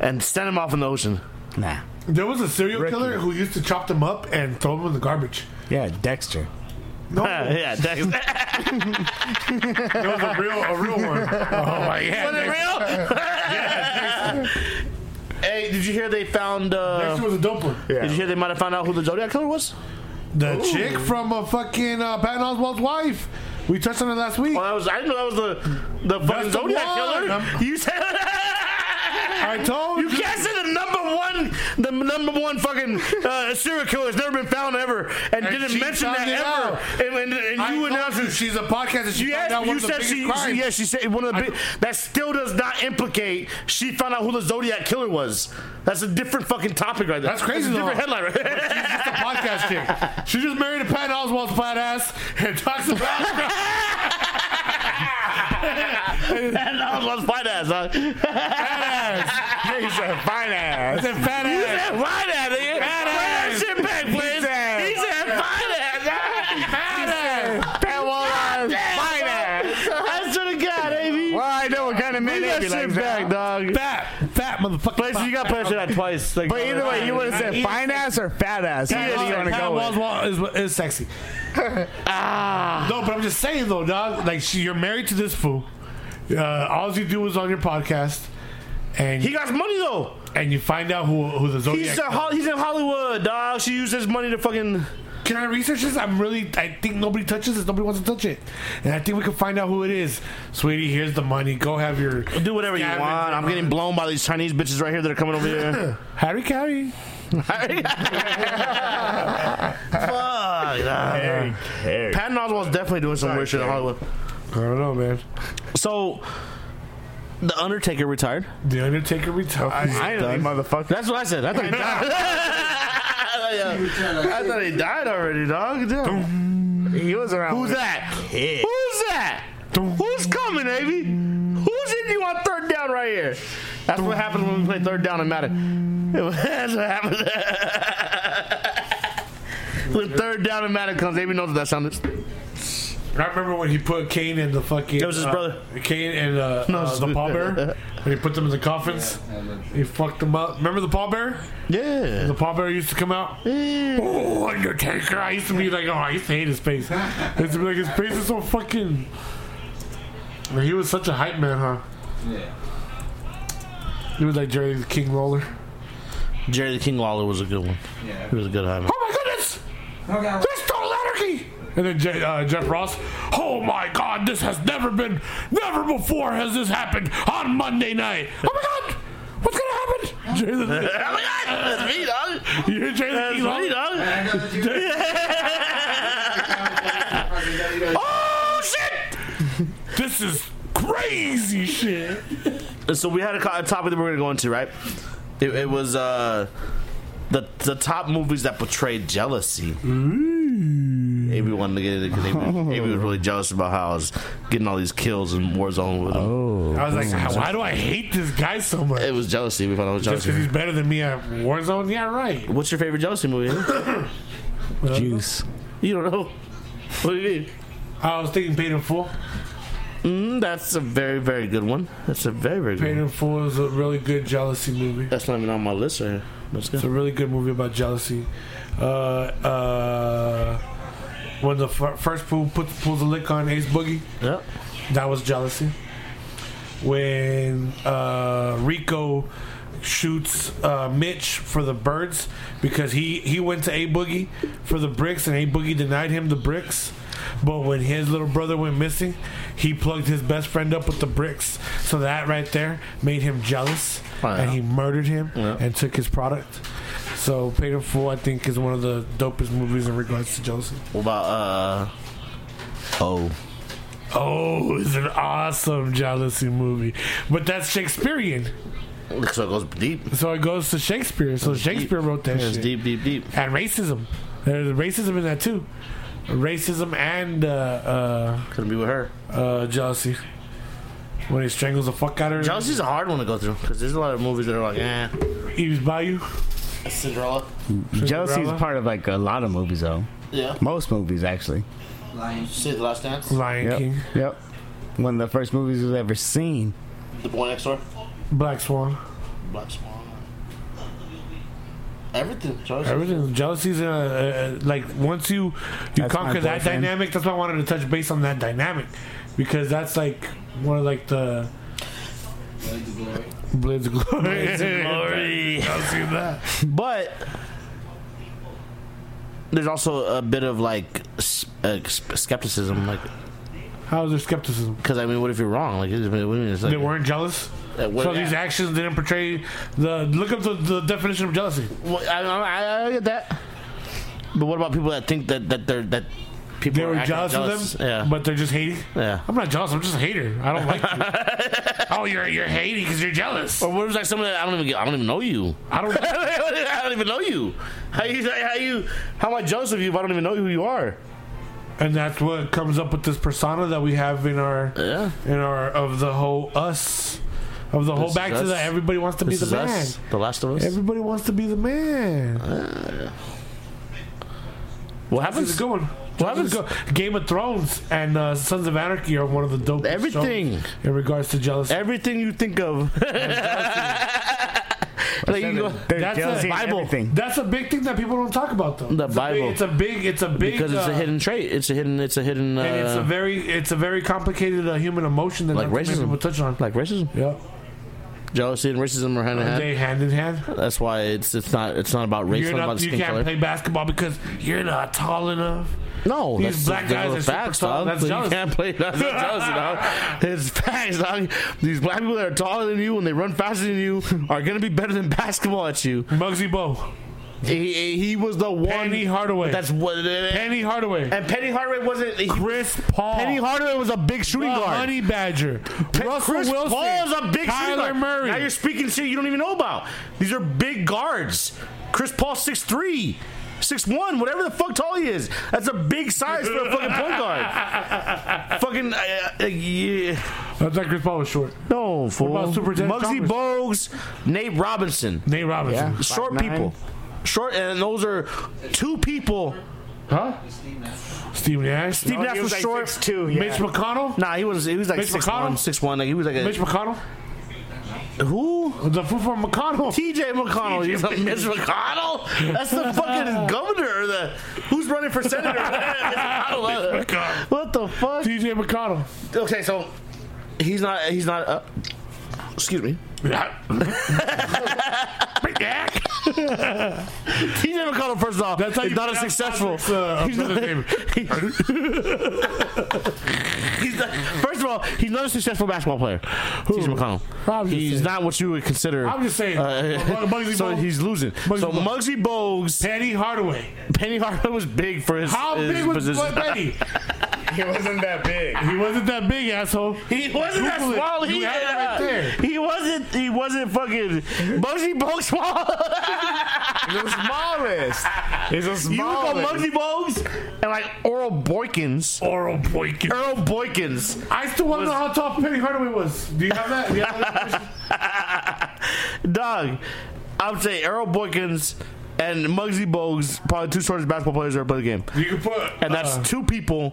S3: and send them off in the ocean.
S1: Nah.
S2: There was a serial killer who used to chop them up and throw them in the garbage.
S1: Yeah, Dexter.
S2: No, there
S3: yeah, thanks.
S2: was a real, a real one. Oh my
S3: Was it
S2: god!
S3: real? hey, did you hear they found?
S2: Next
S3: Uh,
S2: was a dope one.
S3: Did you hear they might have found out who the Zodiac killer was?
S2: The chick from a fucking uh, Patton Oswald's wife. We touched on it last week.
S3: Well, that was I didn't know that was the the fucking
S2: the
S3: Zodiac
S2: one.
S3: killer.
S2: I'm-
S3: you said.
S2: I told you.
S3: You can't say the number one, the number one fucking uh, serial killer that's never been found ever,
S2: And
S3: and, didn't
S2: she
S3: mention
S2: found
S3: that
S2: it out.
S3: ever. And, and, and
S2: I
S3: you
S2: told
S3: announced
S2: you she's a podcast and she
S3: You
S2: found
S3: asked,
S2: out one
S3: you
S2: of the
S3: said
S2: biggest
S3: she, she,
S2: crimes.
S3: yeah, she said one of the big, that still does not implicate she found out who the Zodiac killer was. That's a different fucking topic right there.
S2: That's crazy,
S3: a different
S2: though.
S3: headline, right?
S2: She's just a podcast chick. She just married a Patton Oswald's flat ass and talks about.
S3: and I was fine ass, huh?
S2: I said fat ass.
S3: Fine ass, nigga. Bring that shit back, please. He said, he I swear to God, baby.
S1: Well, I know what kind of man
S3: Bring
S1: they
S3: that
S1: be
S3: shit
S1: like that.
S3: back, dog.
S2: Fat, fat Uh, motherfucker.
S3: Place, you got place that twice. Like,
S1: But either way, you would have said fine ass or fat ass. Either you want to
S2: Patton
S1: go with.
S2: Oswalt is, is sexy.
S3: Ah.
S2: No, but I'm just saying though, dog. Like, she, you're married to this fool. Uh, all you do is on your podcast, and
S3: He got money
S1: Oh,
S3: though.
S2: and you find out who who the Zodiac.
S3: He's a, Hol- he's in Hollywood, dog. She used his money to fucking.
S2: Can I research this? I'm really. I think nobody touches this. Nobody wants to touch it, and I think we can find out who it is, sweetie. Here's the money. Go have your
S3: Do whatever you
S2: scavenger
S3: want. I'm
S2: hunt.
S3: getting blown by these Chinese bitches right here that are coming over here.
S2: Harry Carey.
S3: Fuck. Nah. Patton Oswalt's definitely doing some weird shit in Hollywood.
S2: I don't know, man.
S3: So, The Undertaker retired.
S2: The Undertaker retired.
S1: I ain't
S3: Done.
S1: motherfucker.
S3: That's what I said. I thought he died. I thought he died already, dog. Damn.
S1: He was around.
S3: Who's
S1: with-
S3: that?
S1: Yeah.
S3: Who's that? Who's coming, Amy? Who's hitting you on third down right here? That's what happens when we play third down and matter. That's what happens. when third down and matter comes, Amy knows what that sound is.
S2: I remember when he put Kane in the fucking.
S3: That was his
S2: uh,
S3: brother.
S2: Kane and uh,
S3: No,
S2: uh,
S3: it's-
S2: the pallbearer. when he put them in the coffins, he fucked them up. Remember the pallbearer?
S3: Yeah.
S2: The pallbearer used to come out. Oh, Undertaker! I used to be like, oh, I used to hate his face. I used to be like, his face is so fucking. Like, he was such a hype man, huh? Yeah. He was like Jerry the King Roller.
S3: Jerry the King Lawler was a good one. Yeah. It was a good high.
S2: Oh my goodness! This is total anarchy! And then Je- uh, Jeff Ross, oh my god, this has never been, never before has this happened on Monday night. Oh my god, what's gonna happen? Jerry the-
S3: Oh my god, that's me, dog.
S2: You're Jerry the King
S3: That's me,
S2: Lawler?
S3: dog.
S2: Oh shit! This is crazy shit.
S3: so we had a, co- a topic that we were going to go into, right? It, it was uh, the the top movies that portrayed jealousy. Maybe wanted to get into because Amy, was really jealous about how I was getting all these kills in Warzone with him.
S2: I was like, why do I hate this guy so much?
S3: It was jealousy. We found out it was
S2: Just because
S3: jealousy.
S2: he's better than me at Warzone? Yeah, right.
S3: What's your favorite jealousy movie? huh?
S1: Juice.
S3: you don't know. What do you mean?
S2: I was thinking Paid in Full.
S3: Mm, that's a very, very good one. That's a very, very
S2: Paid
S3: good one.
S2: in Full is a really good jealousy movie.
S3: That's not even on my list right here. That's
S2: It's a
S3: good.
S2: really good movie about jealousy. Uh, uh, when the f- first fool puts pulls a lick on Ace Boogie,
S3: Yep.
S2: that was jealousy. When uh, Rico shoots uh, Mitch for the birds because he he went to A Boogie for the bricks and A Boogie denied him the bricks. But when his little brother went missing, he plugged his best friend up with the bricks. So that right there made him jealous,
S3: Oh, yeah.
S2: and he murdered him
S3: Yeah.
S2: and took his product. So Paid in Full, I think, is one of the dopest movies in regards to jealousy.
S3: What about uh? Oh.
S2: Oh, it's an awesome jealousy movie. But that's Shakespearean.
S3: So it goes deep.
S2: So it goes to Shakespeare. So Shakespeare wrote that
S3: It's
S2: shit.
S3: deep, deep, deep.
S2: And racism. There's racism in that too. Racism and uh,
S3: Couldn't be with her.
S2: uh, uh, jealousy. When he strangles the fuck out of her.
S3: Jealousy's a hard one to go through because there's a lot of movies that are like, eh,
S2: Eve's Bayou.
S3: Cinderella.
S1: Jealousy is
S2: Cinderella?
S1: part of like a lot of movies though.
S3: Yeah.
S1: Most movies actually.
S3: See The Last Dance?
S2: Lion
S1: Yep.
S2: King.
S1: Yep. One of the first movies we've ever seen.
S3: The Boy Next Door?
S2: Black Swan.
S3: Black Swan. Everything. Jealousy.
S2: Everything. Jealousy's uh, uh, like once you you
S1: That's my
S2: conquer that
S1: boyfriend.
S2: dynamic. That's why I wanted to touch base on that dynamic because that's like one of like the blades of glory. Blades of glory. I've seen that.
S3: But there's also a bit of like s- uh, s- skepticism, like
S2: How's there skepticism?
S3: because I mean, what if you're wrong? Like, it's, what do you mean? It's like
S2: They weren't jealous.
S3: Uh, what-
S2: so these
S3: yeah.
S2: actions didn't portray the look up the, the definition of jealousy.
S3: Well, I, I, I get that. But what about people that think that that they're that people
S2: They
S3: are
S2: were
S3: acting
S2: jealous, of them,
S3: Yeah,
S2: but they're just hating.
S3: yeah.
S2: I'm not jealous. I'm just a hater. I don't like you. oh, you're you're hating because you're jealous.
S3: Or what if it's like someone that I don't even get, I don't even know you.
S2: I don't.
S3: I don't even know you. How you how you how am I jealous of you if I don't even know who you are?
S2: and that's what comes up with this persona that we have in our
S3: Yeah.
S2: in our of the whole us of the whole
S3: This
S2: back
S3: is
S2: to the
S3: us.
S2: everybody wants to
S3: This
S2: be
S3: is
S2: the man
S3: us, The Last of Us.
S2: everybody wants to be the man
S3: what
S2: this is
S3: happens?
S2: a good one This is a good- Game of Thrones and uh, Sons of Anarchy are one of the dope
S3: Everything. E-
S2: in regards to jealousy.
S3: Everything you think of. like you go,
S1: There's
S2: That's
S1: jealousy in
S2: a Bible.
S1: everything.
S2: That's a big thing that people don't talk about though.
S3: The
S2: it's
S3: Bible.
S2: A big, it's a big. It's a big.
S3: because it's
S2: uh,
S3: a hidden trait. It's a hidden. It's a hidden. Uh,
S2: And it's a very, it's a very complicated uh, human emotion that
S3: like
S2: not too many
S3: racism.
S2: people touch on.
S3: like racism.
S2: yeah.
S9: jealousy and racism are hand in hand.
S2: They hand in hand.
S9: That's why it's it's not it's not about race,
S2: You're
S9: it's not about
S2: not,
S9: the
S2: you
S9: skin
S2: can't
S9: color.
S2: play basketball because you're not tall enough.
S9: No,
S2: These
S9: that's
S2: black
S9: those
S2: guys
S9: are
S2: are super
S9: facts,
S2: tall.
S9: dog.
S2: That's
S9: So you
S2: jealousy.
S9: can't play. That's not jealousy, dog. It's facts, dog. These black people that are taller than you and they run faster than you are gonna be better than basketball at you.
S2: Muggsy Bowe,
S9: He, he was the one.
S2: Penny Hardaway.
S9: That's what.
S2: Penny Hardaway,
S3: And Penny Hardaway wasn't. He,
S2: Chris Paul,
S9: Penny Hardaway was a big shooting
S2: the
S9: guard.
S2: Honey Badger, Russell
S3: Chris
S2: Wilson,
S3: Paul is a big shooting
S2: Kyler
S3: guard.
S2: Murray.
S3: Now you're speaking shit you don't even know about. These are big guards. Chris Paul 6'3", 6'1", whatever the fuck tall he is. That's a big size for a fucking point guard. fucking uh, uh, yeah.
S2: I thought Chris Paul was short.
S3: No, fool.
S2: about Super Ted
S3: Muggsy Bogues, Nate Robinson.
S2: Nate Robinson.
S1: Yeah.
S3: Short
S1: Five nine.
S3: people. Short, and those are two people.
S2: Steve Nash.
S3: Steve Nash
S1: he
S3: Oh, was
S1: was like
S3: short.
S1: 6'2", yeah.
S2: Mitch McConnell.
S3: Nah, he was he was like
S2: Mitch
S3: six one,
S2: McConnell?
S3: six one. Like he was like a
S2: Mitch McConnell.
S3: who?
S2: The fool from McConnell.
S3: TJ McConnell. You're like, Mitch McConnell? That's the fucking governor. Or the who's running for senator? Mitch McConnell. what the fuck?
S2: TJ McConnell.
S3: Okay, so he's not. He's not. Uh, excuse me. TJ McConnell. First off,
S2: That's how
S3: is
S2: you
S3: not a
S2: pronounce
S3: successful.
S2: Patrick's, uh,
S3: he's not,
S2: brother's name.
S3: he's not- first of all, he's not a successful basketball player. TJ McConnell.
S2: I'm just
S3: he's
S2: saying.
S3: not what you would consider.
S2: I'm just saying.
S3: uh,
S2: Muggsy
S3: so
S2: Bogues.
S3: he's losing.
S2: Muggsy
S3: so
S2: Bogues.
S3: Muggsy Bogues,
S2: Penny Hardaway.
S3: Penny Hardaway was big for his.
S2: How
S3: his
S2: big was
S3: position.
S2: Penny?
S1: He wasn't that big.
S2: He wasn't that big, asshole.
S3: He wasn't that
S2: Google it.
S3: small.
S2: You
S3: He, uh,
S2: had it right there.
S3: he wasn't. He wasn't fucking Muggsy Bogues small.
S1: He's the smallest. He's the
S3: you would go
S1: smallest.
S3: Muggsy Bogues and like Oral Boykins.
S2: Oral Boykin.
S3: Earl Boykins.
S2: I still want to know how tall Penny Hardaway was. Do you have that? Do you have that?
S3: Dog, I would say Errol Boykins and Muggsy Bogues, probably two shortest basketball players that ever played the game.
S2: You can put.
S3: And that's
S2: uh,
S3: two people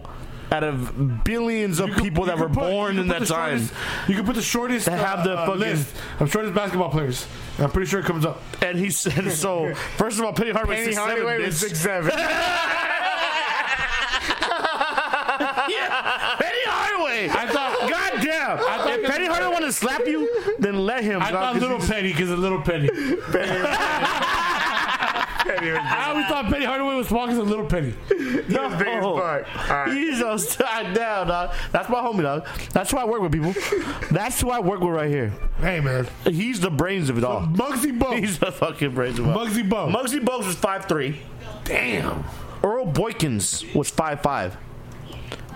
S3: out of billions of
S2: you can-
S3: people
S2: you
S3: that
S2: can
S3: were
S2: put-
S3: born
S2: you can
S3: in
S2: put
S3: that
S2: the
S3: time.
S2: shortest- You can put the shortest.
S3: That have the
S2: uh, uh,
S3: fucking-
S2: list of shortest basketball players. I'm pretty sure it comes up.
S3: And he said, so, first of all, Penny Hardaway
S1: Penny
S3: six
S1: Hardaway
S3: seven,
S1: was
S3: bitch.
S1: six seven.
S3: Penny Hardaway!
S2: I thought.
S3: God damn!
S2: thought-
S3: if Penny Hardaway wanted to slap you, then let him.
S2: I
S3: dog,
S2: thought
S3: 'cause
S2: Little
S3: he's-
S2: Penny because of Little Penny.
S1: Penny was
S2: I always thought Penny Hardaway was small because of Little Penny.
S1: He was big as
S3: No.
S1: fuck. All right.
S3: He's a side down, dog. That's my homie, dog. That's who I work with, people. That's who I work with right here.
S2: Hey man,
S3: He's the brains of it all.
S2: Muggsy Bogues.
S3: He's the fucking brains of it all.
S2: Muggsy Bogues.
S3: Muggsy Bogues was 5'3.
S2: Damn.
S3: Earl Boykins was 5'5.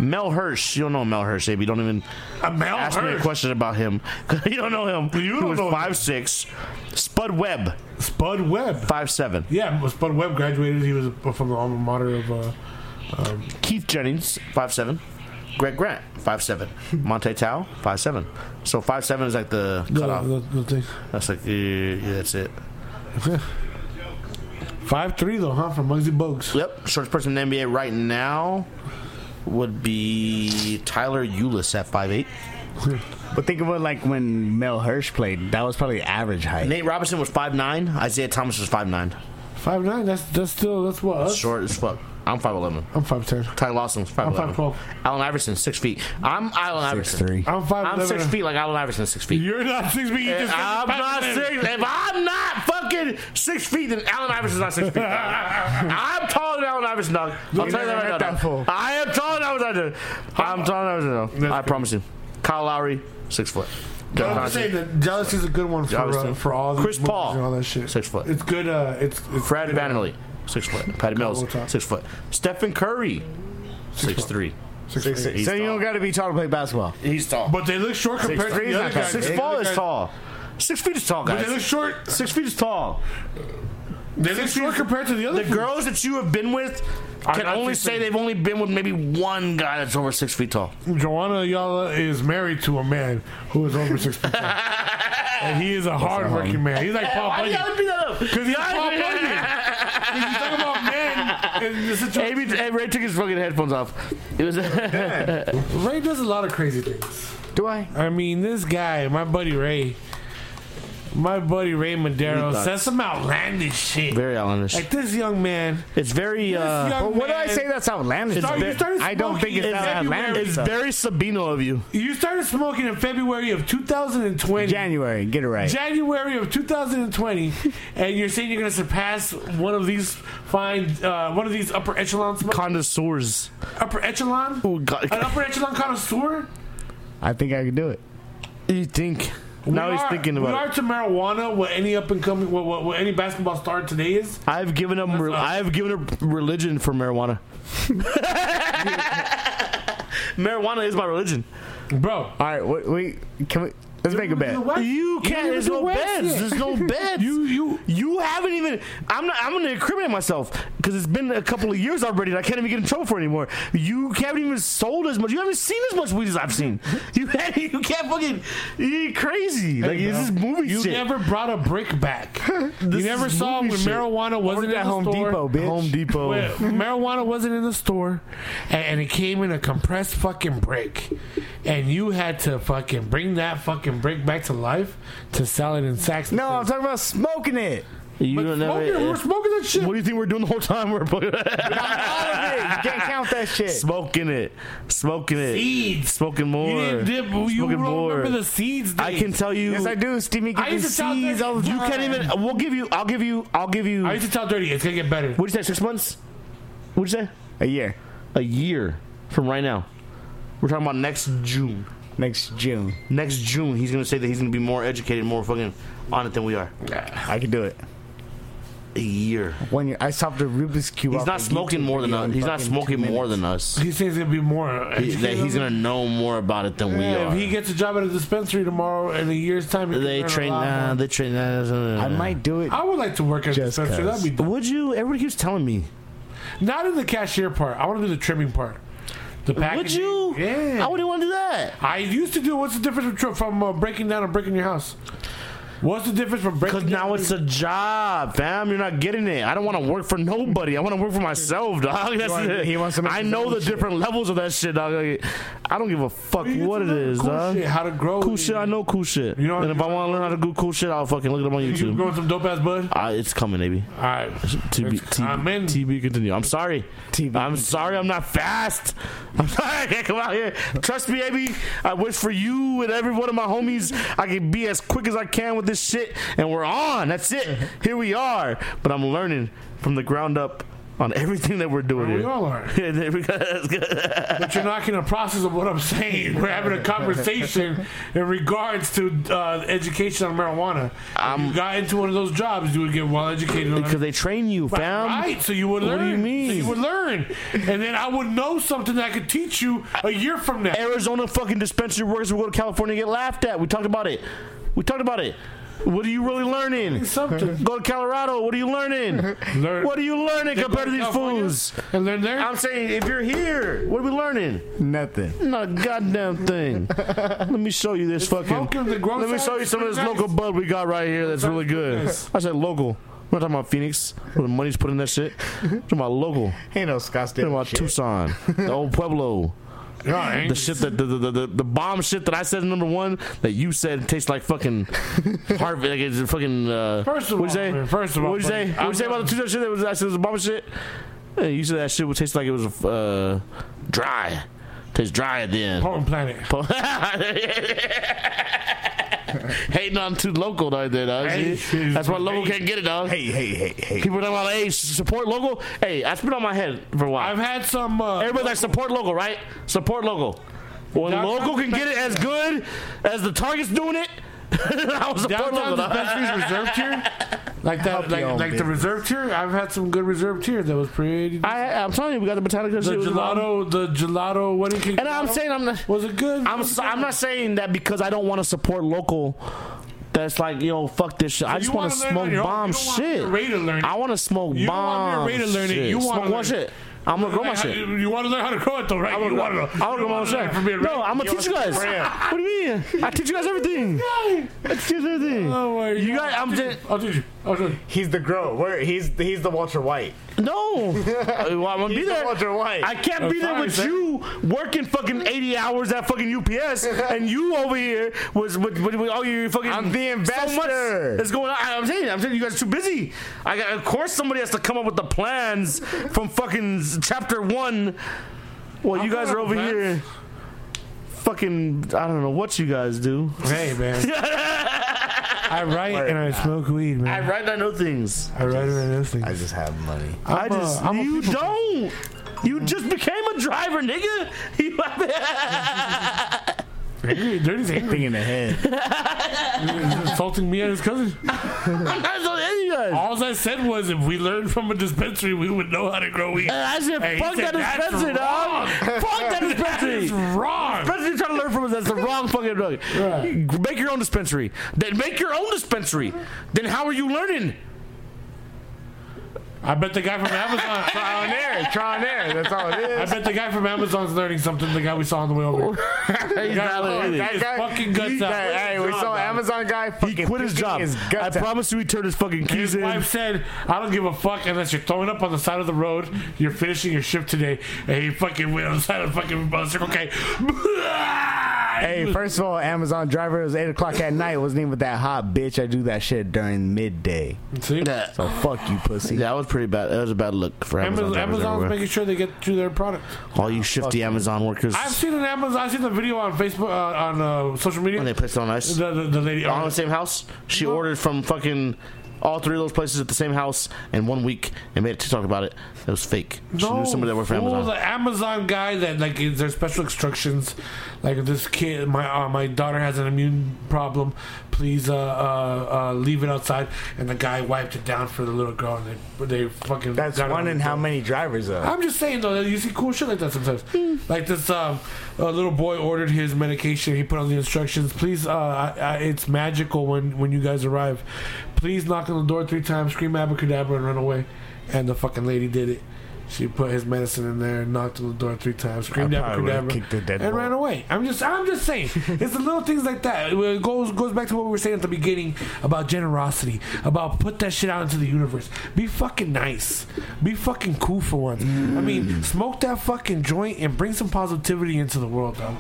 S3: Mel Hirsch, you don't know Mel Hirsch, baby. Don't even
S2: Uh, Mel
S3: ask me a
S2: Hirsch.
S3: question about him. you don't know him.
S2: You
S3: he
S2: don't
S3: was
S2: know him.
S3: 5'6. Spud Webb,
S2: Spud Webb.
S3: 5'7.
S2: Yeah, well, Spud Webb graduated. He was from the alma mater of. Uh,
S3: Keith Jennings, 5'7. Greg Grant, 5'7. Monte Tao, 5'7. So 5'7 is like the cutoff.
S2: the, the thing.
S3: That's like, uh, yeah, that's it.
S2: Five three though, huh? From Muggsy Bogues.
S3: Yep. Shortest person in the NBA right now would be Tyler Eulis at 5'8.
S1: But think about like when Mel Hirsch played. That was probably average height.
S3: Nate Robinson was 5'9. Isaiah Thomas was 5'9.
S2: Five nine. That's that's still that's what. us?
S3: Short as fuck. I'm 5'11.
S2: I'm five ten.
S3: Ty Lawson was 5'11.
S2: I'm 5'12.
S3: Allen Iverson, 6 feet. I'm Allen Iverson.
S1: three.
S2: I'm five.
S3: I'm 6 feet like Allen Iverson, 6 feet.
S2: You're not six feet. You just
S3: I'm not six. If I'm not fucking six feet, then Allen Iverson's not six feet. dog. I'm taller than Allen Iverson, dog. I'll
S1: You
S3: tell you
S1: never
S3: that right now.
S1: met that
S3: dog.
S1: fool.
S3: I am taller than Allen Iverson. I'm taller than Allen Iverson, dog. I promise you. Kyle Lowry, six foot. John
S2: I'm
S3: Johnson,
S2: saying that jealousy is a good one for
S3: Johnston.
S2: uh, for all these
S3: Chris
S2: movies
S3: Paul,
S2: and all that shit.
S3: six foot.
S2: It's good. Uh, it's, it's
S3: Fred
S2: good, uh,
S3: VanVleet, six foot. Patty Mills,
S2: we'll talk.
S3: six foot. Stephen Curry, six three.
S2: Six,
S1: Six,
S2: feet.
S1: six. So you don't got to be tall to play basketball.
S3: He's tall.
S2: But they look short compared to
S1: three is
S2: the other
S1: not that
S2: guys.
S1: big.
S3: Six
S2: The
S3: foot
S2: other
S3: is
S2: guys-
S3: tall. Six feet is tall,
S2: But they look
S3: guys.
S2: short.
S3: Six feet is tall.
S2: They look short compared to the other.
S3: The girls that you have been with
S2: Are
S3: can
S2: not
S3: only
S2: six
S3: say
S2: feet.
S3: they've only been with maybe one guy that's over six feet tall.
S2: Joanna Ayala is married to a man who is over six feet. tall. and he is a hard-working man. He's like Paul Bunyan.
S3: beat that up?
S2: Because he's Paul Bunyan. You talk about men in this situation.
S3: Amy, hey, Ray took his fucking headphones off. It was
S2: Ray does a lot of crazy things.
S1: Do I?
S2: I mean, this guy, my buddy Ray, My buddy Ray Madero says some outlandish shit.
S3: Very outlandish.
S2: Like this young man.
S3: It's very.
S2: This
S3: Uh,
S2: young
S1: Well, what do I
S2: man-
S1: say that's outlandish?
S2: Start- you started
S1: I don't think
S2: smoking
S1: it's
S2: in
S1: that
S2: February.
S1: outlandish.
S3: it's
S1: though.
S3: very Sabino of you.
S2: You started smoking in February of 2020.
S1: January, get it right.
S2: January of 2020, and you're saying you're going to surpass one of these fine, uh, one of these upper echelon smoke,
S3: Connoisseurs.
S2: upper echelon,
S3: Oh, God.
S2: an upper echelon connoisseur.
S1: I think I can do it.
S3: You think? now
S2: We
S3: he's
S2: are-
S3: thinking
S2: we
S3: about
S2: are
S3: it.
S2: to marijuana what any up and coming, what, what, what any basketball star today is.
S3: I've given up. Re-
S2: not-
S3: I've given up religion for marijuana. marijuana is my religion.
S2: Bro,
S1: All right, what, we can we let's make a bet.
S2: the West-
S3: You can't.
S2: even
S3: There's
S2: do
S3: no
S2: West
S3: beds.
S2: yet.
S3: There's no beds.
S2: You- you-
S3: you haven't even. I'm not. I'm gonna incriminate myself because it's been a couple of years already, and I can't even get in trouble for it anymore. You haven't even sold as much. You haven't seen as much weed as I've seen. You had, you can't fucking. You're crazy. like
S2: bro,
S3: this is movie
S2: you
S3: shit.
S2: never brought a brick back. you
S3: This
S2: never
S3: is
S2: saw
S3: movie
S2: when
S3: shit.
S2: marijuana wasn't
S1: Ordered
S2: in
S1: at
S2: the
S1: Home
S2: store.
S1: Depot, bitch.
S3: Home Depot.
S2: Well, marijuana wasn't in the store, and, and it came in a compressed fucking brick, and you had to fucking bring that fucking brick back to life to sell it in Saks.
S1: No, I'm talking about smoking it.
S3: You
S2: but
S3: don't
S2: smoking, we
S3: never.
S2: were smoking that shit.
S3: What do you think we're doing the whole time? We're
S1: All of it. You can't count that shit.
S3: smoking it, smoking it,
S2: Seeds.
S3: smoking more,
S2: You didn't dip. You
S3: smoking
S2: don't
S3: more.
S2: remember the seeds.
S3: I
S2: days.
S3: can tell you.
S1: Yes, I do. Steamy
S2: I
S1: giving
S2: used to tell
S1: seeds
S2: that-
S1: all the time.
S3: You can't even. We'll give you. I'll give you. I'll give you.
S2: I used to tell Dirty, it's gonna get better.
S3: What'd you say? Six months? What'd you say?
S1: a year
S3: A year from right now. We're talking about next June.
S1: next June.
S3: Next June, he's gonna say that he's gonna be more educated, more fucking on it than we are.
S1: I can do it.
S3: A year.
S1: One year. I solved the Rubik's cube.
S3: He's
S1: off
S3: not
S1: a
S3: smoking
S1: YouTube
S3: more than
S1: video
S3: us.
S1: in
S3: He's not
S1: fucking
S3: smoking
S1: two
S3: more
S1: minutes.
S3: than us.
S2: He thinks it'll be more.
S3: He- That he's gonna know more about it than we
S2: Yeah,
S3: are.
S2: if he gets a job at a dispensary tomorrow in a year's time, he can
S3: they
S2: learn a
S3: train.
S2: lot
S3: Nah,
S2: more.
S3: they train. Nah, nah, nah, nah,
S1: I
S3: nah.
S1: might do it.
S2: I would like to work at a
S1: Just
S2: dispensary.
S1: cause.
S2: That'd be
S3: Would you? Everybody keeps telling me.
S2: Not in the cashier part. I want to do the trimming part. The packaging.
S3: Would you?
S2: Yeah. I,
S3: I wouldn't want to do that.
S2: used to do. What's the difference between- from uh, breaking down and breaking your house? What's the difference from breaking?
S3: Cause now
S2: down-
S3: it's a job, fam. You're not getting it. I don't want to work for nobody. I want to work for myself, dog. That's
S1: want-
S3: it.
S1: he wants to make
S3: I
S1: his
S3: know
S1: own
S3: the
S1: shit.
S3: different levels of that shit, dog. Like, I don't give a fuck
S2: You get to
S3: what it
S2: learn
S3: is,
S2: cool
S3: dog.
S2: shit, how to grow.
S3: Cool shit. I know cool shit.
S2: You know what
S3: and if
S2: you-
S3: I want to learn how to do cool shit, I'll fucking look it up on
S2: You
S3: YouTube.
S2: growing some dope ass bud.
S3: I, it's coming, baby.
S2: All right.
S3: TB,
S2: It's coming.
S3: TB, TB continue. I'm sorry.
S1: TB.
S3: I'm sorry. I'm not fast. I'm sorry. I can't come out here. Trust me, baby. I wish for you and every one of my homies I can be as quick as I can with this shit, and we're on. That's it. Here we are. But I'm learning from the ground up on everything that we're doing
S2: We
S3: here.
S2: all are.
S3: Yeah, there we go. That's good.
S2: But you're not going to process of what I'm saying. We're having a conversation in regards to uh, education on marijuana. if you got into one of those jobs, you would get well educated on
S3: Because they train you, fam.
S2: Right, so you would learn.
S3: What do you mean?
S2: So you would learn, and then I would know something that I could teach you a year from now.
S3: Arizona fucking dispensary workers will go to California and get laughed at. We talked about it. We talked about it. What are you really learning?
S2: Something.
S3: Go to Colorado. What are you learning?
S2: Learn.
S3: What are you learning compared to these
S2: California
S3: fools?
S2: And learn there.
S3: I'm saying, if you're here, what are we learning?
S1: Nothing.
S3: Not a goddamn thing. Let me show you this
S2: smoking the
S3: fucking.
S2: gross
S3: Let me show you
S2: ass
S3: some of this
S2: is nice.
S3: local bud we got right here. That's really good.
S2: Nice.
S3: I said local. We're not talking about Phoenix, where the money's put in that shit. We're talking about local.
S1: Ain't no
S3: We're talking
S1: Scottsdale
S3: about
S1: shit.
S3: Tucson, the old Pueblo.
S2: Yeah, ain't-
S3: The shit that the, the, the, the bomb shit that I said in number one that you said tastes like fucking Harvard. Like it's fucking. Uh,
S2: First of
S3: what'd you
S2: all,
S3: say?
S2: man, first of all,
S3: what'd you say?
S2: buddy,
S3: What'd you say
S2: I'm-
S3: about the two shit that was I said was a bomb shit? Yeah, you said that shit would taste like it was uh, dry. Tastes dry at the end.
S2: Portland Planet.
S3: Hating on too local right there, dog.
S2: Hey,
S3: See? That's why local can't get it, dog.
S1: Hey, hey, hey, hey.
S3: People talking about, hey, support local. Hey, that's been on my head for a while.
S2: I've had some. Uh,
S3: Everybody like support local, right? Support local. When
S2: Downtown
S3: local can get it as good as the target's doing it, I was support
S2: downtown
S3: local.
S2: dispensaries reserved tier, like that,
S1: your
S2: like,
S1: own
S2: like the
S1: business.
S2: reserve tier. I've had some good reserve tier that was pretty.
S3: I, I'm telling you, we got the botanical
S2: the
S3: shit with
S2: gelato, the gelato wedding cake.
S3: And I'm
S2: gelato
S3: saying I'm not.
S2: was it good?
S3: I'm so, I'm not saying that because I don't want to support local. That's like yo, fuck this shit. I
S2: you
S3: just want to
S2: wanna learn
S3: smoke
S2: on your own.
S3: bomb
S2: You don't want
S3: shit.
S2: your Ray to learn it.
S3: I want to smoke
S2: You don't want your
S3: bomb.
S2: Ray to learn it.
S3: shit.
S2: You wanna
S3: smoke
S2: learn
S3: one
S2: it.
S3: shit. I'm gonna grow my
S2: Like,
S3: shit.
S2: You, want to learn how to grow it though, right?
S3: I'm
S2: you want to.
S3: gonna grow my own shit. No, I'm gonna teach you guys. What do you mean? I teach you guys everything. I teach you everything.
S2: Oh my
S3: You
S2: God.
S3: guys, I'm
S2: I'll teach
S3: just
S2: you. I'll teach you. I'll teach you.
S1: He's the grow. Where he's he's the Walter White.
S3: no. Uh, well, I'm gonna be
S1: He's the
S3: there.
S1: Walter White.
S3: I can't be there
S2: sorry,
S3: with
S2: sir.
S3: you you working fucking 80 hours at fucking UPS, and you over here was with, with, with all your fucking.
S1: I'm the
S3: So much
S1: investor.
S3: is going on. I'm saying, I'm saying, you guys are too busy. I got, of course, somebody has to come up with the plans from fucking chapter one. Well, you guys are over here. Fucking, I don't know what you guys do.
S2: Hey, man. I write and I smoke weed,
S3: I
S2: man.
S3: write, I know things.
S2: I, write and I do things.
S1: I just have money.
S3: i just,
S2: I'm a
S3: you
S2: people-
S3: don't. You just became a driver, nigga. You,
S2: Angry, Dirty's angry.
S1: Thing in the head.
S2: He's insulting me and his cousin.
S3: I'm not Uh, telling any of you guys.
S2: All I said was if we learned from a dispensary, we would know how to grow weed.
S3: And I said,
S2: Hey, he
S3: fuck
S2: said,
S3: that
S2: "That's
S3: dispensary, dog. Fuck that dispensary.
S2: It's wrong.
S3: dispensary you're trying to learn from is that's the wrong fucking drug.
S2: Right.
S3: Make your own dispensary. Then make your own dispensary. Then how are you learning?
S2: I bet the guy from Amazon.
S1: Trial and error. Trial and error. That's all it
S2: I
S1: is.
S2: bet the guy from Amazon's learning something. The guy we saw on the way over. got
S3: He's
S2: it.
S3: not learning.
S2: That guy- fucking guts
S1: he-
S2: out.
S1: that-
S2: Quit
S1: hey,
S2: his
S1: we
S2: job,
S1: saw
S2: dog.
S1: Amazon guy. Fucking
S3: He quit his
S1: picking
S3: job.
S1: His
S3: I
S1: guts out.
S3: promise you, he turned his fucking keys
S2: His
S3: in.
S2: wife said, "I don't give a fuck unless you're throwing up on the side of the road. You're finishing your shift today." And he fucking went on the side of the fucking uh, Circle K.
S1: Hey, first of all, Amazon driver it was eight o'clock at night. It wasn't even that hot, bitch. I do that shit during midday.
S2: See?
S10: That,
S1: So fuck you, pussy.
S10: that was pretty bad. That was a bad look for Amazon.
S2: Amazon,
S10: drivers
S2: Amazon's
S10: everywhere.
S2: making sure they get to their product.
S10: All you shifty Amazon workers.
S2: I've seen an Amazon. I've seen the video on Facebook uh, on uh, social media.
S10: when they Oh, placed it on us.
S2: the, the, the lady.
S10: all in the same house. She ordered from fucking all three of those places at the same house in one week and made a TikTok about it. It was fake. She knew somebody that worked for
S2: fool,
S10: Amazon.
S2: The Amazon guy that like is their special instructions, like this kid, my uh, my daughter has an immune problem. Please uh, uh, uh, leave it outside. And the guy wiped it down for the little girl, and they they fucking.
S1: That's
S2: got it on
S1: one in
S2: the
S1: how
S2: phone.
S1: many drivers though.
S2: I'm just saying though, that you see cool shit like that sometimes. Like this, um, a little boy ordered his medication. He put on the instructions. Please, uh, I, I, it's magical when when you guys arrive. Please knock on the door three times, scream abracadabra, and run away. And the fucking lady did it. She put his medicine in there, knocked on the door three times, screamed
S1: I probably would've
S2: abracadabra,
S1: kicked the dead
S2: and
S1: ball.
S2: ran away. I'm just, I'm just saying, it's the little things like that. It goes goes back to what we were saying at the beginning about generosity, about put that shit out into the universe. Be fucking nice. Be fucking cool for once. I
S3: Mm.
S2: mean, smoke that fucking joint and bring some positivity into the world, though.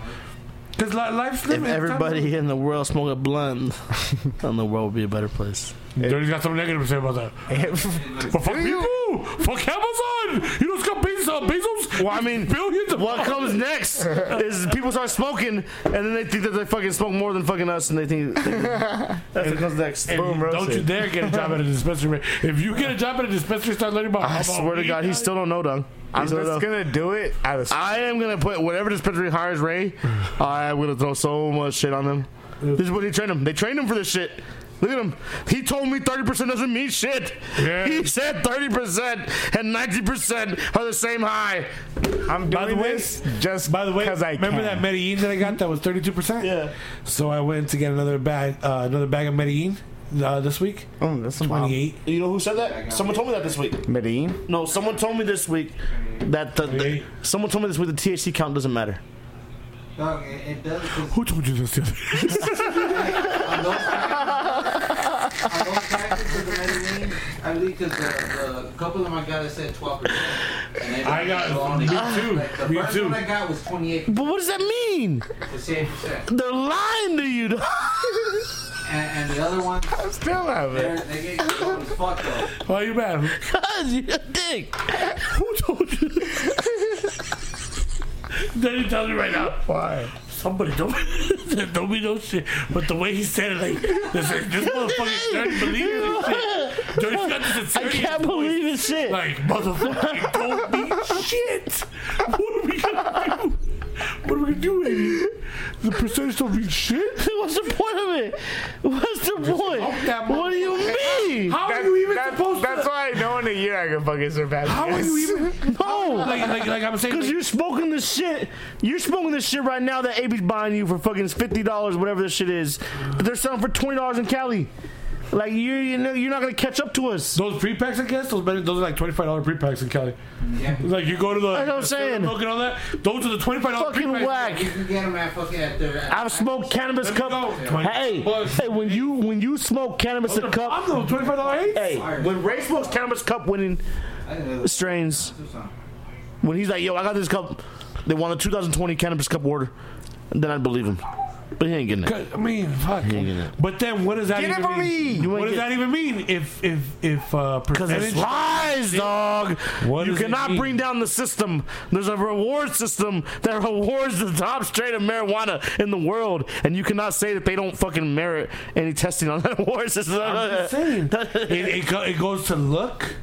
S2: Because li- life's
S10: if
S2: limited.
S10: everybody in the world smoked a blunt, then the world would be a better place.
S2: Dirty's got something negative to say about that. But fuck people! Fuck Amazon! You don't got Bezos, uh, Bezos?
S3: Well, I mean,
S2: billions of
S3: What comes next is people start smoking, and then they think that they fucking smoke more than fucking us, and they think that's what comes next.
S2: And
S1: Boom,
S2: don't
S1: roasted.
S2: you dare get a job at a dispensary. man. If you get a job at a dispensary, start learning about.
S3: I swear to God, he still don't know, dog. He
S1: I'm
S3: still don't know.
S1: just gonna do it out of.
S3: I am gonna put whatever dispensary hires Ray. I'm gonna throw so much shit on them. This is what they trained him. They trained him for this shit. Look at him. He told me 30% doesn't mean shit.
S2: Yeah.
S3: He said 30% and 90% are the same high.
S1: I'm doing
S2: By the way,
S1: this just
S2: By the way,
S1: because I
S2: remember
S1: can.
S2: that Medellin that I got that was thirty two percent. Yeah. So I went to get another bag, uh, another bag of Medellin uh, this week.
S1: Oh, that's
S2: Twenty eight.
S3: You know who said that? Someone told me that this week.
S1: Medellin.
S3: No, someone told me this week that the, the- someone told me this week the THC count doesn't matter.
S11: Dog, it, it does. 'cause
S2: Who told you this? The other?
S11: on those packets- on those packets of Medellin, I believe because the, the couple of my guys said 12%. And they
S2: I got-
S11: go on
S2: me
S11: and-
S2: too,
S11: Like the
S2: me
S11: first
S2: too.
S11: one I got was 28
S3: But what does that mean?
S11: to 8%.
S3: They're lying to you. dog.
S11: And, and the other one,
S1: I'm still having
S11: they're-
S1: it.
S11: they get going fucked up.
S2: Why you mad?
S3: Cause you're a dick. Who told you?
S2: Then he tells me right now.
S1: Why?
S2: Somebody don't don't be no shit. But the way he said it, like this, this motherfucker Dirty believe in this shit. Dirty's got this
S3: I
S2: sincerity in
S3: can't
S2: his voice.
S3: believe this shit.
S2: Like, motherfucker, don't be shit. What are we gonna do? What are we gonna do, Eddie? The percentage don't mean shit?
S3: What's the point of it? What's the
S2: help that
S3: point? What do you mean?
S2: How
S1: That-
S2: are you even
S1: that-
S2: supposed
S1: That's
S2: to?
S1: why I know in a year I can fucking surpass.
S2: How are
S1: this.
S2: you even?
S3: No,
S2: Like, like, like I'm saying,
S3: because
S2: like,
S3: you're smoking this shit. You're smoking this shit right now that AB's buying you for fucking fifty dollars, whatever this shit is. But they're selling for twenty dollars in Cali. Like you, you know, you're not gonna catch up to us.
S2: those pre-packs, I guess, those, those are like $25 pre-packs in Cali.
S11: Yeah.
S2: Like, you go to the...
S3: I know what I'm saying.
S2: Milk and all that. Those are the $25
S3: Fucking
S2: pre-packs.
S3: whack.
S11: You can get them at fucking at their. At,
S3: I've smoked cannabis
S2: Let me
S3: cup.
S2: go.
S3: Hey,
S2: Bucks.
S3: hey, when you when you smoke cannabis a cup,
S2: I'm the $25 eighth.
S3: hey, when Ray smokes cannabis cup winning
S11: I, uh,
S3: strains,
S11: do something.
S3: when he's like, yo, I got this cup. They won the 2020 Cannabis Cup Award. Then I'd believe him. But he ain't getting it.
S2: I mean, fuck. But then, what does that
S1: Get it
S2: even
S1: for
S2: mean?
S1: me!
S2: What does that even mean? If if if uh,
S3: Because it's
S2: percentage?
S3: lies, dog.
S2: What
S3: you
S2: does it
S3: cannot
S2: mean?
S3: bring down the system. There's a reward system that rewards the top strain of marijuana in the world, and you cannot say that they don't fucking merit any testing on that award system.
S2: I'm just saying. it, it, go, it goes to look,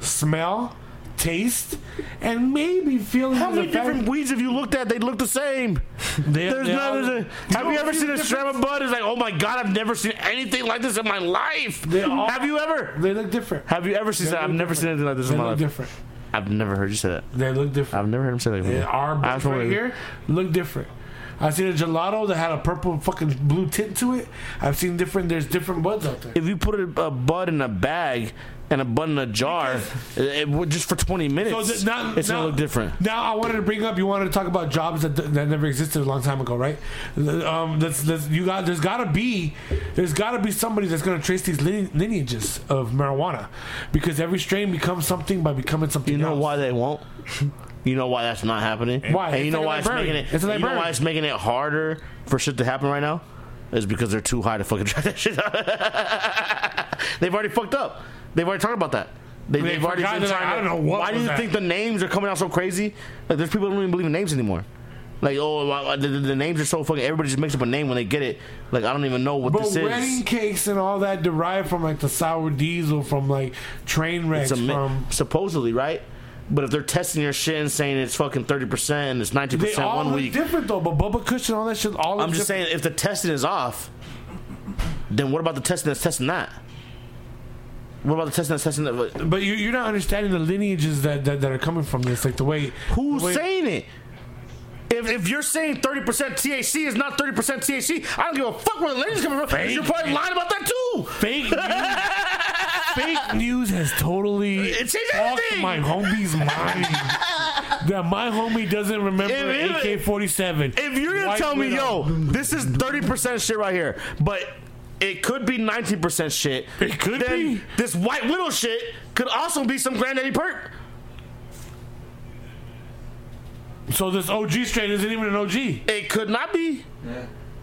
S2: smell, taste, and maybe feeling.
S3: How
S2: of
S3: many
S2: the fact-
S3: different weeds have you looked at? They look the same.
S2: They-
S3: There's
S2: they
S3: not,
S2: all-
S3: there's a, have you
S2: don't
S3: ever
S2: see
S3: seen
S2: the
S3: a stram of bud? It's like, oh my god, I've never seen anything like this in my life.
S2: They all-
S3: have you ever?
S2: They look different.
S3: Have you ever seen?
S2: They
S3: I've
S2: look
S3: never seen anything like this
S2: They
S3: in my
S2: look
S3: life.
S2: different.
S3: I've never heard you say that.
S2: They look different.
S3: I've never heard him say that. before.
S2: Yeah, our
S3: I
S2: boots
S3: just wanna-
S2: right here look different. I've seen a gelato that had a purple fucking blue tint to it. I've seen different. There's different buds out there.
S3: if you put a, a bud in a bag and a bud in a jar, it, it would- just for 20
S2: So
S3: minutes,
S2: is it not-
S3: it's
S2: now-
S3: gonna look different.
S2: Now I wanted to bring up. You wanted to talk about jobs that, that never existed a long time ago, right? Um, that's, that's you got. There's got to be, there's got to be somebody that's going to trace these lin- lineages of marijuana, because every strain becomes something by becoming something.
S3: You know
S2: else.
S3: why they won't? You know why that's not happening?
S2: Why?
S3: And you
S2: It's
S3: know
S2: like a
S3: why it's
S2: librarian.
S3: making it?
S2: It's a
S3: and you know why
S2: librarian.
S3: it's making it harder for shit to happen right now? Is because they're too high to fucking track that shit. They've already fucked up. They've already talked about that. They,
S2: They've forgotten that. I don't know what
S3: Why do
S2: was
S3: you
S2: that.
S3: think the names are coming out so crazy? Like, there's people who don't even believe in names anymore. Like, oh, why- why- the, the- the names are so fucking. Everybody just makes up a name when they get it. Like, I don't even know what
S2: But
S3: this
S2: wedding
S3: is.
S2: cakes and all that derived from like the sour diesel, from like train wrecks,
S3: It's a, mi-
S2: from
S3: supposedly, right? But if they're testing your shit and saying it's fucking 30% and it's 19%
S2: They all
S3: one
S2: look
S3: week,
S2: different though, but Bubba Cushion, all that shit, all
S3: I'm
S2: look
S3: just
S2: different.
S3: saying, if the testing is off, then what about the testing that's testing that? What about the testing that's testing that?
S2: But you, you're not understanding the lineages that, that, that are coming from this, like the way
S3: Who's
S2: the way-
S3: saying it? If, if you're saying 30% THC is not 30% THC, I don't give a fuck where the lady's coming from. 'cause You're probably lying about that too.
S2: fake news, fake news has totally
S3: It changed
S2: fucked
S3: everything.
S2: my homie's mind. that my homie doesn't remember
S3: If- if-
S2: AK-47.
S3: If you're gonna
S2: White
S3: tell me,
S2: Widow.
S3: yo, this is 30% shit right here, but it could be 19% shit.
S2: It could
S3: then
S2: be.
S3: This white widow shit could also be some granddaddy perk.
S2: so this OG strain isn't even an OG.
S3: It could not be.
S5: Yeah.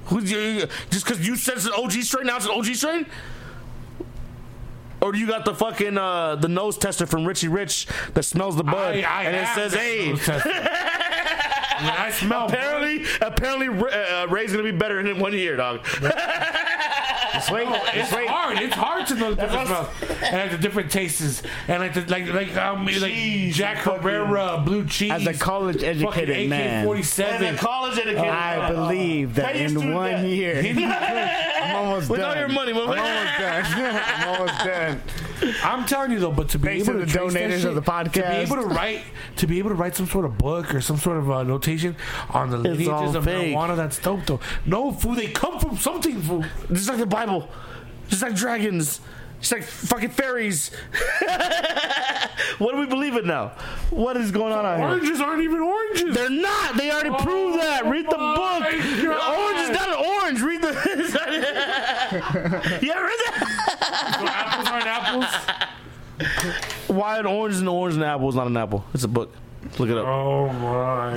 S3: Who's you, just because you said it's an OG strain now it's an OG strain? Or do you got the fucking uh, the nose tester from Richie Rich that smells the bud
S2: I, I
S3: and it
S2: have
S3: says,
S2: that
S3: "Hey,
S2: nose test. when I smell
S3: apparently, apparently, uh, uh, Ray's gonna be better in one year, dog."
S1: Wait,
S2: It's
S1: wait.
S2: hard. It's hard to know the different smells and like the different tastes and like the like like um like Jack Herrera blue cheese.
S1: As a college-educated man.
S2: forty-seven.
S3: college educated,
S1: I believe that
S3: Pay your
S1: in
S3: student
S1: one
S3: debt.
S1: year, I'm almost
S3: With all
S1: done.
S3: your money,
S1: I'm
S3: motherfucker.
S1: almost done. I'm almost done.
S2: I'm telling you though, but to be
S1: Thanks
S2: able
S1: to
S2: to,
S1: the
S2: trace that
S1: donators of
S2: shit,
S1: the
S2: to be
S1: podcast.
S2: able to write, to be able to write some sort of book or some sort of uh, notation on the lineages
S3: all
S2: of
S3: fake.
S2: marijuana, that's dope though. No food, they come from something. Food.
S3: just like the Bible, just like dragons, just like fucking fairies. what do we believe in now? What is going on out here?
S2: Oranges aren't even oranges.
S3: They're not. They already proved that. Read the
S2: my
S3: book.
S2: God.
S3: Orange is not an orange. Read the. yeah, read that.
S2: apples aren't apples.
S3: Why an orange is an orange and an apple is not an apple? It's a book. Look it up.
S2: Oh my.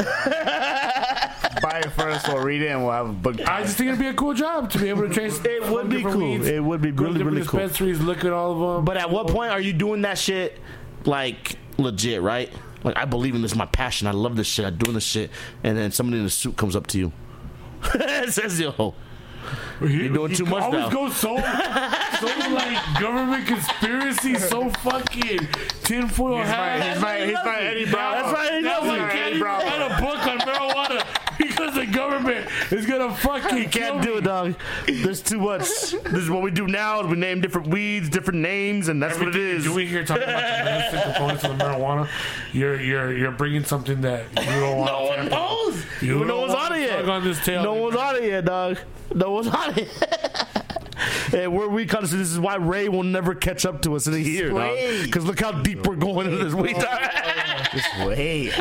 S1: Buy it first, we'll read it, and we'll have a book.
S2: I just think it'd be a cool job to be able to trace.
S3: It would be
S2: different
S3: cool.
S2: weeds,
S3: It would be
S2: go to
S3: really,
S2: different
S3: really cool.
S2: Dispensaries, look at all of them.
S3: But at what point are you doing that shit like legit, right? Like I believe in this, my passion. I love this shit. I'm doing this shit, and then somebody in a suit comes up to you. and says, "Yo,
S2: you're
S3: doing too much
S2: Always
S3: now.
S2: go so, so like government conspiracy, so fucking tinfoil hat.
S1: he's my- he's my Eddie Bravo.
S2: That's why he
S1: That's
S2: does
S1: my
S2: it.
S1: Eddie
S2: Can't even
S1: Bravo.
S2: write a book on marijuana because the government is gonna fucking kill
S3: can't do it, dog. There's too much. this is what we do now. is We name different weeds, different names, and that's what it is."
S2: Do we hear talking about the medicine components of the marijuana? You're you're you're bringing something that you don't want.
S3: No
S2: to
S3: one
S2: tamper with.
S3: knows.
S2: You
S3: no
S2: don't
S3: one's
S2: want
S3: on
S2: to
S3: it yet.
S2: tug on this tail.
S3: no one's on it yet, dog. No one's on it. and where we come to this is why Ray will never catch up to us in a year, dog.
S1: Sweet.
S3: Because look how deep we're going into this week.
S1: Just wait.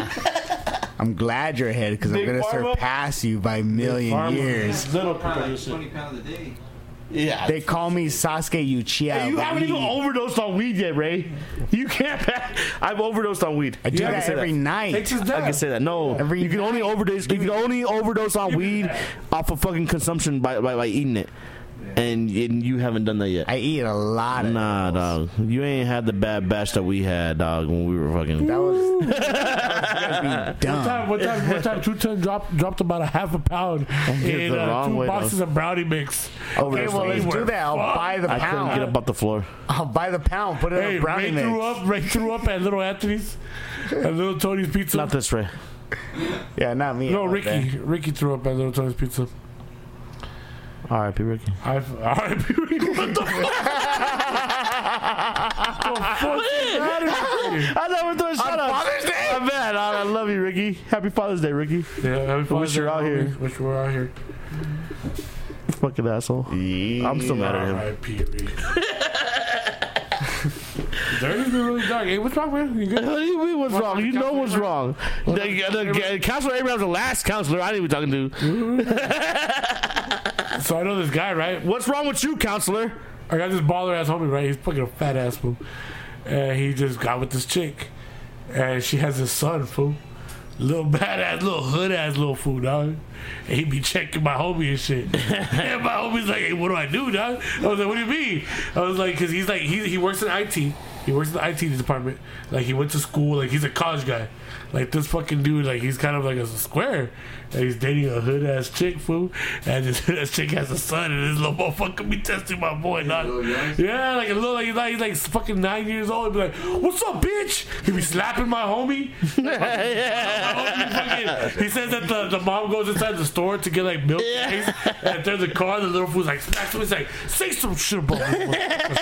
S1: I'm glad you're ahead because I'm
S3: Big
S1: gonna
S3: Pharma?
S1: surpass you by a million
S2: Pharma.
S1: years.
S2: Little
S5: Probably like
S2: producer.
S5: 20 pounds a day.
S12: Yeah.
S1: They call me Sasuke Uchiha.
S3: You
S1: but
S3: haven't even
S1: weed.
S3: overdosed on weed yet, Ray. You can't. I've overdosed on weed.
S1: I do
S3: I can
S1: that
S3: say
S1: every
S2: Takes
S1: night.
S2: his
S3: I can
S2: dad.
S3: say that. No,
S1: Every
S3: you can only overdose. You can only overdose on weed off of fucking consumption by by, by eating it, and, and you haven't done that yet.
S1: I eat a lot of
S3: nah, dog. You ain't had the bad batch that we had, dog, when we were fucking.
S1: That was, that was
S2: One
S1: dumb.
S2: time, one time, one time, Two Ton dropped dropped about a half a pound
S3: Here's
S2: in
S3: the
S2: uh,
S3: wrong
S2: two
S3: way, though.
S2: boxes of brownie mix.
S1: Over
S2: Hey,
S1: there,
S2: well,
S1: let's
S2: they
S1: do
S2: were
S1: that. I'll
S2: fucked.
S1: buy the
S3: I couldn't get
S1: pound.
S3: up off the floor.
S1: I'll buy the pound. Put it
S2: Hey,
S1: in a brownie
S2: Ray
S1: mix.
S2: threw up. Ray threw up at Little Anthony's, at Little Tony's Pizza.
S3: Not this, Ray.
S1: Yeah, not me.
S2: no,
S1: Over
S2: Ricky.
S1: there.
S2: Ricky threw up at Little Tony's Pizza.
S3: R.I.P. Ricky.
S2: I've, RIP Ricky. What the fuck? The fuck's the matter with you?
S3: I never throw a shout out.
S1: Father's Day?
S3: My bad. I I love you, Ricky. Happy Father's Day, Ricky.
S2: Yeah, happy
S3: Wish
S2: Father's
S3: you're out
S2: Day,
S3: here.
S2: homie. Wish you were out here.
S3: Fucking asshole. I'm still mad at him.
S2: RIP Ricky. Dirty's been really dark. Hey, what's wrong, man? You good?
S3: What do you mean what's wrong? You know what's wrong. The, the, the, counselor Abraham's the last counselor I didn't even talking to.
S2: So I know this guy, right?
S3: What's wrong with you, counselor?
S2: I got this baller ass homie, right? He's fucking a fat ass fool. And he just got with this chick. And she has this son, fool. Little badass, little hood ass little fool, dog. And he be checking my homie and shit. and my homie's like, hey, what do I do, dog? I was like, what do you mean? I was like, because he's like, he, he works in IT. He works in the IT department. Like, he went to school. Like, he's a college guy. Like, this fucking dude, like, he's kind of like a square. And he's dating a hood ass chick, fool. And this hood ass chick has a son, and this little motherfucker be testing my boy, dog. Yeah, like a little, like he's like, he's like fucking nine years old. He'd be like, "What's up, bitch?" He be slapping my homie. Fucking- he says that the, the mom goes inside the store to get like milk. And if there's a car, the little fool's like smacks him. He's like, "Say some shit about me." and like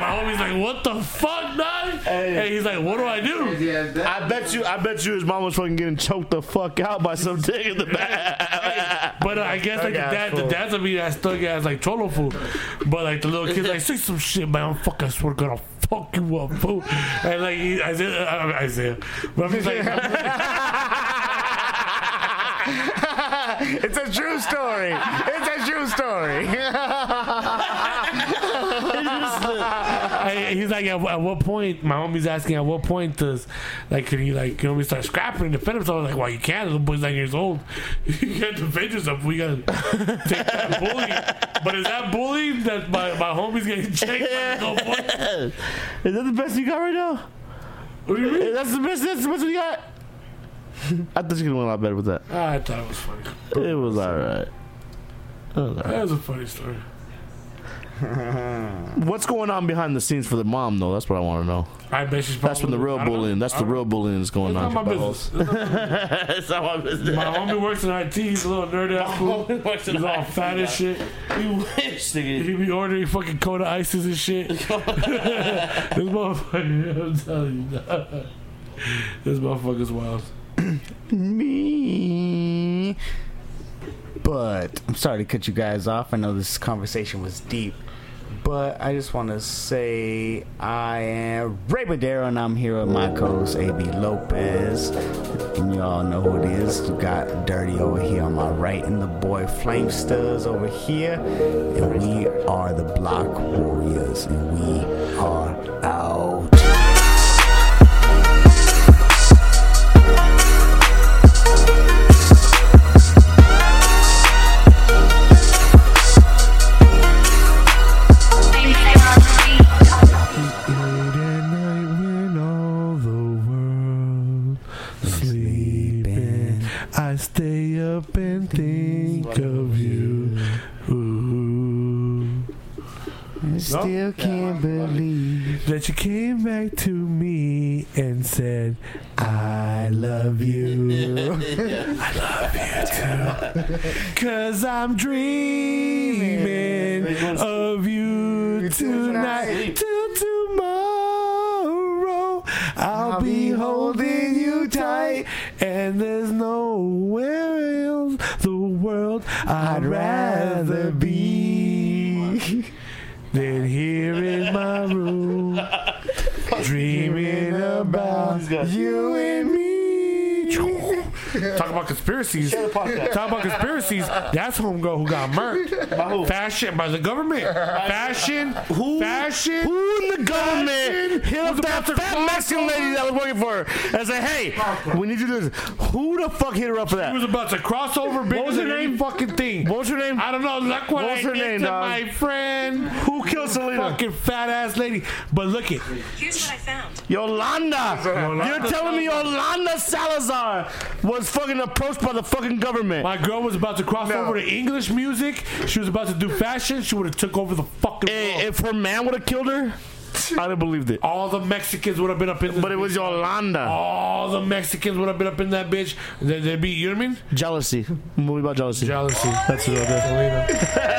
S2: my homie's like, "What the fuck, dog?" And he's like, "What do I do?"
S13: Yeah, that,
S3: I bet you, I bet you his mom was fucking getting choked the fuck out by some dick in the back.
S2: But uh, I guess like the
S1: Thug-ass
S2: dad, the
S1: fool.
S2: dad's a mean ass thug ass like cholo fool. But like the little kid's like say some shit, man. I'm fucking swear to God, I'll fuck you up, fool. And like he, Isaiah, uh, uh, Isaiah, but I'm just like, I'm just like,
S1: it's a true story. It's a true story.
S2: I- he's like, at, at what point? My homie's asking, at what point does like can he like can homie start scrapping and defend himself? I was like, well, you can't. Little boy's nine years old. You can't defend yourself. We gotta take that bullying. But is that bullying that my, my homie's getting checked by the little boy?
S3: Is that the best you got right now?
S2: What do you mean?
S3: That's the best. That's the best we got. I thought you could have went a lot better with that.
S2: Ah, I thought it was funny.
S3: It was all right. It was all right.
S2: That was a funny story.
S3: What's going on behind the scenes for the mom though? That's what I want to know.
S2: I bet she's probably.
S3: That's when the real
S2: I don't know.
S3: bullying. That's
S2: I
S3: the
S2: don't-
S3: real bullying is going
S2: It's
S3: on.
S2: not my business. It's not-
S3: That's not my business.
S2: My homie works in IT. He's a little nerd ass fool. He's all fat as shit.
S3: You wish, nigga.
S2: He be ordering fucking Coda ices and shit. this motherfucker, I'm telling you, dog. this motherfucker's wild.
S1: me. But I'm sorry to cut you guys off. I know this conversation was deep. But I just want to say I am Ray Badero and I'm here with my co host AB Lopez. And y'all know who it is. You got Dirty over here on my right and the boy Flamesters over here. And we are the Block Warriors and we are out.
S2: Sleeping, I stay up and think of you. Ooh.
S1: Still can't believe.
S2: that you came back to me and said, I love you. I love you too. Cause I'm dreaming of you tonight till tomorrow. I'll be holding you tight, and there's nowhere else the world I'd rather be than here in my room, dreaming about you and me. Talk about conspiracies. Talk about conspiracies. That's homegirl who got murked. By who? Fashion by the government. Fashion. Who? Fashion.
S3: Who in the government hit up
S2: was
S3: that
S2: about to
S3: fat
S2: cross
S3: Mexican lady that was working for her and said, hey, we need you to do this? Who the fuck hit her up for
S2: He
S3: that?
S2: was about to cross over bigger
S3: was
S2: than
S3: her
S2: any
S3: name?
S2: fucking thing.
S3: What was her name?
S2: I don't know. Look what,
S3: What was
S2: I
S3: her
S2: did
S3: name,
S2: to
S3: dog?
S2: my friend.
S3: Who killed Selena?
S2: Fucking fat ass lady. But look it.
S14: Here's what I found.
S3: Yolanda.
S2: Yolanda
S3: You're telling me Yolanda Salazar was fucking approached by the fucking government.
S2: My girl was about to cross over to English music. She was about to do fashion. She would have took over the fucking world.
S3: Eh, If her man would have killed her, I'd have believed it.
S2: All the Mexicans would have been up in. This
S3: But it was Yolanda.
S2: All the Mexicans would have been up in that bitch. They- They'd be, you know what I mean?
S3: Jealousy. Movie about jealousy.
S2: Jealousy. That's what